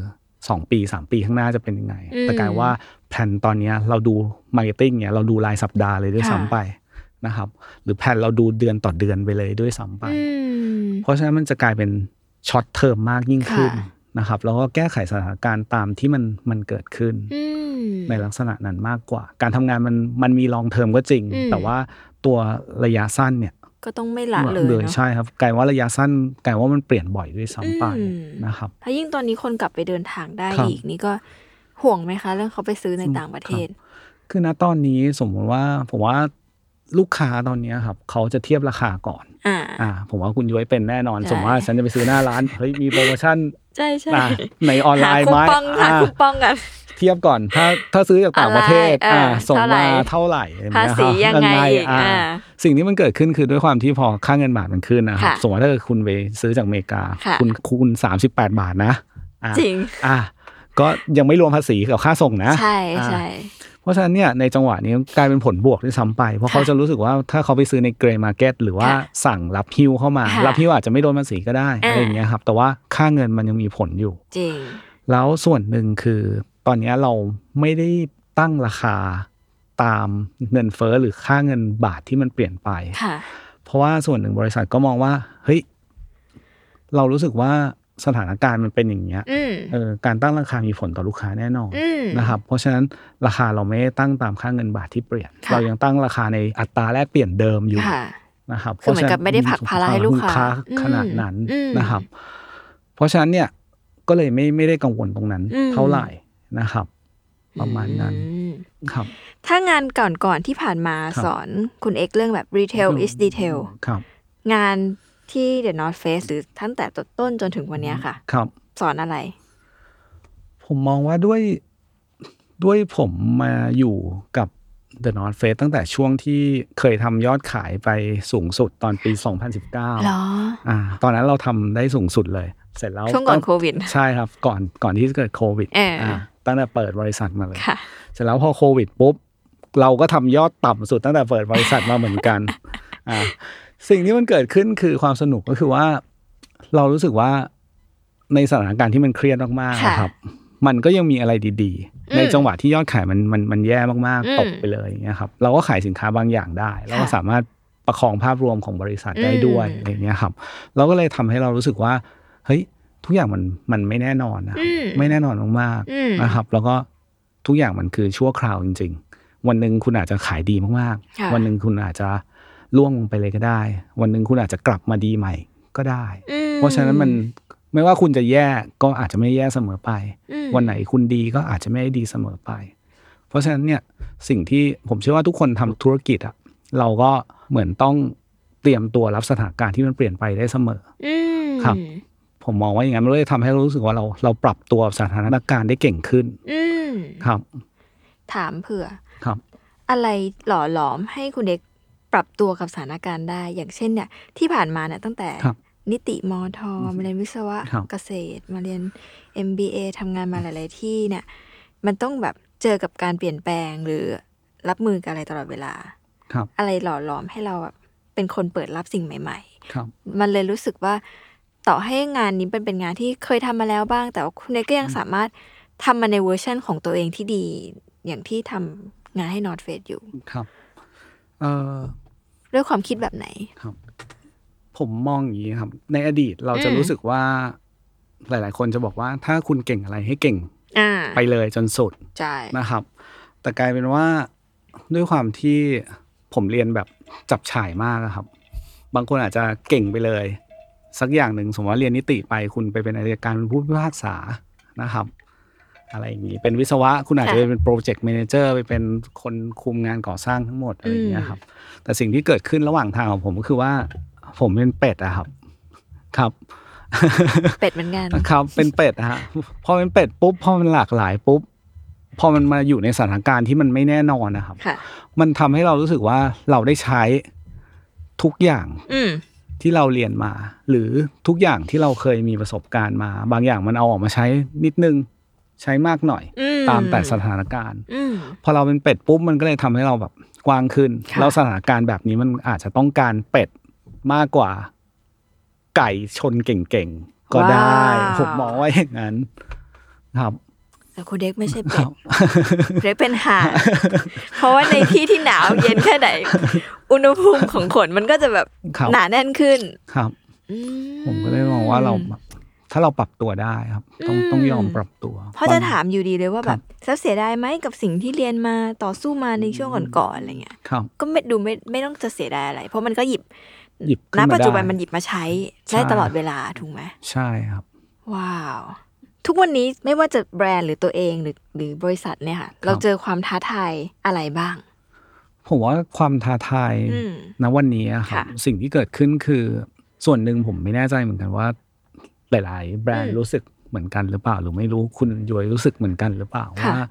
S2: สองปีสามปีข้างหน้าจะเป็นยังไง
S1: อืม
S2: แต่กลายว่าแผนตอนเนี้ยเราดูมาร์เก็ตติ้งเนี่ยเราดูรายสัปดาห์เลยด้วย
S1: ค่ะ
S2: ซ้ำไปนะครับ หรือแผนเราดูเดือนต่อเดือนไปเลยด้วยซ้ำไป
S1: อืม
S2: เพราะฉะนั้นมันจะกลายเป็นช็อตเทอมมากยิ่งขึ้น
S1: ค่ะ
S2: นะครับแล้วก็แก้ไขสถานการณ์ตามที่มันมันเกิดขึ้น
S1: อืม
S2: ในลักษณะนั้นมากกว่า การทำงานมันมันมีลองเทอมก็จริง
S1: อืม
S2: แต่ว่าตัวระยะสั้นเนี่ย
S1: ก็ต้องไม่ละเลยเนาะ
S2: ใช่ครับกลายว่าระยะสั้นกลายว่ามันเปลี่ยนบ่อยด้วยซ้ำไป
S1: อืม
S2: นะครับ
S1: ถ้ายิ่งตอนนี้คนกลับไปเดินทางได้
S2: ครับ
S1: อีกนี่ก็ห่วงไหมคะ เรื่องเขาไปซื้อในต่างประเทศ
S2: คือณตอนนี้สมมติว่าผมว่าลูกค้าตอนเนี้ยครับเขาจะเทียบราคาก่อน
S1: อ่า
S2: อ่าผมว่าคุณย้อยเป็นแน่นอน
S1: ใช่
S2: สมมติว่าฉันจะไปซื้อหน้าร้านเฮ้ยมีโปรโมชั่น
S1: ใช่ใช่
S2: อ่ะในออนไล
S1: หา
S2: น์
S1: คู
S2: ไหม
S1: ปองหา
S2: อ่า
S1: คูปองกัน
S2: เทียบก่อนถ้าถ้าซื้อจากต่างประเทศ
S1: อะไร
S2: อ่า
S1: เออ
S2: ส่ง
S1: เท่าไหร่
S2: มาเท่าไหร่อะไรอย่เย
S1: ภาษี
S2: ครับ
S1: ยังไงอีก
S2: อ่า
S1: อ่า
S2: สิ่งที่มันเกิดขึ้นคือด้วยความที่พอค่าเงินบาทมันขึ้นนะครับ
S1: ค่ะ
S2: สมมติว่าถ้าเกิดคุณไปซื้อจากอเมริกา
S1: ค่ะ
S2: ณคูณ38 บาทนะอ่า
S1: จริง
S2: อ่า ก็ยังไม่รวมภาษีกับค่าส่งนะ
S1: ใช่
S2: อ่า
S1: ใช่
S2: เพราะฉะนั้นเนี่ยในจังหวะนี้กลายเป็นผลบวกด้วยซ้ำไป เพราะ
S1: ค่ะ
S2: เขาจะรู้สึกว่าถ้าเขาไปซื้อในเกรย์มาร์เก็ตหรือว่า
S1: ค่ะ
S2: สั่งรับฮิ้วเข้ามา
S1: ค่ะ
S2: รับฮิ้วอาจจะไม่โดนภาษีก็ได้
S1: อ่า
S2: อะไรอย่างเงี้ยครับแต่ว่าค่าเงินมันยังมีผลอยู่
S1: จริง
S2: แล้วส่วนหนึ่งคือตอนเนี้ยเราไม่ได้ตั้งราคาตามเงินเฟ้อหรือค่าเงินบาทที่มันเปลี่ยนไป
S1: ค่ะ
S2: เพราะว่าส่วนหนึ่งบริษัทก็มองว่าเฮ้ยเรารู้สึกว่าสถานการณ์มันเป็นอย่างเงี้ย
S1: อืม
S2: เออการตั้งราคามีผลต่อลูกค้าแน่นอน
S1: อืม
S2: นะครับเพราะฉะนั้นราคาเราไม่ได้ตั้งตามค่าเงินบาทที่เปลี่ยน
S1: ค่ะ
S2: เรายังตั้งราคาในอัตราแลกเปลี่ยนเดิมอยู่
S1: ค่ะ
S2: นะครับ
S1: คือเหมือนกับไม่ได้ผลักภาระให้ลูกค้า
S2: ขนาดนั้น
S1: อืม
S2: นะครับ เพราะฉะนั้นเนี่ยก็เลยไม่ไม่ได้กังวลตรงนั้น
S1: อืม
S2: เท่าไหร่นะครับ ประมาณนั้น
S1: อืม
S2: ครับ
S1: ถ้างานก่อนๆที่ผ่านมา
S2: ครับ
S1: สอนคุณเอกเรื่องแบบ retail is detail
S2: ครับ
S1: งานที่ The North Face หรือตั้งแต่ต้นๆจนถึงวันเนี้ยค่ะ
S2: ครับ
S1: สอนอะไร
S2: ผมมองว่าด้วยด้วยผมมาอยู่กับ The North Face ตั้งแต่ช่วงที่เคยทำยอดขายไปสูงสุดตอนปี 2019
S1: เหรอ
S2: อ่าตอนนั้นเราทำได้สูงสุดเลย เสร็จแล้ว
S1: ช่วงก่อน
S2: ตั้
S1: โควิด
S2: ใช่ครับ ก่อนก่อนที่จะเกิดโควิด
S1: เอออ่
S2: าตั้งแต่เปิดบริษัทมาเลย
S1: ค่ะ
S2: เสร็จแล้วพอโควิดปุ๊บ เราก็ทำยอดต่ำสุดตั้งแต่เปิดบริษัทมาเหมือนกัน อ่าสิ่งที่มันเกิดขึ้นคือความสนุกก็คือว่า เรารู้สึกว่าในสถานการณ์ที่มันเครียดมากๆ
S1: ค่ะ
S2: อะครับ มันก็ยังมีอะไรดี
S1: อืม
S2: ๆ ในจังหวะที่ยอดขายมันมันมันแย่มาก
S1: อืม
S2: ๆตกไปเลยอย่างเงี้ยครับเราก็ขายสินค้าบางอย่างได้เราก็
S1: ค่ะ
S2: สามารถประคองภาพรวมของบริษัทได้
S1: อืม
S2: ด้วยอะไรอย่างเงี้ยครับ เราก็เลยทำให้เรารู้สึกว่า เฮ้ย ทุกอย่างมันมันไม่แน่นอนนะครับ
S1: อืม
S2: ไม่แน่นอนมาก
S1: อืม
S2: ๆนะครับ แล้วก็ทุกอย่างมันคือชั่วคราวจริง ๆ วันหนึ่งคุณอาจจะขายดีมาก
S1: ค่ะ
S2: ๆ วันหนึ่งคุณอาจจะล่วงลงไปเลยก็ได้ วันหนึ่งคุณอาจจะกลับมาดีใหม่ก็ได้
S1: อืม
S2: เพราะฉะนั้นมันไม่ว่าคุณจะแย่ก็อาจจะไม่แย่เสมอไป
S1: อืม
S2: วันไหนคุณดีก็อาจจะไม่ได้ดีเสมอไป เพราะฉะนั้นเนี่ยสิ่งที่ผมเชื่อว่าทุกคนทำธุรกิจอะเราก็เหมือนต้องเตรียมตัวรับสถานการณ์ที่มันเปลี่ยนไปได้เสมอ
S1: อืม
S2: ครับ ผมมองว่าอย่างนั้นมันเลยทำให้เรารู้สึกว่าเราเราปรับตัวกับสถานการณ์ได้เก่งขึ้น
S1: อืม
S2: ครับ
S1: ถามเผื่อ
S2: ครับ
S1: อะไรหล่อหลอมให้คุณเด็กปรับตัวกับสถานการณ์ได้ อย่างเช่นเนี่ย ที่ผ่านมาเนี่ยตั้งแต่
S2: ครับ
S1: นิติมอทอมาเรียนวิศวะ
S2: ครับ
S1: เกษตร มาเรียน MBA ทำงานมาหลาย ๆ ที่เนี่ย มันต้องแบบเจอกับการเปลี่ยนแปลงหรือรับมือกับอะไรตลอดเวลา
S2: ครับ
S1: อะไรหล่อหลอมให้เราแบบเป็นคนเปิดรับสิ่งใหม่ ๆ
S2: ครับ
S1: มันเลยรู้สึกว่าต่อให้งานนี้เป็นเป็นงานที่เคยทำมาแล้วบ้าง แต่ว่าคุณเนยก็ยังสามารถทำมาในเวอร์ชั่นของตัวเองที่ดี อย่างที่ทำงานให้นอตเฟสอยู่
S2: ครับเอ่อ
S1: ด้วยความคิดแบบไหน
S2: ครับผมมองอย่างนี้ครับ ในอดีตเราจะ
S1: อืม
S2: รู้สึกว่า หลาย ๆ คนจะบอกว่าถ้าคุณเก่งอะไรให้เก่ง
S1: อ่า
S2: ไปเลยจนสุด
S1: ใช่
S2: นะครับ แต่กลายเป็นว่าด้วยความที่ผมเรียนแบบจับฉ่ายมากอะครับ บางคนอาจจะเก่งไปเลย สักอย่างหนึ่งสมมติว่าเรียนนิติไปคุณไปเป็นอายการเป็นผู้พิพากษานะครับ อะไรอย่างนี้เป็นวิศวะคุณอาจจะไปเป็นโปรเจกต์แมเนเจอร์ไปเป็นคนคุมงานก่อสร้างทั้งหมดอะไรอย่างเงี้ยครับ แต่สิ่งที่เกิดขึ้นระหว่างทางของผมก็คือว่า ผมเป็นเป็ดอะครับ ครับ
S1: เป็ดเหมื อนกัน
S2: ครับเป็นเป็ดฮะพอเป็นเป็ดปุ๊บพอมันหลากหลายปุ๊บพอมันมาอยู่ในสถานการณ์ที่มันไม่แน่นอนนะครับ
S1: ค่ะ
S2: มันทำให้เรารู้สึกว่าเราได้ใช้ทุกอย่าง
S1: อืม
S2: ที่เราเรียนมา หรือทุกอย่างที่เราเคยมีประสบการณ์มา บางอย่างมันเอาออกมาใช้นิดนึงใช้มากหน่อย
S1: อืม
S2: ตามแต่สถานการณ์
S1: อืม
S2: พอเราเป็นเป็ดปุ๊บมันก็เลยทำให้เราแบบกว้างขึ้น
S1: ค่ะ
S2: แล้วสถานการณ์แบบนี้มันอาจจะต้องการเป็ดมากกว่า ไก่ชนเก่งๆ ก็ได้ผมมองว่าอย่างนั้น ครับ
S1: แต่คุณเด็กไม่ใช่
S2: ค
S1: เป็
S2: รั
S1: ด
S2: บ
S1: คุณเด็กเป็นห่านเพราะว่าในที่ที่หนาวเย็นแค่ไหน อุณหภูมิของขนมันก็จะแบบ
S2: ครับ
S1: หนาแน่นขึ้น
S2: ครับ
S1: อื
S2: ผมก็เลยมองว่าเราแบบถ้าเราปรับตัวได้ครับ ต้อง
S1: อืม
S2: ต้องยอมปรับตัว
S1: เพราะจะ
S2: คว
S1: ถามอยู่ดีเลยว่าแบบแล้วเสียดายไหมกับสิ่งที่เรียนมาต่อสู้มาในช่วงก่อนๆอะไรเงี้ย
S2: ครับ
S1: ก็ไม่ดูไม่ไม่ต้องจะเสียดายอะไร เพราะมันก็หยิบ
S2: หยิบขึ้
S1: ณ
S2: นมา
S1: ปัจจุบัน
S2: ได้
S1: มันหยิบมาใช้ได้ตลอดเวลาถูกไหม
S2: ใช่ครับ
S1: ว้าว ทุกวันนี้ไม่ว่าจะแบรนด์หรือตัวเองหรือหรือบริษัทเนี่ยค่ะ เราเจอความท้าทายอะไรบ้าง
S2: ผมว่าความท้าทาย
S1: อืม
S2: ณวันนี้อะครับ
S1: ค่ะ
S2: สิ่งที่เกิดขึ้นคือส่วนหนึ่งผมไม่แน่ใจเหมือนกันว่า หลายๆ แบรน
S1: อื
S2: ด์
S1: ม
S2: รู้สึกเหมือนกันหรือเปล่า หรือไม่รู้คุณย้อยรู้สึกเหมือนกันหรือเปล่า
S1: ค่ะ
S2: ว่า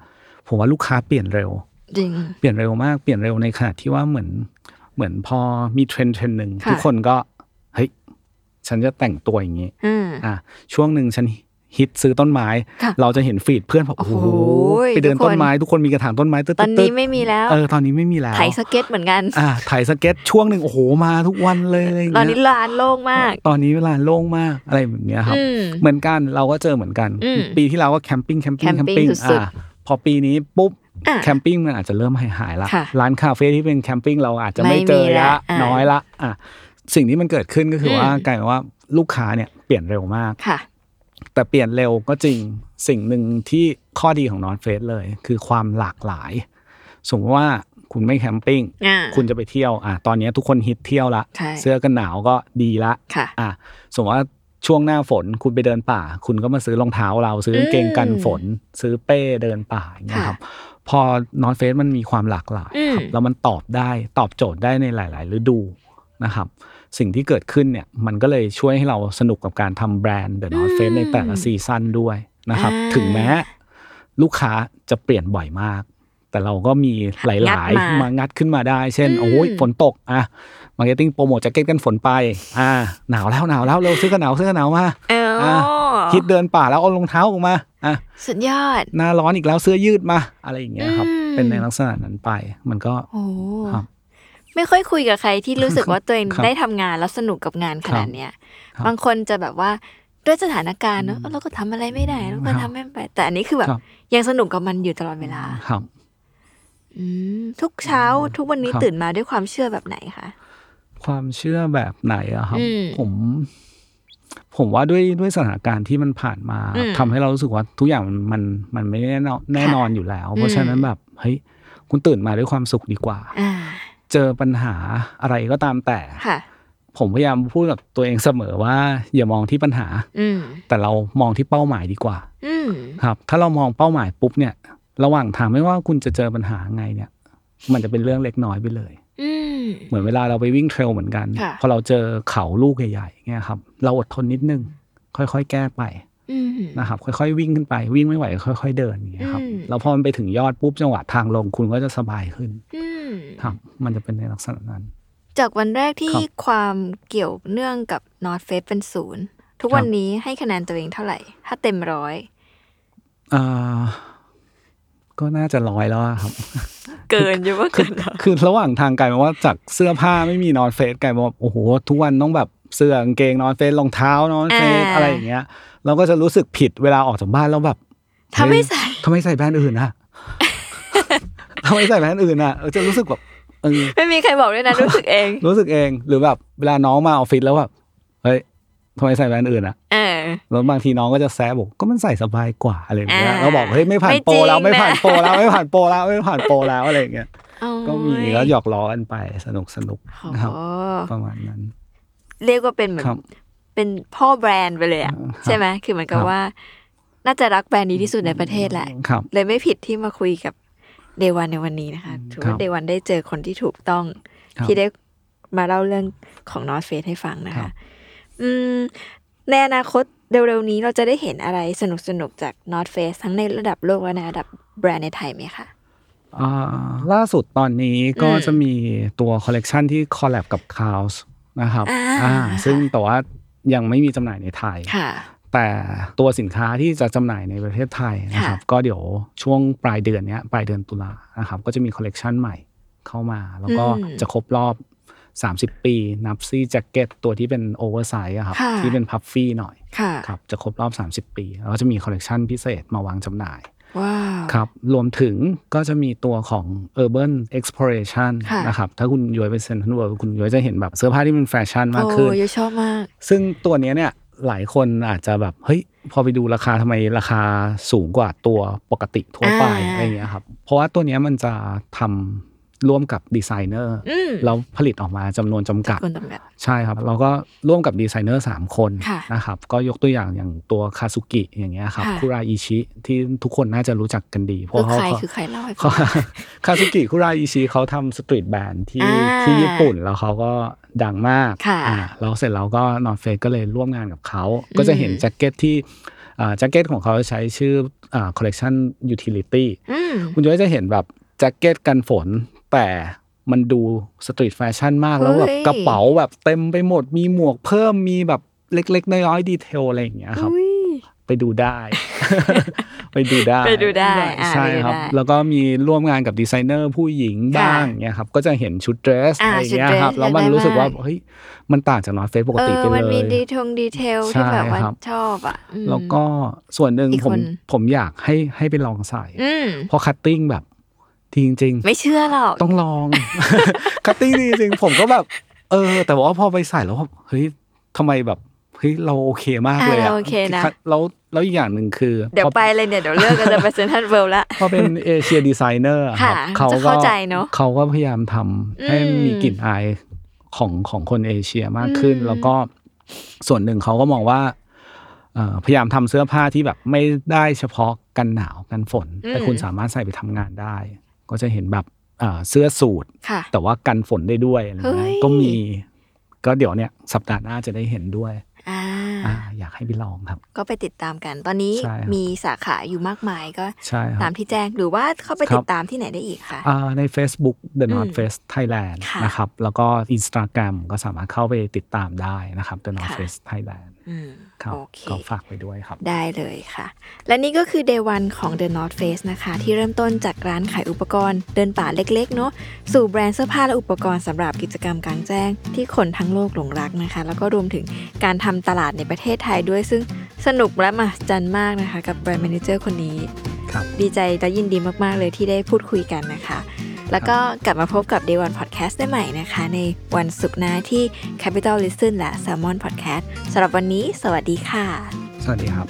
S2: ผมว่าลูกค้าเปลี่ยนเร็ว
S1: จริง
S2: เปลี่ยนเร็วมากเปลี่ยนเร็วในขณะที่ว่าเหมือนเหมือนพอมีเทรนด์เทรนด์หนึ่ง
S1: ค่ะ
S2: ทุกคนก็เฮ้ยฉันจะแต่งตัวอย่างนี้
S1: อืม
S2: อ่ะช่วงหนึ่งฉัน ฮิตซื้อต้นไม้
S1: ค่ะ
S2: เราจะเห็นฟีดเพื่อนบอก
S1: โอ้
S2: โอ้
S1: โห
S2: โหไปเดินต้นไม้ทุกคนมีกระถางต้นไม้ตึ๊ด
S1: ตอนนี้
S2: ๆๆ
S1: ไม่มีแล้ว
S2: เออตอนนี้ไม่มีแล้ว
S1: ไถสเก็ตเหมือนกัน
S2: อ่าถ่ายสเก็ตช่วงหนึ่งโอ้โหมาทุกวันเลยอะไรอย่าง
S1: ตอน
S2: เงี้
S1: นี้
S2: ย
S1: ลานโล่งมาก
S2: ตอนนี้เวลาโล่งมากอะไรแบบเนี้ยครับ
S1: อืม
S2: เหมือนกันเราก็เจอเหมือนกัน
S1: อืม
S2: ปีที่เราก็แคมปิ้งแคมปิ้ง
S1: แค
S2: แค
S1: ม
S2: ม
S1: ปิ้
S2: ปิ้
S1: ง
S2: ง
S1: สุด
S2: อ่าพอปีนี้ปุ๊บ
S1: อ่ะ
S2: แคมปิ้งมันอาจจะเริ่มหายหายๆละ
S1: ค่ะ
S2: ร้านคาเฟ่ที่เป็นแคมปิ้งเราอาจจะ
S1: ไม่
S2: ไม่เจอ
S1: มีละ
S2: ละ
S1: อ่ะ
S2: น้อยละอ่ะสิ่งที่มันเกิดขึ้นก็คืออ
S1: ม
S2: ว่ากลายเป็นว่าลูกค้าเนี่ยเปลี่ยนเร็วมาก
S1: ค่ะ
S2: แต่เปลี่ยนเร็วก็จริงสิ่งหนึ่งที่ข้อดีของนอนเฟสเลย คือความหลากหลาย สมมติว่าคุณไม่แคมปิ้ง
S1: อ่า
S2: คุณจะไปเที่ยวอ่ะตอนนี้ทุกคนฮิตเที่ยวละ
S1: ใช่
S2: เสื้อกันหนาวก็ดีละ
S1: ค่ะ
S2: อ่ะสมมติว่าช่วงหน้าฝนคุณไปเดินป่า คุณก็มาซื้อรองเท้าเราซื้อ
S1: อืม
S2: กางเกงกันฝน ซื้อเป้เดินป่าอย่างเงี้ยครับ พอนอนเฟสมันมีความหลากหลาย
S1: อืม
S2: ครับแล้วมันตอบได้ตอบโจทย์ได้ในหลาย ๆ ฤดูนะครับ สิ่งที่เกิดขึ้นเนี่ยมันก็เลยช่วยให้เราสนุกกับการทำแบรนด์เดอะนอตเฟสในแต่ละซีซั่นด้วยนะครับ
S1: อ่า
S2: ถึงแม้ลูกค้าจะเปลี่ยนบ่อยมาก แต่เราก็มีหลาย
S1: งัดมา
S2: ๆ มางัดขึ้นมาได้ เช่น
S1: อืม
S2: โอ้ยฝนตกอ่ะ มาร์เก็ตติ้งโปรโมทแจ็คเก็ตกันฝนไป อ่า หนาวแล้วหนาวแล้วเร็วซื้อกันหนาวซื้อกันหนาวมา
S1: เอออะ
S2: คิดเดินป่าแล้วเอารองเท้าออกมา อ่ะ
S1: สุดยอด
S2: หน้าร้อนอีกแล้วเสื้อยืดมา อะไรอย่างเงี้ยครับ
S1: อืม
S2: เป็นในลักษณะนั้นไป มันก็
S1: โอ้
S2: ครับ
S1: ไม่ค่อยคุยกับใครที่รู้สึกว่าตัวเอง
S2: ครับ
S1: ได้ทำงานแล้วสนุกกับงานขนาดเนี้ย
S2: ครับ
S1: บางคนจะแบบว่าด้วยสถานการณ์เนอะเออเราก็ทำอะไรไม่ได้เราก็
S2: ครั
S1: ทำ
S2: บ
S1: ไม่ไปแต่อันนี้คือแบบ
S2: ครับ
S1: ยังสนุกกับมันอยู่ตลอดเวลา
S2: ครับ
S1: อืมทุกเช้าทุกวันนี้
S2: ครับ
S1: ตื่นมาด้วยความเชื่อแบบไหนคะ
S2: ความเชื่อแบบไหนอะครับ
S1: อืม
S2: ผม ผมว่าด้วยด้วยสถานการณ์ที่มันผ่านมา
S1: อืม
S2: ทำให้เรารู้สึกว่าทุกอย่างมันมันมันไม่แน่นอนแน่นอนอยู่แล้ว เพ
S1: อื
S2: ราะ
S1: ม
S2: ฉะนั้นแบบเฮ้ยคุณตื่นมาด้วยความสุขดีกว่า
S1: อ่า
S2: เจอปัญหาอะไรก็ตามแต่
S1: ค่ะ
S2: ผมพยายามพูดกับตัวเองเสมอว่า อย่ามองที่ปัญหา
S1: อืม
S2: แต่เรามองที่เป้าหมายดีกว่า
S1: อืม
S2: ครับ ถ้าเรามองเป้าหมายปุ๊บเนี่ย ระหว่างทางไม่ว่าคุณจะเจอปัญหาไงเนี่ย มันจะเป็นเรื่องเล็กน้อยไปเลย
S1: อืม
S2: เหมือนเวลาเราไปวิ่งเทรลเหมือนกัน
S1: ค่ะ
S2: พอเราเจอเขาลูกใหญ่ๆเงี้ยครับ เราอดทนนิดนึง ค่อยๆ แก้ไป
S1: อืม
S2: นะครับ ค่อยๆ วิ่งขึ้นไป วิ่งไม่ไหวก็ค่อย ๆ เดินอย่างเงี้ยครับ
S1: อืม
S2: แล้วพอมันไปถึงยอดปุ๊บจังหวะทางลงคุณก็จะสบายขึ้น
S1: อืม
S2: ครับ มันจะเป็นในลักษณะนั้น
S1: จากวันแรกที่
S2: ครับ
S1: ความเกี่ยวเนื่องกับนอตเฟสเป็นศูนย์ทุกวัน
S2: ครับ
S1: นี้ให้คะแนนตัวเองเท่าไหร่ ถ้าเต็มร้อย
S2: อ่าก็น่าจะร้อยแล้วอะครับ
S1: เกินอยู่ว่าเกินเหรอ
S2: คือระหว่างทางกลายเป็นว่าจากเสื้อผ้าไม่มีนอนเฟสกลายเป็นว่าโอ้โหทุกวันต้องแบบเสื้อกางเกงนอนเฟสรองเท้านอนเฟส
S1: อ่า
S2: อะไรอย่างเงี้ย เราก็จะรู้สึกผิดเวลาออกจากบ้านแล้วแบบ
S1: ถ้าไม่
S2: เฮ้ย
S1: ใส่
S2: ทำไมใส่แบรนด์อื่นอะ ทำไมใส่แบรนด์อื่นอะเราจะรู้สึกแบบเออ
S1: ไม่มีใครบอกด้วยนะ รู้สึกเอง
S2: รู้สึกเองหรือแบบเวลาน้องมาออฟฟิศแล้วแบบเฮ้ยทำไมใส่แบรนด์อื่นอะ
S1: เออ
S2: แล้วบางทีน้องก็จะแซะบอกก็มันใส่สบายกว่าอะไรอย่างเงี้ย
S1: อ่า
S2: เราบอกเฮ้ยไม่ผ่านโปรแล้ว
S1: ไม่
S2: ไม่
S1: จริงนะ
S2: ผ่านโปรแล้วไม่ผ่านโปรแล้วไม่ผ่านโปรแล้วอะไรอย่างเงี้ย ก็มี
S1: โอ้ย
S2: แล้วหยอกล้อกันไปสนุกสนุก
S1: โอ้
S2: นะ
S1: โห
S2: ครับ ประมาณนั้น
S1: เรียกว่าเป็นเหมือน
S2: ครับ
S1: เป็นพ่อแบรนด์ไปเลยอ่ะ
S2: ครับ
S1: ใช่ไหมคือเหมือนกับ
S2: ครับ
S1: ว่า น่าจะรักแบรนด์นี้ที่สุดในประเทศแหละ
S2: ครับ
S1: เลยไม่ผิดที่มาคุยกับเดวันในวันนี้นะคะถือ
S2: ครั
S1: ว่า
S2: บ
S1: เดวันได้เจอคนที่ถูกต้อง
S2: ครับ
S1: ที่ได้มาเล่าเรื่องของนอ f เฟสให้ฟังนะ
S2: ครั
S1: คะ
S2: บ
S1: อืมในอนาคตเร็วๆนี้เราจะได้เห็นอะไรสนุกๆ จากนอ f เฟสทั้งในระดับโลกและในระดับแบรนด์ในไทยไหมคะ
S2: อ่าล่าสุดตอนนี้ก็
S1: อืม
S2: จะมีตัวคอลเลกชันที่คอลแลบกับ c o w s นะครับ
S1: อ่า
S2: อ่าซึ่งแต่ว่ายังไม่มีจำหน่ายในไทย
S1: ค่ะ
S2: แต่ตัวสินค้าที่จะจำหน่ายในประเทศไทยนะครับ
S1: ค่ะ
S2: ก็เดี๋ยวช่วงปลายเดือนเนี้ยปลายเดือนตุลานะครับ ก็จะมีคอลเลกชันใหม่เข้ามา แล้วก็
S1: อืม
S2: จะครบรอบ 30 ปี นับซี่แจ็คเก็ตตัวที่เป็นโอเวอร์ไซส์ครับ
S1: ค่ะ
S2: ที่เป็นพัฟฟี่หน่อย
S1: ค่ะ
S2: ครับจะครบรอบ 30 ปี แล้วก็จะมีคอลเลกชันพิเศษมาวางจำหน่าย
S1: ว้าว
S2: ครับรวมถึงก็จะมีตัวของ Urban Exploration
S1: ะ
S2: นะครับถ้าคุณย้อยไปเซ็นทรัลเวิลด์คุณย้อยจะเห็นแบบเสื้อผ้าที่เป็นแฟชั่นมาก
S1: โอ้
S2: ขึ้น
S1: ยชอบมาก
S2: ซึ่งตัวเนี้ยเนี่ยหลายคนอาจจะแบบ เฮ้ย พอไปดูราคาทำไมราคาสูงกว่าตัวปกติทั่วไป
S1: อ่า
S2: อะไรอย่างเงี้ยครับ เพราะว่าตัวเนี้ยมันจะทำร่วมกับดีไซเนอร์
S1: อืม
S2: แล้วผลิตออกมาจำนวนจำกัด
S1: คุณตำแบบ
S2: ใช่ครับเราก็ร่วมกับดีไซเนอร์ 3 คน
S1: ค่ะ
S2: นะครับก็ยกตัวอย่างอย่างตัวคาซุกิอย่างเงี้ยครับ
S1: ค่ะ
S2: คุราอิชิที่ทุกคนน่าจะรู้จักกันดี เพ
S1: คือ
S2: ราะเขา
S1: ใคร
S2: เขา
S1: คือใครเล่าให้ฟั
S2: เขา
S1: ง
S2: คาซุ กิคุราอิชิเขาทำสตรีทแบนด์ที่
S1: อ่า
S2: ที่ญี่ปุ่นแล้วเขาก็ดังมาก
S1: ค่ะ
S2: อ่าแล้วเสร็จแล้วก็นอ f เฟ e ก็เลยร่วมงานกับเขา ก็จะเห็น
S1: อืม
S2: แจ็คเก็ตที่อ่าแจ็คเก็ตของเขาใช้ชื่อคอลเลกชันยูทิลิตี้
S1: อืม
S2: คุณย้อยจะเห็นแบบแจ็คเก็ตกันฝน แต่มันดูสตรีทแฟชั่นมากแล้วแบบ
S1: เฮ้ย
S2: กระเป๋าแบบเต็มไปหมดมีหมวกเพิ่มมีแบบเล็กๆ น้อยๆดีเทลอะไรอย่างเงี้ยครับ
S1: อุ้ย
S2: ไปดูได้ ไปดูได้
S1: ไปดูได้อ่า
S2: ใช่
S1: ไปดู
S2: ครับ
S1: ได้
S2: แล้วก็มีร่วมงานกับดีไซเนอร์ผู้หญิงบ้างเนี่ยครับ ก็จะเห็นชุดเดรส
S1: อ่า
S2: อะไรอย่างเงี้ย
S1: ชุดเดรส
S2: ครับ แล้วมัน
S1: อยากได้
S2: รู้สึกว่า
S1: บ้าง
S2: เฮ้ยมันต่างจากนอตเฟสปก
S1: เอ
S2: ติ
S1: อ
S2: ไปเลย
S1: มันมีดีทงดีเทลที่
S2: ใช่
S1: แบบว่า
S2: ครับ
S1: ชอบอ่ะอืม
S2: แล้วก็ส่วนหนึ่ง
S1: อีก
S2: ผ
S1: ค
S2: ม
S1: น
S2: ผมอยากให้ให้ไปลองใส่
S1: อืม
S2: เพราะคัตติ้งแบบจริง ๆ
S1: ไม่เชื่อหรอก
S2: ต้องลอง คัตตี้ดีจริงผมก็แบบ เออ แต่ว่าพอไปใส่แล้วแบบเฮ้ยทำไมแบบเฮ้ยเราโอเคมากเลย
S1: อ่า
S2: อะ
S1: เราโอเคนะ
S2: แล้วแล้วอีกอย่างหนึ่งคือ
S1: เดี๋ยว
S2: พอ
S1: ไปเลยเนี่ยเดี๋ยวเลิกกันจะไปเซ็นทรัลเวิลด์ละ
S2: พอเป็นเอเชียดีไซเนอร์ครับ
S1: ค่ะ
S2: เขา
S1: จะ
S2: ก็
S1: เข้าใจเนอะ
S2: เขาก็พยายามทำให้
S1: อืม
S2: มีกลิ่นอายของของคนเอเชียมากขึ้น
S1: อืม
S2: แล้วก็ส่วนหนึ่งเขาก็มองว่าเอ่อพยายามทำเสื้อผ้าที่แบบไม่ได้เฉพาะกันหนาวกันฝน แต่คุณสามารถใส่ไปทำงานได้ ก็จะเห็นแบบเอ่อเสื้อสูท
S1: ค่ะ
S2: แต่ว่ากันฝนได้ด้วยอะไรเงี้
S1: เฮ้ย
S2: ยก็มี ก็เดี๋ยวเนี่ย สัปดาห์หน้าจะได้เห็นด้วย
S1: อ่า
S2: อ่า อยากให้ไปลองครับ
S1: ก็ไปติดตามกัน ตอนนี้
S2: ใช่ครับ
S1: มีสาขาอยู่มากมายก็
S2: ใช่ค
S1: ตา
S2: รั
S1: ม
S2: บ
S1: ที่แจ้งหรือว่าเข้าไป
S2: ครั
S1: ติ
S2: บ
S1: ดตามที่ไหนได้อีกคะ
S2: อ่าใน Facebook The
S1: อืม
S2: North Face Thailand
S1: ค่ะ
S2: นะครับ แล้วก็ Instagram ก็สามารถเข้าไปติดตามได้นะครับ The North Face Thailand
S1: อืม
S2: ครับ
S1: โอเค
S2: ก็ฝากไปด้วยครับ
S1: ได้เลยค่ะ และนี่ก็คือ Day 1 ของ The North Face นะคะ ที่เริ่มต้นจากร้านขายอุปกรณ์เดินป่าเล็กๆ เนอะสู่แบรนด์เสื้อผ้าและอุปกรณ์สำหรับกิจกรรมกลางแจ้ง ที่คนทั้งโลกหลงรักนะคะ แล้วก็รวมถึงการทำตลาดในประเทศไทยด้วยซึ่งสนุกและมหัศจรรย์มากนะคะ กับแบรนด์แมเนเจอร์คนนี้
S2: ครับ
S1: ดีใจและยินดีมากๆเลยที่ได้พูดคุยกันนะคะ แล้วก็กลับมาพบกับ Day One Podcast ได้ใหม่นะคะ ในวันศุกร์หน้าที่ Capital Listen และ Salmon Podcast สำหรับวันนี้ สวัสดีค่ะ
S2: สวัสดีครับ